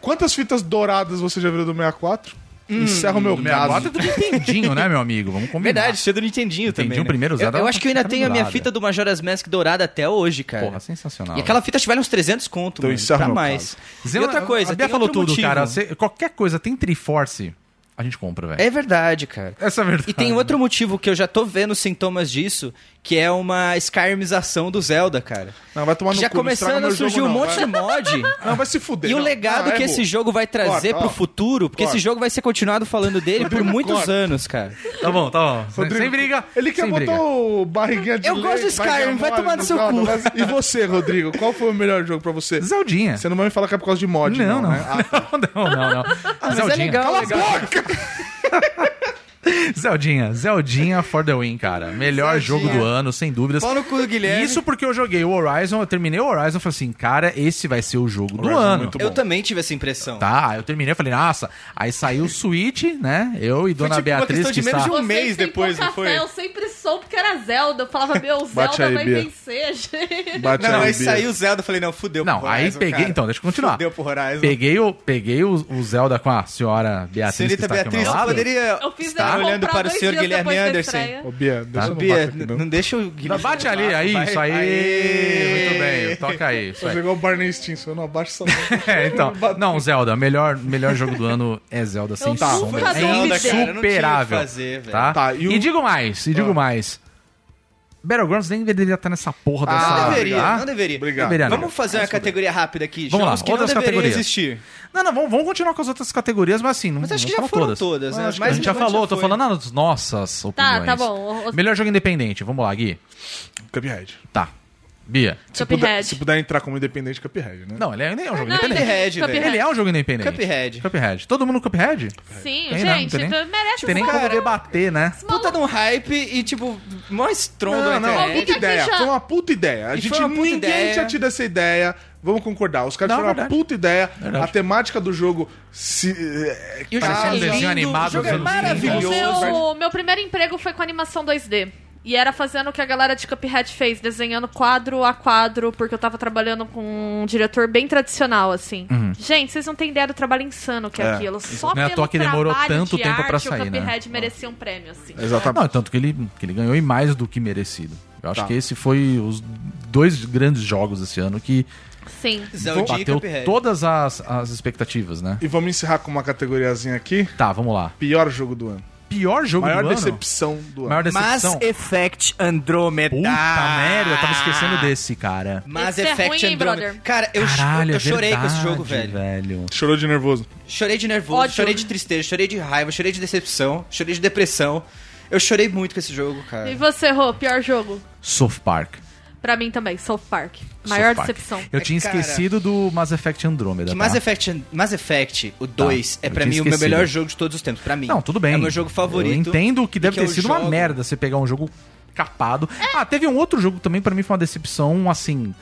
Speaker 4: Quantas fitas douradas você já viu do 64? Encerra o meu
Speaker 2: Minha
Speaker 4: caso.
Speaker 2: bota é do Nintendinho, né, meu amigo? Vamos combinar.
Speaker 3: Verdade, cheio do Nintendinho também.
Speaker 2: Nintendinho
Speaker 3: né?
Speaker 2: primeiro usado,
Speaker 4: é
Speaker 3: Eu, eu acho que eu ainda
Speaker 2: cara,
Speaker 3: tenho a minha
Speaker 2: dourada.
Speaker 3: fita do Majora's Mask dourada até hoje, cara.
Speaker 4: assim,
Speaker 2: Porra, sensacional.
Speaker 3: E aquela fita acho que vale uns 300 conto,
Speaker 4: Então
Speaker 3: mano,
Speaker 4: encerra
Speaker 3: pra
Speaker 4: meu
Speaker 3: mais.
Speaker 2: Zé,
Speaker 3: e outra coisa,
Speaker 2: a Bia
Speaker 3: tem
Speaker 2: falou
Speaker 3: outro
Speaker 2: tudo,
Speaker 3: motivo.
Speaker 2: cara. Você- qualquer coisa tem Triforce, a gente compra, velho.
Speaker 3: É verdade, cara.
Speaker 2: Essa é a verdade.
Speaker 3: E tem outro motivo que eu já tô vendo sintomas disso, que é uma Skyrimização do Zelda, cara.
Speaker 4: Não, vai tomar no
Speaker 3: Já
Speaker 4: cu, não estraga
Speaker 3: começando a
Speaker 4: meu jogo,
Speaker 3: surgir um
Speaker 4: não,
Speaker 3: monte
Speaker 4: vai.
Speaker 3: de mod.
Speaker 4: Não, vai se fuder.
Speaker 3: E o
Speaker 4: não.
Speaker 3: legado
Speaker 4: Ah,
Speaker 3: que
Speaker 4: errou.
Speaker 3: esse jogo vai trazer
Speaker 4: Corta,
Speaker 3: pro
Speaker 4: ó.
Speaker 3: futuro, porque
Speaker 4: Corta.
Speaker 3: esse jogo vai ser continuado falando dele por muitos
Speaker 4: Corta.
Speaker 3: anos, cara.
Speaker 2: Tá bom, tá bom. Sem-
Speaker 4: Rodrigo,
Speaker 2: sem briga.
Speaker 4: Ele que
Speaker 2: sem briga.
Speaker 4: botou o barriguinha de
Speaker 3: Eu
Speaker 4: leite,
Speaker 3: gosto de Skyrim,
Speaker 4: barriguinha
Speaker 3: vai
Speaker 4: mole,
Speaker 3: tomar no
Speaker 4: não
Speaker 3: seu
Speaker 4: gosta,
Speaker 3: cu.
Speaker 4: mas- E você, Rodrigo, qual foi o melhor jogo pra você?
Speaker 2: Zeldinha.
Speaker 4: Você não vai me falar que é por causa de mod, não,
Speaker 2: Não, não.
Speaker 4: né? Ah,
Speaker 2: Não, não, não.
Speaker 3: tá. Mas é legal, legal.
Speaker 2: Zeldinha, Zeldinha for the win, cara. Melhor jogo do ano, sem dúvidas.
Speaker 3: Pau no cu do Guilherme.
Speaker 2: Isso porque eu joguei o Horizon, eu terminei o Horizon e falei assim, cara, esse vai ser o jogo do
Speaker 4: Horizon é
Speaker 2: ano.
Speaker 4: muito
Speaker 3: Eu também tive essa impressão.
Speaker 2: Tá, eu terminei, eu falei, nossa, aí saiu o Switch, né? Eu e Dona
Speaker 3: tipo uma
Speaker 2: Beatriz
Speaker 3: questão
Speaker 2: que
Speaker 3: de menos
Speaker 2: está...
Speaker 3: de um-
Speaker 5: Vocês
Speaker 3: mês
Speaker 5: têm
Speaker 3: depois,
Speaker 5: pouco
Speaker 3: não foi?
Speaker 5: café, Eu sempre soube que era Zelda. Eu falava, meu,
Speaker 4: Bate
Speaker 5: Zelda
Speaker 4: aí,
Speaker 5: vai
Speaker 4: Bia.
Speaker 5: vencer, gente.
Speaker 4: Bate
Speaker 3: Não,
Speaker 4: aí,
Speaker 3: aí
Speaker 4: Bia.
Speaker 3: saiu o Zelda, eu falei, não, fudeu
Speaker 2: Não,
Speaker 3: pro
Speaker 2: aí
Speaker 3: Horizon,
Speaker 2: peguei,
Speaker 3: cara.
Speaker 2: então, deixa eu continuar.
Speaker 3: Fudeu pro Horizon.
Speaker 2: Peguei, o, peguei o, o Zelda com a senhora Beatriz que
Speaker 3: Senhorita
Speaker 2: está aqui ao
Speaker 3: Beatriz,
Speaker 2: meu
Speaker 3: você
Speaker 2: lado.
Speaker 3: poderia
Speaker 5: Eu fiz
Speaker 3: estar
Speaker 5: ele
Speaker 3: Tá olhando
Speaker 5: comprar
Speaker 3: para o
Speaker 5: dois
Speaker 3: senhor
Speaker 5: dias
Speaker 3: Guilherme
Speaker 5: depois da
Speaker 3: Anderson.
Speaker 5: estreia.
Speaker 4: Ô, Bia, deixa
Speaker 3: Tá?
Speaker 4: eu não
Speaker 3: Bia,
Speaker 4: bater aqui,
Speaker 3: n-
Speaker 4: não.
Speaker 3: não deixa o Guilherme.
Speaker 2: Bate ali,
Speaker 3: Vai,
Speaker 2: aí,
Speaker 3: vai,
Speaker 2: isso aí.
Speaker 3: aê.
Speaker 2: Muito bem, toca aí. Isso
Speaker 4: Fazer
Speaker 2: aí.
Speaker 4: igual o Barney Stinson, eu não abaixo essa mão.
Speaker 2: É, então.
Speaker 3: um
Speaker 2: Não, Zelda, melhor, melhor jogo do ano é Zelda,
Speaker 3: Então
Speaker 2: sem
Speaker 3: tá,
Speaker 5: nunca
Speaker 2: sombra. É
Speaker 3: um
Speaker 5: duvidei.
Speaker 2: insuperável.
Speaker 3: Não tinha o que fazer, velho.
Speaker 2: tá?
Speaker 4: Tá, e
Speaker 2: e,
Speaker 4: o-
Speaker 2: digo mais, e digo
Speaker 4: Ah.
Speaker 2: mais. Battlegrounds nem deveria estar nessa porra
Speaker 4: Ah,
Speaker 2: dessa.
Speaker 3: Não deveria,
Speaker 2: tá?
Speaker 3: não deveria.
Speaker 4: Obrigado.
Speaker 2: Deveria, não.
Speaker 3: Vamos fazer uma categoria rápida aqui.
Speaker 2: Vamos lá,
Speaker 3: Jogos que não
Speaker 2: outras
Speaker 3: deveriam
Speaker 2: categorias.
Speaker 3: existir.
Speaker 2: Não, não, vamos, vamos continuar com as outras categorias, mas assim, não
Speaker 3: Mas acho
Speaker 2: não
Speaker 3: que já
Speaker 2: fala
Speaker 3: foram
Speaker 2: todas.
Speaker 3: todas, né?
Speaker 4: acho que
Speaker 2: A
Speaker 3: Mais
Speaker 2: gente já
Speaker 3: relevante
Speaker 2: falou, tô
Speaker 3: foi.
Speaker 2: falando nas nossas opiniões.
Speaker 5: tá bom. O- o-
Speaker 2: Melhor jogo independente, vamos lá, Gui.
Speaker 4: Cuphead.
Speaker 2: Tá. Bia.
Speaker 4: Se
Speaker 5: Cuphead.
Speaker 4: puder, se puder entrar como independente, Cuphead, né?
Speaker 2: Não, ele ainda é um jogo
Speaker 5: Não,
Speaker 2: independente.
Speaker 3: Cuphead,
Speaker 5: Cuphead.
Speaker 3: velho.
Speaker 2: Ele é um jogo independente.
Speaker 3: Cuphead.
Speaker 2: Cuphead. Todo mundo Cuphead?
Speaker 5: Sim,
Speaker 2: Tem, né? Não
Speaker 5: gente,
Speaker 2: tem nem-
Speaker 5: merece
Speaker 2: Não
Speaker 5: um
Speaker 2: tem nem como
Speaker 3: cara-
Speaker 2: debater, né?
Speaker 3: Puta de um hype e, tipo, mó estrondo na
Speaker 4: Não, não,
Speaker 5: Alguém
Speaker 3: internet.
Speaker 4: puta
Speaker 5: aqui
Speaker 4: ideia.
Speaker 5: já-
Speaker 4: Foi uma puta ideia. A
Speaker 3: E
Speaker 4: gente,
Speaker 3: foi uma puta
Speaker 4: ninguém
Speaker 3: ideia.
Speaker 4: tinha tido essa ideia. Vamos concordar. Os caras
Speaker 2: Não,
Speaker 4: tiveram uma
Speaker 2: verdade.
Speaker 4: puta ideia.
Speaker 2: Verdade.
Speaker 4: A temática do jogo se. é,
Speaker 3: E o
Speaker 2: Parecia um
Speaker 3: jogo é
Speaker 2: desenho
Speaker 3: lindo,
Speaker 2: animado
Speaker 3: o jogo é
Speaker 2: dos anos 30.
Speaker 5: O
Speaker 3: maravilhoso.
Speaker 2: né?
Speaker 5: meu, meu primeiro emprego foi com animação 2D. E era fazendo o que a galera de Cuphead fez, desenhando quadro a quadro, porque eu tava trabalhando com um diretor bem tradicional, assim. Gente, vocês não têm ideia do trabalho insano que é,
Speaker 4: É,
Speaker 5: aquilo. Só
Speaker 2: Não Uhum. é à
Speaker 5: pelo
Speaker 2: toa que demorou
Speaker 5: trabalho
Speaker 2: tanto
Speaker 5: de
Speaker 2: tempo pra
Speaker 5: arte,
Speaker 2: sair,
Speaker 5: o
Speaker 2: né?
Speaker 5: Cuphead merecia um prêmio, assim.
Speaker 4: Exatamente.
Speaker 2: Não, tanto que ele, que ele ganhou e mais do que merecido. Eu acho
Speaker 4: Tá.
Speaker 2: que esse foi os dois grandes jogos esse ano que
Speaker 5: Sim.
Speaker 3: Zelda e
Speaker 2: bateu
Speaker 3: Cuphead.
Speaker 2: todas as, as expectativas, né?
Speaker 4: E vamos encerrar com uma categoriazinha aqui.
Speaker 2: Tá, vamos lá.
Speaker 4: Pior jogo do ano.
Speaker 2: Pior jogo
Speaker 4: Maior
Speaker 2: do ano?
Speaker 4: decepção do ano.
Speaker 2: Maior
Speaker 3: Mass
Speaker 2: decepção?
Speaker 3: é Effect Andromeda.
Speaker 2: Puta merda, eu tava esquecendo desse, cara.
Speaker 3: Mass
Speaker 5: Esse é
Speaker 3: Effect
Speaker 5: ruim, hein,
Speaker 3: Andromeda.
Speaker 5: brother?
Speaker 3: Cara, eu,
Speaker 2: Caralho,
Speaker 3: eu
Speaker 2: é
Speaker 3: chorei com esse
Speaker 2: verdade,
Speaker 3: jogo, velho.
Speaker 4: Chorou de nervoso.
Speaker 3: Chorei de nervoso,
Speaker 5: Ódio.
Speaker 3: chorei de tristeza, chorei de raiva, chorei de decepção, chorei de depressão. Eu chorei muito com esse jogo, cara.
Speaker 5: E você, Rô, pior jogo?
Speaker 2: South Park.
Speaker 5: Pra mim também, South Park. Maior
Speaker 2: South Park.
Speaker 5: decepção.
Speaker 2: Eu tinha
Speaker 3: Cara,
Speaker 2: esquecido do Mass Effect Andromeda.
Speaker 3: Que Mass
Speaker 2: tá?
Speaker 3: Effect, Mass Effect, o 2, é
Speaker 2: eu
Speaker 3: pra
Speaker 2: tinha
Speaker 3: mim o meu
Speaker 2: esquecido.
Speaker 3: melhor jogo de todos os tempos, pra mim.
Speaker 2: Não, tudo bem.
Speaker 3: É o meu jogo favorito.
Speaker 2: Eu entendo que
Speaker 3: e
Speaker 2: deve ter
Speaker 3: eu
Speaker 2: sido uma
Speaker 3: jogo.
Speaker 2: merda você pegar um jogo capado. Ah, teve um outro jogo também, pra mim foi uma decepção, assim,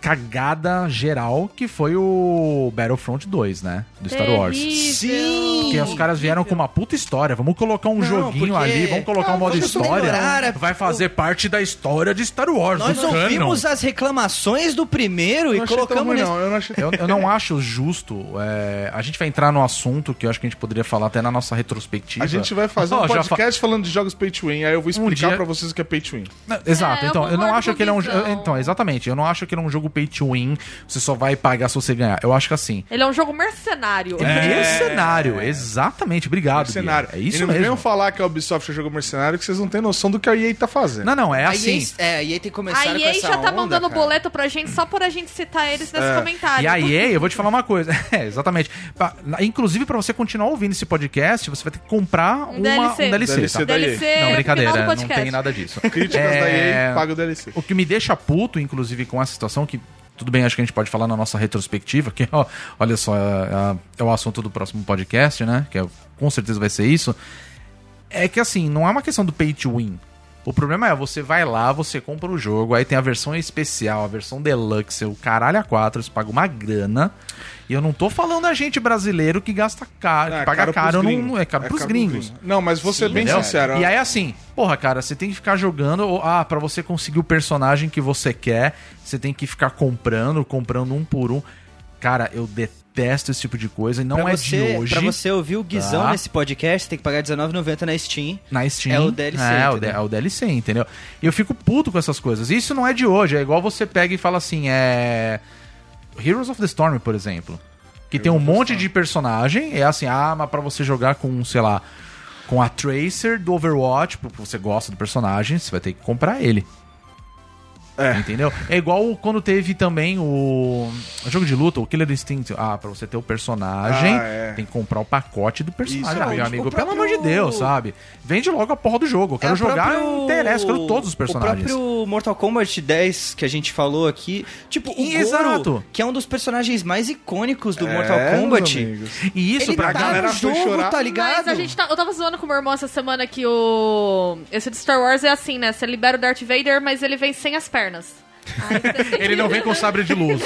Speaker 2: cagada geral, que foi o Battlefront 2, né? Do Star Wars.
Speaker 5: Terrível.
Speaker 3: Sim!
Speaker 2: Porque os caras vieram com uma puta história. Vamos colocar um
Speaker 3: Não,
Speaker 2: joguinho
Speaker 3: porque-
Speaker 2: ali, vamos colocar
Speaker 3: Ah,
Speaker 2: um modo
Speaker 3: vamos melhorar a-
Speaker 2: história. Vai fazer parte da história de Star Wars.
Speaker 3: é Nós
Speaker 2: do canon.
Speaker 3: ouvimos as reclamações do primeiro
Speaker 4: Eu
Speaker 3: e
Speaker 4: não achei tão
Speaker 3: colocamos
Speaker 4: ruim,
Speaker 3: nesse...
Speaker 4: não. Eu não achei
Speaker 2: Eu, eu não acho justo. é, a gente vai entrar no assunto que eu acho que a gente poderia falar até na nossa retrospectiva.
Speaker 4: A gente vai fazer
Speaker 2: Ó, já
Speaker 4: um
Speaker 2: fa- Um
Speaker 4: podcast falando de jogos pay to win, aí eu vou explicar
Speaker 2: dia-
Speaker 4: pra vocês o que é pay to win.
Speaker 2: Não, Exato,
Speaker 5: É, eu
Speaker 2: então, eu, não
Speaker 5: concordo
Speaker 2: acho
Speaker 5: com
Speaker 2: que ele é um
Speaker 5: o
Speaker 2: jo-
Speaker 5: Guizão.
Speaker 2: Então, exatamente, eu não acho que ele é um jogo pay to win, você só vai pagar se você ganhar. Eu acho que assim.
Speaker 5: Ele é um jogo mercenário.
Speaker 2: É. Mercenário, exatamente. Obrigado.
Speaker 4: Mercenário.
Speaker 2: Bia. É isso
Speaker 4: e não um venham
Speaker 2: mesmo.
Speaker 4: falar que a Ubisoft é jogo mercenário, que vocês não têm noção do que a EA tá fazendo.
Speaker 2: Não, não, é assim.
Speaker 6: Aí, é, a EA tem começado
Speaker 5: A
Speaker 6: com
Speaker 5: EA
Speaker 6: essa
Speaker 5: já tá
Speaker 6: onda,
Speaker 5: mandando
Speaker 6: cara.
Speaker 5: boleto pra gente só por a gente citar eles nesse
Speaker 6: É.
Speaker 5: comentário.
Speaker 2: E a EA, eu vou te falar uma coisa. É, exatamente. Pra- na- inclusive, pra você continuar ouvindo esse podcast, você vai ter que comprar
Speaker 5: Um
Speaker 2: uma,
Speaker 5: DLC.
Speaker 2: um DLC. tá?
Speaker 4: DLC da EA.
Speaker 5: DLC,
Speaker 2: Não,
Speaker 5: final do
Speaker 2: brincadeira, não
Speaker 5: um podcast.
Speaker 2: tem nada disso.
Speaker 4: Críticas
Speaker 2: É,
Speaker 4: da EA, paga o DLC.
Speaker 2: O que me deixa puto, inclusive, com essa situação, que tudo bem, acho que a gente pode falar na nossa retrospectiva, que ó, olha só, é, é- é o assunto do próximo podcast, né? Que é- com certeza vai ser isso. É que assim, não é uma questão do pay to win. O problema é, você vai lá, você compra o jogo, aí tem a versão especial, a versão deluxe, o caralho a 4, você paga uma grana. E eu não tô falando a gente brasileiro que gasta caro, que
Speaker 4: Ah,
Speaker 2: paga
Speaker 4: pros
Speaker 2: caro,
Speaker 4: gringos.
Speaker 2: não, é caro pros gringos.
Speaker 4: Não, mas vou ser bem
Speaker 2: Entendeu?
Speaker 4: sincero.
Speaker 2: E aí, assim, porra, cara, você tem que ficar jogando. ou, ah, pra você conseguir o personagem que você quer, você tem que ficar comprando, comprando um por um. Cara, eu detesto esse tipo de coisa e não
Speaker 6: pra
Speaker 2: é
Speaker 6: você,
Speaker 2: de hoje.
Speaker 6: Pra você ouvir o Guizão
Speaker 2: tá?
Speaker 6: nesse podcast, você tem que pagar R$19,90 na Steam.
Speaker 2: Na Steam.
Speaker 6: É o DLC,
Speaker 2: É, o, D-
Speaker 6: entendeu?
Speaker 2: é o DLC, entendeu? E eu fico puto com essas coisas. Isso não é de hoje. É igual você pega e fala assim, é... Heroes of the Storm, por exemplo. Que tem um monte de personagem. É assim, ah, mas pra você jogar com, sei lá... Com a Tracer do Overwatch, porque você gosta do personagem, você vai ter que comprar ele.
Speaker 4: É.
Speaker 2: Entendeu? É igual quando teve também o, o jogo de luta, o Killer Instinct. Ah, pra você ter o personagem,
Speaker 4: Ah, é.
Speaker 2: tem que comprar o pacote do personagem.
Speaker 4: Isso,
Speaker 2: Ah, meu
Speaker 4: o
Speaker 2: amigo,
Speaker 6: próprio-
Speaker 2: pelo amor de Deus, sabe? Vende logo a porra do jogo. Eu
Speaker 6: É
Speaker 2: quero
Speaker 6: o
Speaker 2: jogar,
Speaker 6: próprio-
Speaker 2: não interessa, eu quero todos os personagens.
Speaker 6: O próprio Mortal Kombat 10 que a gente falou aqui, tipo, o Goro,
Speaker 2: Exato.
Speaker 6: que é um dos personagens mais icônicos do
Speaker 4: É,
Speaker 6: Mortal
Speaker 4: meus
Speaker 6: Kombat.
Speaker 4: amigos.
Speaker 2: E isso
Speaker 6: Ele
Speaker 2: pra
Speaker 6: tá
Speaker 2: galera.
Speaker 6: no
Speaker 4: foi
Speaker 6: jogo,
Speaker 4: chorar.
Speaker 6: tá ligado?
Speaker 5: Mas a gente tá, eu tava zoando com o meu irmão essa semana que o. Esse de Star Wars é assim, né? Você libera o Darth Vader, mas ele vem sem as pernas. Aí você tem
Speaker 2: Ele não vem com sabre de luz.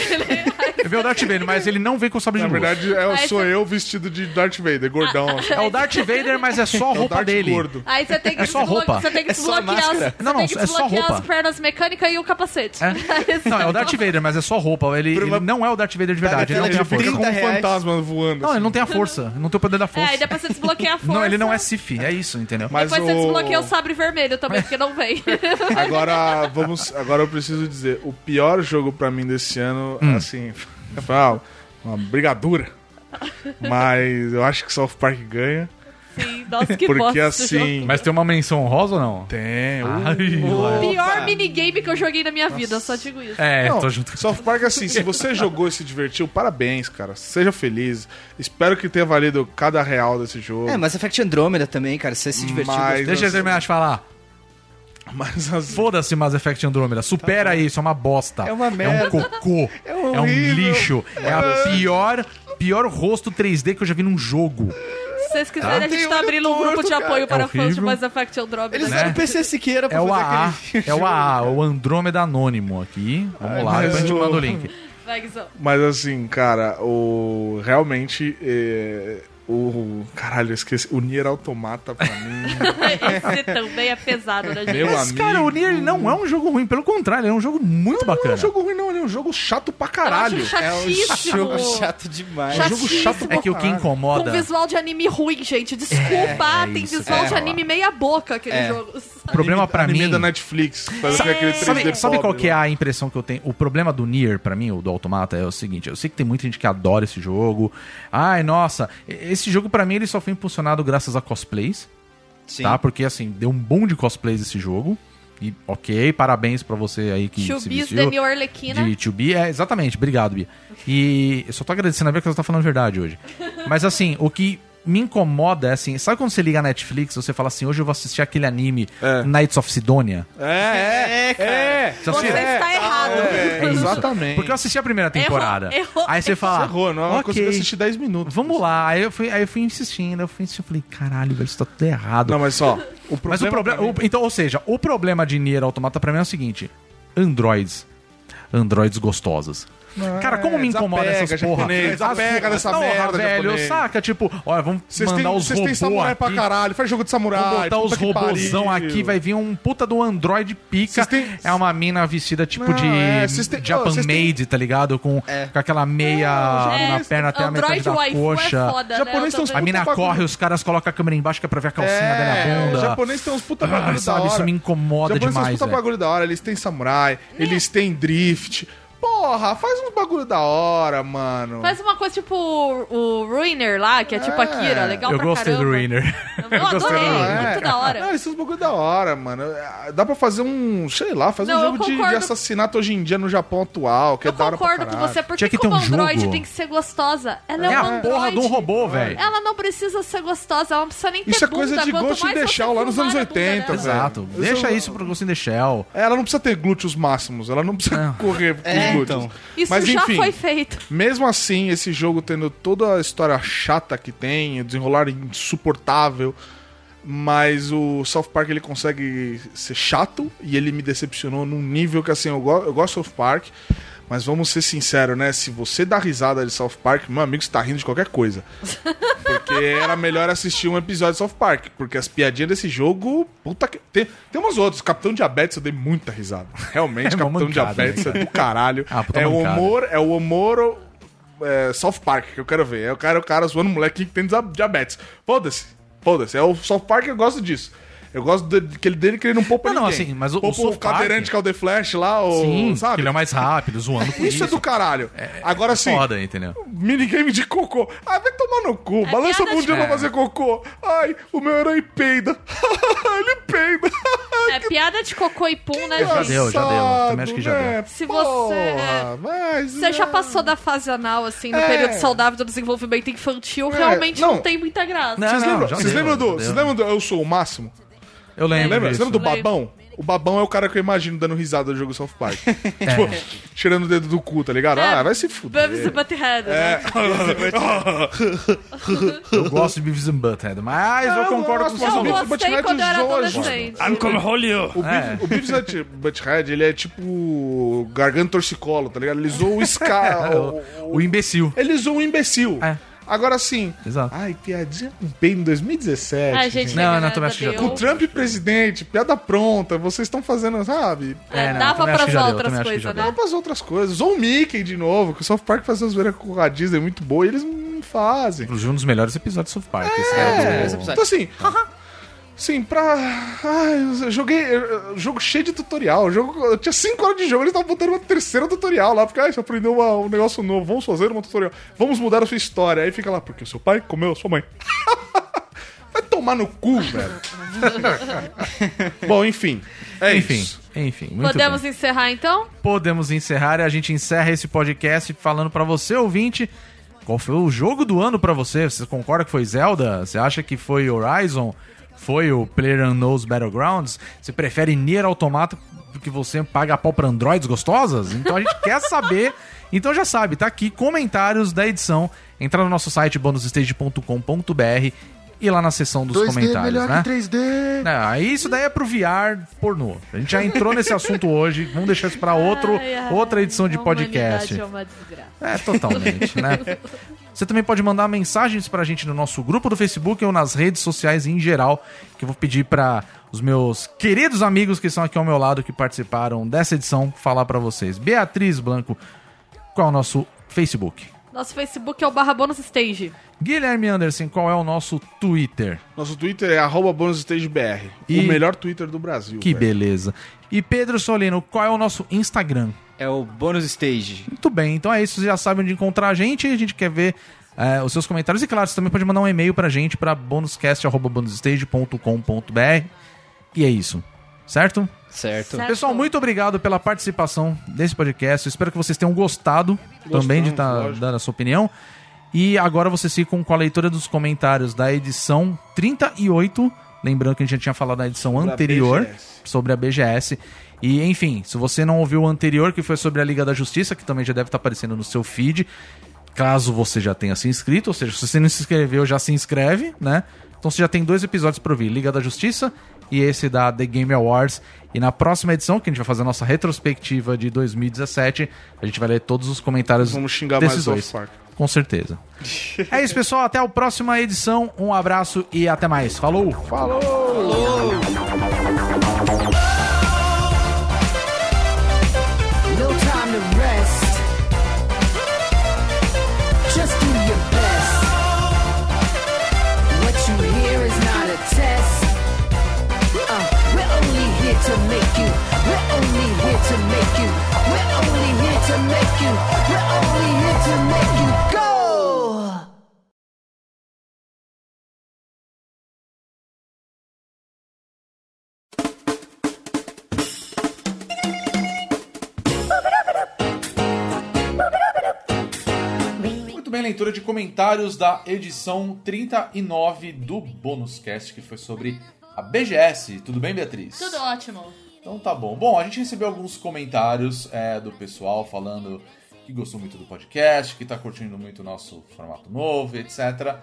Speaker 2: Eu vi o Darth Vader, mas ele não vem com sabre
Speaker 4: Na
Speaker 2: de luz.
Speaker 4: verdade, é,
Speaker 5: Aí
Speaker 4: sou
Speaker 5: você-
Speaker 4: eu vestido de Darth Vader, gordão. assim.
Speaker 2: É o Darth Vader, mas é só a
Speaker 4: É o
Speaker 2: roupa
Speaker 4: Darth
Speaker 2: dele.
Speaker 4: gordo.
Speaker 5: Aí você tem que,
Speaker 2: É só roupa.
Speaker 5: Você tem que
Speaker 6: É só a
Speaker 5: desbloquear, as,
Speaker 6: máscara.
Speaker 5: você
Speaker 2: Não, não,
Speaker 5: tem que
Speaker 2: é só
Speaker 5: desbloquear
Speaker 2: roupa.
Speaker 5: as pernas mecânicas e o capacete.
Speaker 2: É?
Speaker 5: Aí você-
Speaker 2: Não, é o Darth Vader, mas é só roupa. Ele,
Speaker 4: Por uma-
Speaker 2: ele não é o Darth Vader de verdade. Ele não
Speaker 6: Ele
Speaker 2: tem a
Speaker 4: Fica
Speaker 2: força.
Speaker 6: 30
Speaker 4: como um
Speaker 6: reais.
Speaker 4: fantasma voando.
Speaker 2: Não,
Speaker 4: assim.
Speaker 2: ele não tem a força. Não tem o poder da
Speaker 5: É,
Speaker 2: força.
Speaker 5: aí depois você desbloqueia a força.
Speaker 2: Não, ele não é Sif. É isso, entendeu?
Speaker 4: Mas
Speaker 5: Depois você
Speaker 4: o-
Speaker 5: desbloqueia o sabre vermelho
Speaker 2: É.
Speaker 5: também, porque não vem.
Speaker 4: Agora, vamos, agora eu preciso dizer, o pior jogo pra mim desse ano,
Speaker 2: Hum.
Speaker 4: assim, foi uma, uma brigadura. Mas eu acho que South Park ganha.
Speaker 5: Sim, nossa, que bosta
Speaker 4: porque
Speaker 5: esse jogo.
Speaker 4: assim.
Speaker 2: Mas uh, tem uma menção honrosa ou não?
Speaker 4: Tem. o-
Speaker 2: Ah, é, Ai,
Speaker 5: Pior minigame que eu joguei na minha vida, só digo isso.
Speaker 2: é,
Speaker 4: Não,
Speaker 2: tô junto com
Speaker 4: South Park, assim, se você jogou e se divertiu, parabéns, cara. Seja feliz. Espero que tenha valido cada real desse jogo.
Speaker 6: É, Mass Effect Andromeda também, cara, você se divertiu.
Speaker 4: Mas-
Speaker 2: Deixa eu terminar de falar.
Speaker 4: Mas assim,
Speaker 2: Foda-se Mass Effect Andromeda. Supera isso, é uma bosta.
Speaker 6: É uma
Speaker 2: É
Speaker 6: merda.
Speaker 2: um cocô. É, um lixo. É a pior, pior rosto 3D que eu já vi num jogo.
Speaker 5: Se vocês quiserem, a gente
Speaker 4: Tem
Speaker 5: tá
Speaker 4: olho
Speaker 5: abrindo um grupo
Speaker 4: torto,
Speaker 5: de apoio
Speaker 2: cara. É
Speaker 5: para fãs de
Speaker 2: horrível.
Speaker 5: Mass Effect Andromeda.
Speaker 6: Eles
Speaker 2: Né?
Speaker 6: usaram o PC Siqueira pra
Speaker 2: É o
Speaker 6: fazer
Speaker 2: AA.
Speaker 6: aquele
Speaker 2: É o AA, o Andrômeda Anônimo aqui. Vamos lá, depois a gente
Speaker 4: mas o-
Speaker 2: manda o link.
Speaker 5: Vai, Guizão.
Speaker 4: mas assim, cara, o. Realmente. é, O. Caralho, eu esqueci. O Nier Automata pra mim.
Speaker 5: Esse também é pesado, né, gente?
Speaker 4: meu
Speaker 2: Mas,
Speaker 4: amigo.
Speaker 2: cara, o Nier ele não é um jogo ruim. Pelo contrário, ele é um jogo muito
Speaker 4: Não é
Speaker 2: bacana.
Speaker 4: um jogo ruim, não. Ele é um jogo chato pra
Speaker 5: Eu
Speaker 4: caralho.
Speaker 2: É
Speaker 5: acho
Speaker 6: É jogo
Speaker 5: chatíssimo.
Speaker 6: chato demais.
Speaker 4: É um jogo chato
Speaker 5: chatíssimo.
Speaker 4: pra
Speaker 2: É que o que
Speaker 4: caralho.
Speaker 5: Com
Speaker 2: incomoda...
Speaker 5: visual de anime ruim, gente. Desculpa,
Speaker 2: é
Speaker 5: tem
Speaker 2: isso,
Speaker 5: visual
Speaker 2: é.
Speaker 5: de anime meia boca aquele
Speaker 6: É.
Speaker 5: jogo.
Speaker 2: O problema pra
Speaker 4: Anime
Speaker 2: mim...
Speaker 4: da Netflix. Fazer
Speaker 5: Sabe-
Speaker 4: aquele 3D
Speaker 2: Sabe, sabe
Speaker 4: pobre
Speaker 2: qual que é
Speaker 4: lá.
Speaker 2: a impressão que eu tenho? O problema do Nier, pra mim, ou do Automata, é o seguinte: eu sei que tem muita gente que adora esse jogo. Ai, nossa, esse jogo pra mim ele só foi impulsionado graças a cosplays,
Speaker 6: Sim.
Speaker 2: tá? Porque assim, deu um boom de cosplays esse jogo. E ok, parabéns pra você aí que se
Speaker 5: Chubis
Speaker 2: vestiu.
Speaker 5: Demi Arlequina.
Speaker 2: De to be, é, exatamente, obrigado, Bia. E eu só tô agradecendo a Bia que você tá falando a verdade hoje. Mas assim, o que me incomoda é assim, sabe quando você liga a Netflix, você fala assim, hoje eu vou assistir aquele anime
Speaker 4: É.
Speaker 2: Knights of Sidonia?
Speaker 4: É, é, é, cara.
Speaker 2: Você
Speaker 5: Você
Speaker 2: assiste?
Speaker 5: está errado.
Speaker 4: É,
Speaker 2: É isso.
Speaker 4: exatamente.
Speaker 2: Porque eu assisti a primeira temporada.
Speaker 5: Errou, errou.
Speaker 2: aí você fala.
Speaker 4: Errou, não é uma coisa que eu
Speaker 2: "Ok,
Speaker 4: assisti 10 minutos.
Speaker 2: Vamos lá. Aí eu fui, aí eu fui insistindo, eu fui insistindo. Eu falei, caralho, velho, isso tá tudo errado.
Speaker 4: Não, mas só. O problema é
Speaker 2: mas o problema.
Speaker 4: pra mim-
Speaker 2: o- Então, ou seja, o problema de Nier Automata pra mim é o seguinte: Androids. Androids gostosas. Cara, como me incomoda
Speaker 4: é, desapega,
Speaker 2: essas porra.
Speaker 4: japonês, desapega
Speaker 2: As-
Speaker 4: dessa
Speaker 2: porra,
Speaker 4: merda,
Speaker 2: velho.
Speaker 4: japonês.
Speaker 2: Saca, tipo, olha, vamos
Speaker 4: Vocês
Speaker 2: mandar os
Speaker 4: têm, vocês têm
Speaker 2: robôs
Speaker 4: samurai
Speaker 2: aqui.
Speaker 4: pra caralho, faz jogo de samurai.
Speaker 2: Vamos botar os
Speaker 4: puta que
Speaker 2: robôzão
Speaker 4: pariu.
Speaker 2: aqui, vai vir um puta do Android pica.
Speaker 4: Vocês têm-
Speaker 2: É uma mina vestida tipo
Speaker 4: Não,
Speaker 2: de
Speaker 4: é, vocês têm- Ô,
Speaker 2: Japan
Speaker 4: vocês têm-
Speaker 2: Made, tá ligado? Com, com aquela meia
Speaker 5: É,
Speaker 2: tá na perna até a metade
Speaker 5: Android
Speaker 2: da
Speaker 5: waifu
Speaker 2: coxa.
Speaker 5: é foda,
Speaker 4: Japonês
Speaker 5: né? Eu
Speaker 4: tem uns
Speaker 2: a
Speaker 5: também-
Speaker 2: mina
Speaker 4: Puta bagulho.
Speaker 2: corre, os caras colocam a câmera embaixo que é pra ver a calcinha
Speaker 4: É,
Speaker 2: dela na
Speaker 4: o
Speaker 2: bunda.
Speaker 4: japonês tem uns puta
Speaker 2: Ah,
Speaker 4: bagulho da
Speaker 2: sabe,
Speaker 4: hora.
Speaker 2: isso me incomoda
Speaker 4: japonês tem uns
Speaker 2: demais.
Speaker 4: puta
Speaker 2: velho.
Speaker 4: bagulho da hora. Eles têm samurai, eles têm drift. Porra, Porra, faz uns bagulho da hora, mano.
Speaker 5: Faz uma coisa tipo o, o Ruiner lá, que é tipo
Speaker 4: É.
Speaker 5: Akira, legal
Speaker 2: Eu
Speaker 5: pra
Speaker 2: gostei
Speaker 5: caramba.
Speaker 2: do Rainer.
Speaker 5: Eu, adorei,
Speaker 4: Não, É.
Speaker 5: muito da
Speaker 4: Não,
Speaker 5: hora.
Speaker 4: esses bagulho da hora, mano. É, Dá pra fazer um, sei lá, fazer
Speaker 5: Não, eu
Speaker 4: um jogo de, de
Speaker 5: concordo.
Speaker 4: assassinato hoje em dia no Japão atual, que
Speaker 5: Eu
Speaker 4: é da hora pra
Speaker 5: concordo com
Speaker 4: caralho.
Speaker 5: você, porque
Speaker 2: Tinha que ter
Speaker 5: como
Speaker 2: um
Speaker 5: Android
Speaker 2: jogo.
Speaker 5: tem que ser gostosa. Ela é,
Speaker 2: É
Speaker 5: um
Speaker 2: a
Speaker 5: Android.
Speaker 2: porra de um robô, velho.
Speaker 5: Ela não precisa ser gostosa, ela não precisa nem ter
Speaker 4: Isso é coisa
Speaker 5: bunda,
Speaker 4: de
Speaker 5: quanto
Speaker 4: Ghost in
Speaker 5: mais
Speaker 4: the
Speaker 5: você né?
Speaker 4: Shell, lá nos
Speaker 5: filmar
Speaker 4: anos
Speaker 5: a bunda
Speaker 4: 80,
Speaker 5: dela.
Speaker 4: velho.
Speaker 2: Exato.
Speaker 4: Isso
Speaker 2: Deixa
Speaker 4: eu-
Speaker 2: isso pro Ghost in the Shell.
Speaker 4: É, Ela não precisa ter glúteos máximos, ela não precisa correr com
Speaker 2: É,
Speaker 4: os glúteos.
Speaker 2: então.
Speaker 5: Isso
Speaker 4: Mas
Speaker 5: já
Speaker 4: enfim,
Speaker 5: foi feito.
Speaker 4: mesmo assim, esse jogo tendo toda a história chata que tem, o desenrolar insuportável, mas o South Park ele consegue ser chato e ele me decepcionou num nível que assim, eu, go- eu gosto do South Park, mas vamos ser sinceros, né? Se você dá risada de South Park, meu amigo, você tá rindo de qualquer coisa. Porque era melhor assistir um episódio de South Park, porque as piadinhas desse jogo, puta que. Tem, tem umas outras. Capitão Diabetes eu dei muita risada. Realmente,
Speaker 2: É uma
Speaker 4: Capitão
Speaker 2: mancada,
Speaker 4: Diabetes
Speaker 2: né,
Speaker 4: é do caralho.
Speaker 2: Ah, puta
Speaker 4: é, o
Speaker 2: mancada.
Speaker 4: humor, é o humor é, South Park que eu quero ver. É o cara, o cara zoando um molequinho que tem desa- diabetes. Foda-se, foda-se. É o South Park que eu gosto disso. Eu gosto de- daquele dele que ele não poupa
Speaker 2: Não, não,
Speaker 4: ninguém.
Speaker 2: assim, mas o- o
Speaker 4: poupa o,
Speaker 2: South Park-
Speaker 4: cadeirante Calder Flash lá, o,
Speaker 2: Sim,
Speaker 4: sabe?
Speaker 2: que ele é mais rápido, zoando por
Speaker 4: Isso
Speaker 2: isso. é
Speaker 4: é do assim, caralho. Agora sim,
Speaker 2: Foda, entendeu?
Speaker 4: Minigame de cocô. Ah, vai tomar no cu. Balança a
Speaker 5: É piada de-
Speaker 4: bundinha pra
Speaker 2: É.
Speaker 4: fazer cocô. Ai, o meu herói peida. Ele peida.
Speaker 5: É piada de cocô e pum, né,
Speaker 2: Já
Speaker 5: gente?
Speaker 2: deu, já deu.
Speaker 4: Engraçado,
Speaker 2: Também acho que já
Speaker 4: né?
Speaker 2: deu.
Speaker 5: Se
Speaker 4: Porra,
Speaker 5: você- é
Speaker 4: mas,
Speaker 5: Você já
Speaker 4: né?
Speaker 5: passou da fase anal, assim, no
Speaker 4: É.
Speaker 5: período saudável do desenvolvimento infantil,
Speaker 4: É,
Speaker 5: realmente não,
Speaker 4: não.
Speaker 5: tem muita graça.
Speaker 2: Ah, Não.
Speaker 4: Vocês lembram,
Speaker 2: já
Speaker 4: vocês
Speaker 2: deu,
Speaker 4: lembram
Speaker 2: já
Speaker 4: do,
Speaker 2: deu.
Speaker 4: vocês lembram do Eu Sou o Máximo?
Speaker 2: Eu lembro.
Speaker 4: Lembra? Vocês
Speaker 2: disso.
Speaker 4: lembram do
Speaker 5: Lembro.
Speaker 4: Babão? O Babão é o cara que eu imagino dando risada do jogo South Park.
Speaker 2: É.
Speaker 4: Tipo, tirando o dedo do cu, tá ligado?
Speaker 5: É.
Speaker 4: Ah, vai se fuder. É.
Speaker 5: Bubs e Butthead, né?
Speaker 2: Eu gosto de Beavis and Butthead, mas eu,
Speaker 4: eu
Speaker 2: concordo
Speaker 4: gosto,
Speaker 2: com
Speaker 4: mas
Speaker 2: você.
Speaker 5: Eu
Speaker 4: Beavis and
Speaker 5: gostei
Speaker 4: Butthead
Speaker 5: quando eu era
Speaker 4: zoa
Speaker 5: adolescente. É,
Speaker 4: Ah, O Beavis- O Beavis Nut- Butthead, ele é tipo o garganta torcicolo, tá ligado? Ele zoou o Scar. o- o-
Speaker 2: O imbecil.
Speaker 4: Ele zoou o imbecil.
Speaker 2: É.
Speaker 4: Agora sim.
Speaker 2: Exato.
Speaker 4: Ai, piadinha com bem em 2017.
Speaker 5: Ai, gente,
Speaker 2: Não, não,
Speaker 5: nada
Speaker 2: também acho que já
Speaker 5: deu.
Speaker 4: Com o Trump presidente, piada pronta, vocês estão fazendo, sabe?
Speaker 5: É,
Speaker 2: É, não,
Speaker 5: dava
Speaker 2: também acho que
Speaker 5: pra
Speaker 2: já
Speaker 5: usar
Speaker 2: deu,
Speaker 5: outras
Speaker 2: também acho que já deu.
Speaker 5: coisas, né?
Speaker 4: Vamos pras outras coisas. Ou o Mickey de novo, que o South Park faz umas zoeiras com a Disney muito boa e eles não fazem.
Speaker 2: Um dos melhores episódios do South Park. esse
Speaker 4: É,
Speaker 2: é do-
Speaker 4: então assim, haha. sim, pra. Ai, eu joguei. eu- Jogo cheio de tutorial. Jogo... Eu tinha 5 horas de jogo, eles estavam botando uma terceira tutorial lá, porque ai, você aprendeu uma- um negócio novo, vamos fazer uma tutorial. Vamos mudar a sua história. Aí fica lá, porque o seu pai comeu a sua mãe. Vai tomar no cu, velho. Bom, enfim. É
Speaker 2: Enfim,
Speaker 4: isso.
Speaker 2: enfim. muito
Speaker 5: Podemos
Speaker 2: bem.
Speaker 5: encerrar, então?
Speaker 2: podemos encerrar e a gente encerra esse podcast falando pra você, ouvinte, qual foi o jogo do ano pra você? Você concorda que foi Zelda? Você acha que foi Horizon? Foi o PlayerUnknown's Battlegrounds? Você prefere Nier Automata porque você paga pau pra androids gostosas? Então a gente quer saber. Então já sabe, tá aqui comentários da edição. Entra no nosso site bonusstage.com.br e lá na seção dos
Speaker 7: 2D é
Speaker 2: comentários,
Speaker 7: melhor
Speaker 2: né?
Speaker 7: que 3D.
Speaker 2: Não, aí isso daí é pro VR pornô. A gente já entrou nesse assunto hoje. Vamos deixar isso pra outro,
Speaker 5: Ai, ai,
Speaker 2: outra edição de
Speaker 5: a humanidade
Speaker 2: podcast.
Speaker 5: É uma desgraça.
Speaker 2: É, totalmente, né? Você também pode mandar mensagens pra gente no nosso grupo do Facebook ou nas redes sociais em geral, que eu vou pedir pra os meus queridos amigos que estão aqui ao meu lado, que participaram dessa edição, falar pra vocês. Beatriz Blanco, qual é o nosso Facebook?
Speaker 5: Nosso Facebook é o barra bônus stage.
Speaker 2: Guilherme Anderson, qual é o nosso Twitter?
Speaker 4: Nosso Twitter é arroba bonusstagebr.
Speaker 2: E-
Speaker 4: O melhor Twitter do Brasil.
Speaker 2: Que
Speaker 4: velho.
Speaker 2: beleza. E Pedro Solino, qual é o nosso Instagram?
Speaker 6: É o bônus stage.
Speaker 2: Muito bem, então é isso. Vocês já sabem onde encontrar a gente. A gente quer ver eh, os seus comentários. E claro, você também pode mandar um e-mail pra gente pra bonuscast.bonusstage.com.br. E é isso. Certo?
Speaker 6: Certo.
Speaker 5: Certo.
Speaker 2: Pessoal, muito obrigado pela participação desse podcast. Eu espero que vocês tenham gostado também de estar
Speaker 4: lógico.
Speaker 2: dando a sua opinião. E agora vocês ficam com a leitura dos comentários da edição 38. Lembrando que a gente já tinha falado na edição
Speaker 4: Sobre a
Speaker 2: anterior
Speaker 4: BGS.
Speaker 2: sobre a BGS. E, enfim, se você não ouviu o anterior, que foi sobre a Liga da Justiça, que também já deve estar aparecendo no seu feed, caso você já tenha se inscrito, ou seja, se você não se inscreveu, já se inscreve, né? Então você já tem dois episódios para ouvir, Liga da Justiça e esse da The Game Awards. E na próxima edição, que a gente vai fazer a nossa retrospectiva de 2017, a gente vai ler todos os comentários
Speaker 4: Vamos xingar mais
Speaker 2: desses
Speaker 4: South
Speaker 2: dois.
Speaker 4: Park.
Speaker 2: Com certeza. é isso, pessoal. Até a próxima edição. Um abraço e até mais. Falou!
Speaker 7: No time to rest. Just do your best. What you hear is not a test. Uh, we're only here to make you. We're only here to make you. We're only here to make rescue. We're only here to make you go.
Speaker 2: Muito bem, leitura de comentários da edição 39 do Bônus Cast, que foi sobre a BGS. Tudo bem, Beatriz?
Speaker 5: Tudo ótimo.
Speaker 2: Então tá bom. Bom, a gente recebeu alguns comentários é, do pessoal falando que gostou muito do podcast, que tá curtindo muito o nosso formato novo, etc.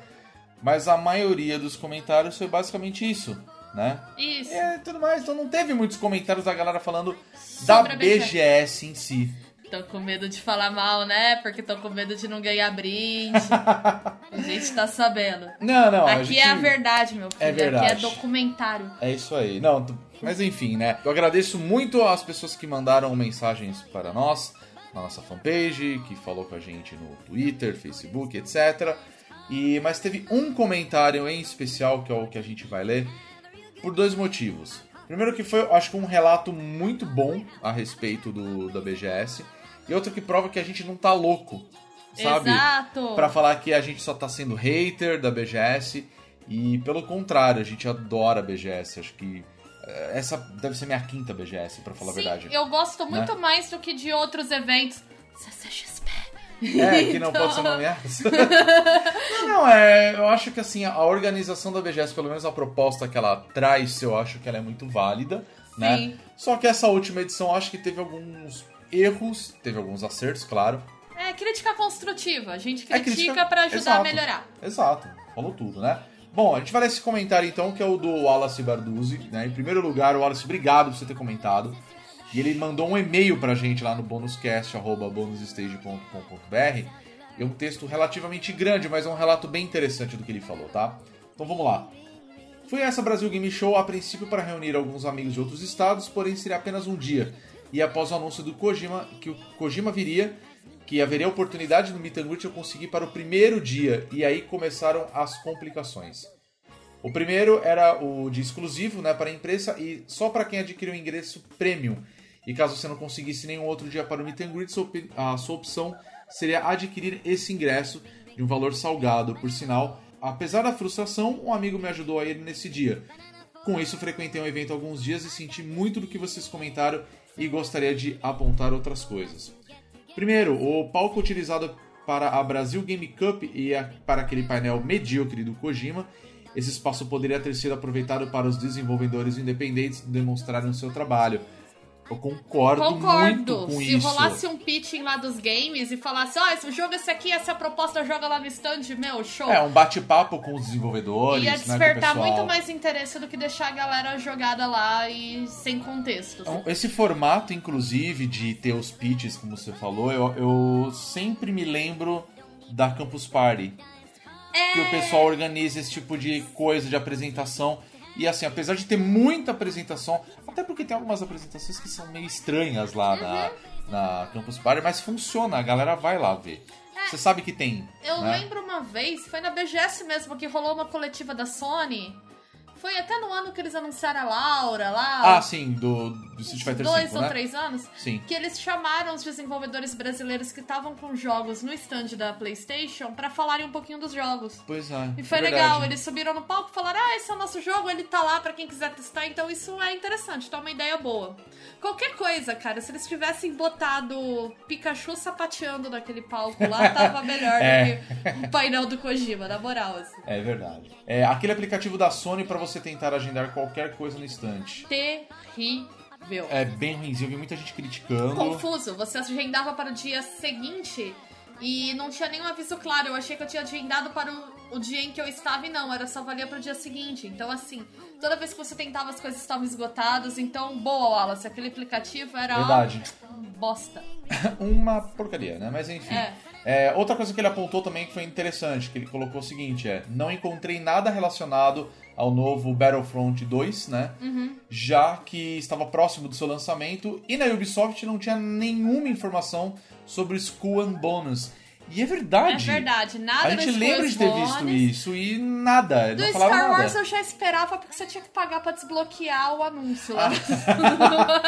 Speaker 2: Mas a maioria dos comentários foi basicamente isso, né?
Speaker 5: Isso.
Speaker 2: É, tudo mais. Então não teve muitos comentários da galera falando
Speaker 5: Sobre
Speaker 2: da
Speaker 5: a
Speaker 2: BGS.
Speaker 5: BGS.
Speaker 2: em si.
Speaker 5: Tô com medo de falar mal, né? Porque tô com medo de não ganhar brinde. a gente tá sabendo.
Speaker 2: Não, não.
Speaker 5: Aqui
Speaker 2: gente-
Speaker 5: é a verdade, meu filho.
Speaker 2: É verdade.
Speaker 5: Aqui é documentário.
Speaker 2: É isso aí. Não, tu- mas enfim, né? Eu agradeço muito às pessoas que mandaram mensagens para nós na nossa fanpage, que falou com a gente no Twitter, Facebook, etc. E mas teve um comentário em especial que é o que a gente vai ler por dois motivos. Primeiro que foi, eu acho que um relato muito bom a respeito do da BGS e outro que prova que a gente não tá louco, sabe?
Speaker 5: Exato.
Speaker 2: Pra falar que a gente só tá sendo hater da BGS e pelo contrário, a gente adora a BGS. Acho que eh, essa deve ser minha quinta BGS, pra falar
Speaker 5: Sim,
Speaker 2: a verdade. Né?
Speaker 5: eu gosto muito mais do que de outros eventos. CCXP.
Speaker 2: É, que não
Speaker 5: Então-
Speaker 2: pode ser nomeado. não, não, é, eu acho que assim, a organização da BGS, pelo menos a proposta que ela traz, eu acho que ela é muito válida, né?
Speaker 5: Sim.
Speaker 2: Só que essa última edição eu acho que teve alguns erros, teve alguns acertos, claro.
Speaker 5: É crítica construtiva. A gente
Speaker 2: É
Speaker 5: critica pra ajudar
Speaker 2: Exato.
Speaker 5: a melhorar.
Speaker 2: Exato, falou tudo, né? Bom, a gente vai ler esse comentário então, que é o do Wallace Barduzzi, né? Em primeiro lugar, o Wallace, obrigado por você ter comentado. E ele mandou um e-mail pra gente lá no bonuscast, arroba bonusstage.com.br. E é um texto relativamente grande, mas é um relato bem interessante do que ele falou, tá? Então vamos lá. Fui a essa Brasil Game Show a princípio para reunir alguns amigos de outros estados, porém seria apenas um dia. E após o anúncio do Kojima, que o Kojima viria, que haveria oportunidade no Meet and Greet, eu consegui para o primeiro dia, e aí começaram as complicações. O primeiro era o de exclusivo, né, para a imprensa e só para quem adquiriu o ingresso premium. E caso você não conseguisse nenhum outro dia para o Meet and Greet, sua opi- a sua opção seria adquirir esse ingresso de um valor salgado, por sinal. Apesar da frustração, um amigo me ajudou a ir nesse dia. Com isso, frequentei o evento alguns dias e senti muito do que vocês comentaram e gostaria de apontar outras coisas. Primeiro, o palco utilizado para a Brasil Game Cup e a- para aquele painel medíocre do Kojima. Esse espaço poderia ter sido aproveitado para os desenvolvedores independentes demonstrarem o seu trabalho. Eu concordo, muito
Speaker 5: Concordo.
Speaker 2: com
Speaker 5: Se
Speaker 2: isso.
Speaker 5: rolasse um pitching lá dos games e falasse, ó, esse jogo esse aqui, essa proposta joga lá no stand, meu, show.
Speaker 2: É, um bate-papo com os desenvolvedores,
Speaker 5: Ia
Speaker 2: né,
Speaker 5: despertar
Speaker 2: com o pessoal.
Speaker 5: muito mais interesse do que deixar a galera jogada lá e sem contexto.
Speaker 2: Então, Esse formato, inclusive, de ter os pitches, como você falou, eu, eu sempre me lembro da Campus Party.
Speaker 5: É.
Speaker 2: Que o pessoal organiza esse tipo de coisa, de apresentação. E assim, apesar de ter muita apresentação, até porque tem algumas apresentações que são meio estranhas lá na,
Speaker 5: Uhum.
Speaker 2: na Campus Party, mas funciona, a galera vai lá ver. Você sabe que tem.
Speaker 5: É. Eu
Speaker 2: né?
Speaker 5: lembro uma vez, foi na BGS mesmo, que rolou uma coletiva da Sony. Foi até no ano que eles anunciaram a Laura lá.
Speaker 2: Ah, sim, do, do Street Fighter
Speaker 5: dois
Speaker 2: 5,
Speaker 5: ou
Speaker 2: né?
Speaker 5: três anos.
Speaker 2: Sim.
Speaker 5: Que eles chamaram os desenvolvedores brasileiros que estavam com jogos no stand da PlayStation pra falarem um pouquinho dos jogos.
Speaker 2: Pois é.
Speaker 5: E foi
Speaker 2: é
Speaker 5: legal,
Speaker 2: verdade.
Speaker 5: eles subiram no palco e falaram: Ah, esse é o nosso jogo, ele tá lá pra quem quiser testar, então isso é interessante, então é uma ideia boa. Qualquer coisa, cara, se eles tivessem botado Pikachu sapateando naquele palco lá, tava melhor
Speaker 2: É.
Speaker 5: do que o painel do Kojima, na moral, assim.
Speaker 2: É verdade. É aquele aplicativo da Sony pra você tentar agendar qualquer coisa no instante.
Speaker 5: Terrível.
Speaker 2: É bem ruimzinho, eu vi muita gente criticando.
Speaker 5: Confuso, você agendava para o dia seguinte e não tinha nenhum aviso claro. Eu achei que eu tinha agendado para o, o dia em que eu estava e não, era só valia para o dia seguinte. Então, assim, toda vez que você tentava, as coisas estavam esgotadas. Então, boa, Wallace, aquele aplicativo era ó,
Speaker 2: Verdade.
Speaker 5: bosta.
Speaker 2: Uma porcaria, né? Mas enfim.
Speaker 5: É.
Speaker 2: É, outra coisa que ele apontou também que foi interessante, que ele colocou o seguinte, é... Não encontrei nada relacionado ao novo Battlefront 2, né?
Speaker 5: Uhum.
Speaker 2: Já que estava próximo do seu lançamento. E na Ubisoft não tinha nenhuma informação sobre o Skull and Bonus.
Speaker 8: E é verdade.
Speaker 5: É verdade, nada
Speaker 8: A gente
Speaker 5: dos
Speaker 8: lembra de ter visto
Speaker 5: correspondes.
Speaker 8: isso e nada.
Speaker 5: Do
Speaker 8: não falava
Speaker 5: Star
Speaker 8: nada.
Speaker 5: Wars eu já esperava porque você tinha que pagar pra desbloquear o anúncio
Speaker 8: Ah,
Speaker 5: lá.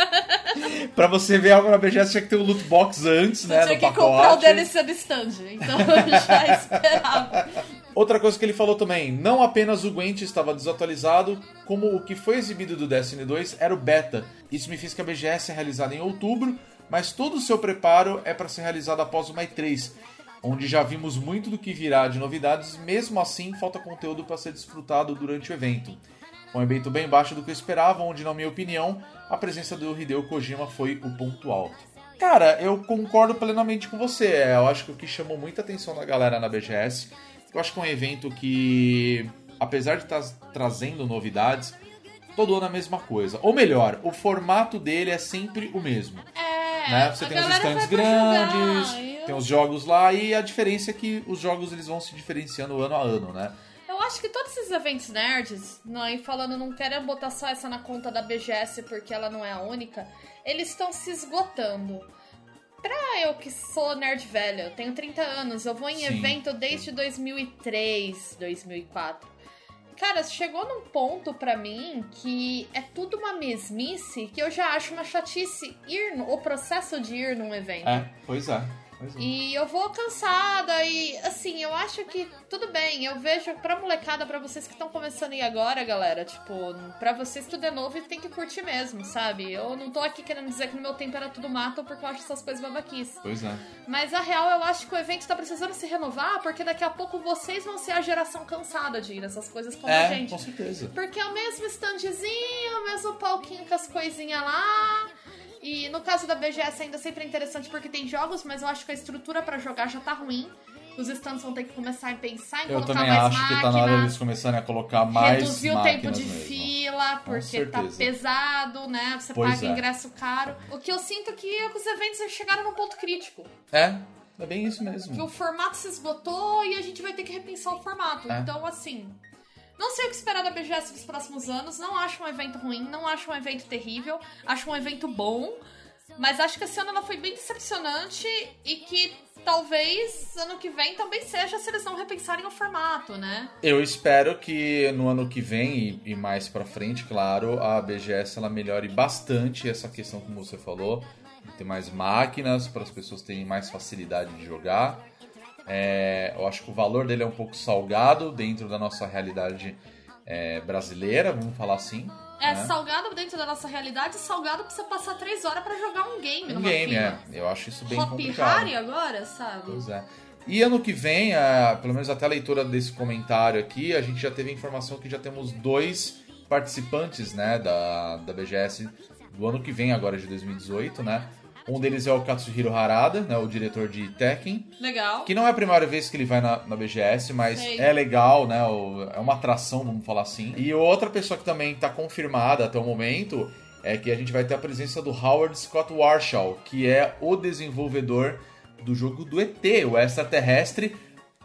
Speaker 8: Pra você ver algo na BGS tinha que ter o loot box antes,
Speaker 5: você
Speaker 8: né?
Speaker 5: tinha
Speaker 8: do
Speaker 5: que
Speaker 8: pacote.
Speaker 5: comprar o DLC do stand. Então eu já esperava.
Speaker 8: Outra coisa que ele falou também, não apenas o Gwent estava desatualizado, como o que foi exibido do Destiny 2 era o beta. Isso me fez que a BGS é realizada em outubro, mas todo o seu preparo é para ser realizado após uma E3, onde já vimos muito do que virá de novidades, mesmo assim falta conteúdo para ser desfrutado durante o evento. Um evento bem baixo do que eu esperava, onde, na minha opinião, a presença do Hideo Kojima foi o ponto alto. Cara, eu concordo plenamente com você. É, Eu acho que o que chamou muita atenção da galera na BGS, eu acho que é um evento que, apesar de estar trazendo novidades, todo ano é a mesma coisa. Ou melhor, o formato dele é sempre o mesmo.
Speaker 5: É,
Speaker 8: né? Você
Speaker 5: a
Speaker 8: tem os
Speaker 5: galera
Speaker 8: stands
Speaker 5: vai pra jogar,
Speaker 8: grandes,
Speaker 5: e eu-
Speaker 8: tem os jogos lá, e a diferença é que os jogos eles vão se diferenciando ano a ano, né?
Speaker 5: Eu acho que todos esses eventos nerds, não, e falando, não quero botar só essa na conta da BGS porque ela não é a única, eles estão se esgotando. Pra eu que sou nerd velha, eu tenho 30 anos, eu vou em
Speaker 8: Sim.
Speaker 5: evento desde 2003, 2004. Cara, chegou num ponto pra mim que é tudo uma mesmice que eu já acho uma chatice ir no, o processo de ir num evento.
Speaker 8: É, pois é. Pois é.
Speaker 5: E eu vou cansada e assim, eu acho que tudo bem. Eu vejo pra molecada, pra vocês que estão começando aí agora, galera, tipo, pra vocês tudo é novo e tem que curtir mesmo, sabe? Eu não tô aqui querendo dizer que no meu tempo era tudo mato porque eu acho essas coisas babaquice.
Speaker 8: Pois é.
Speaker 5: Mas a real, eu acho que o evento tá precisando se renovar porque daqui a pouco vocês vão ser a geração cansada de ir nessas coisas como a
Speaker 8: É,
Speaker 5: gente.
Speaker 8: com certeza.
Speaker 5: Porque é o mesmo standzinho, o mesmo palquinho com as coisinhas lá. E no caso da BGS ainda sempre é interessante porque tem jogos, mas eu acho que a estrutura pra jogar já tá ruim. Os stands vão ter que começar a pensar em
Speaker 8: Eu
Speaker 5: colocar
Speaker 8: também
Speaker 5: mais
Speaker 8: acho
Speaker 5: máquina,
Speaker 8: que tá na hora deles começarem a colocar mais
Speaker 5: reduzir o
Speaker 8: máquinas
Speaker 5: tempo de
Speaker 8: mesmo.
Speaker 5: fila,
Speaker 8: Com
Speaker 5: porque tá
Speaker 8: certeza.
Speaker 5: pesado, né? Você
Speaker 8: Pois
Speaker 5: paga
Speaker 8: é.
Speaker 5: ingresso caro. O que eu sinto é que os eventos chegaram num ponto crítico.
Speaker 8: É, é bem isso mesmo.
Speaker 5: Que o formato se esgotou e a gente vai ter que repensar o formato.
Speaker 8: É.
Speaker 5: Então, assim. Não sei o que esperar da BGS dos próximos anos. Não acho um evento ruim, não acho um evento terrível. Acho um evento bom. Mas acho que esse ano ela foi bem decepcionante e que talvez ano que vem também seja se eles não repensarem o formato, né?
Speaker 8: Eu espero que no ano que vem e, e mais pra frente, claro, a BGS ela melhore bastante essa questão como você falou, de ter mais máquinas para as pessoas terem mais facilidade de jogar. É, eu acho que o valor dele é um pouco salgado dentro da nossa realidade é, brasileira, vamos falar assim.
Speaker 5: É,
Speaker 8: né?
Speaker 5: salgado dentro da nossa realidade, salgado pra você passar três horas pra jogar um game
Speaker 8: um
Speaker 5: numa
Speaker 8: game, é.
Speaker 5: fila.
Speaker 8: Eu acho isso bem
Speaker 5: Hop
Speaker 8: complicado.
Speaker 5: Harry agora, sabe?
Speaker 8: Pois é. E ano que vem, ah, pelo menos até a leitura desse comentário aqui, a gente já teve a informação que já temos dois participantes né, da, da BGS do ano que vem, agora de 2018, né? Um deles é o Katsuhiro Harada, né, o diretor de Tekken,
Speaker 5: Legal.
Speaker 8: que não é a primeira vez que ele vai na, na BGS, mas
Speaker 5: Sei.
Speaker 8: é legal, né? o- é uma atração, vamos falar assim. E outra pessoa que também está confirmada até o momento é que a gente vai ter a presença do Howard Scott Warshaw, que é o desenvolvedor do jogo do ET, o extraterrestre,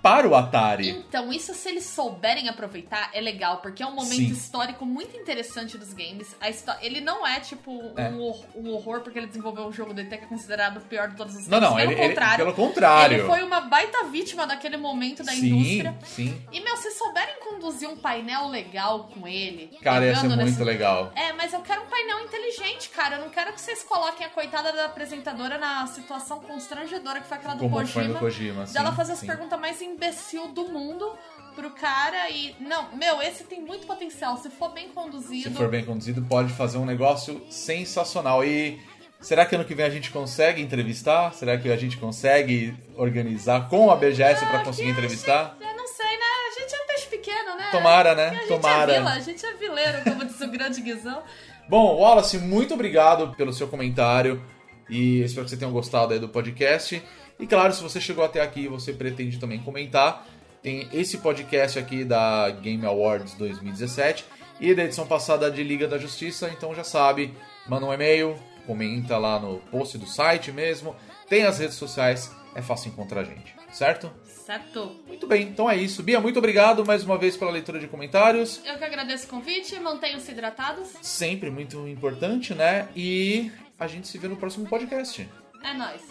Speaker 8: para o Atari.
Speaker 5: Então, isso se eles souberem aproveitar é legal, porque é um momento
Speaker 8: Sim.
Speaker 5: histórico muito interessante dos games. A histó- ele não é tipo um,
Speaker 8: É.
Speaker 5: hor- um horror porque ele desenvolveu um jogo dele que é considerado o pior de todos os
Speaker 8: Não,
Speaker 5: tempos.
Speaker 8: não,
Speaker 5: pelo
Speaker 8: ele, ele-
Speaker 5: contrário.
Speaker 8: pelo contrário.
Speaker 5: ele foi uma baita vítima daquele momento da
Speaker 8: sim,
Speaker 5: indústria.
Speaker 8: sim.
Speaker 5: E, meu, se souberem conduzir um painel legal com ele.
Speaker 8: Cara, ia ser
Speaker 5: pegando
Speaker 8: muito
Speaker 5: Tá nesse-
Speaker 8: legal.
Speaker 5: É, mas eu quero um painel inteligente, cara. Eu não quero que vocês coloquem a coitada da apresentadora na situação constrangedora que foi aquela do
Speaker 8: Como
Speaker 5: Tá Kojima
Speaker 8: foi no Kojima, sim.
Speaker 5: dela fazer as
Speaker 8: Assim, sim.
Speaker 5: perguntas mais imbecil do mundo pro cara e. Não, meu, esse tem muito potencial. Se for bem conduzido.
Speaker 8: Se for bem conduzido, pode fazer um negócio sensacional. E será que ano que vem a gente consegue entrevistar? Será que a gente consegue organizar com a BGS
Speaker 5: Ah,
Speaker 8: pra
Speaker 5: é
Speaker 8: conseguir entrevistar?
Speaker 5: Eu não sei, né? A gente é peixe pequeno, né?
Speaker 8: Tomara,
Speaker 5: A
Speaker 8: né?
Speaker 5: gente é vila,
Speaker 8: Tomara.
Speaker 5: a gente é vileiro, como disse o grande Guizão.
Speaker 8: Bom, Wallace, muito obrigado pelo seu comentário e espero que você tenha gostado aí do podcast. E claro, se você chegou até aqui e você pretende também comentar, tem esse podcast aqui da Game Awards 2017 e da edição passada de Liga da Justiça, então já sabe, manda um e-mail, comenta lá no post do site mesmo, tem as redes sociais, é fácil encontrar a gente, certo?
Speaker 5: Certo.
Speaker 8: Muito bem, então é isso. Bia, muito obrigado mais uma vez pela leitura de comentários
Speaker 5: Eu que agradeço o convite, mantenham-se hidratados.
Speaker 8: sempre muito importante, né? E a gente se vê no próximo podcast.
Speaker 5: É nóis.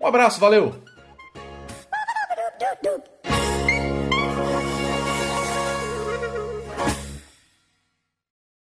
Speaker 8: Um abraço, valeu!
Speaker 7: doop doop.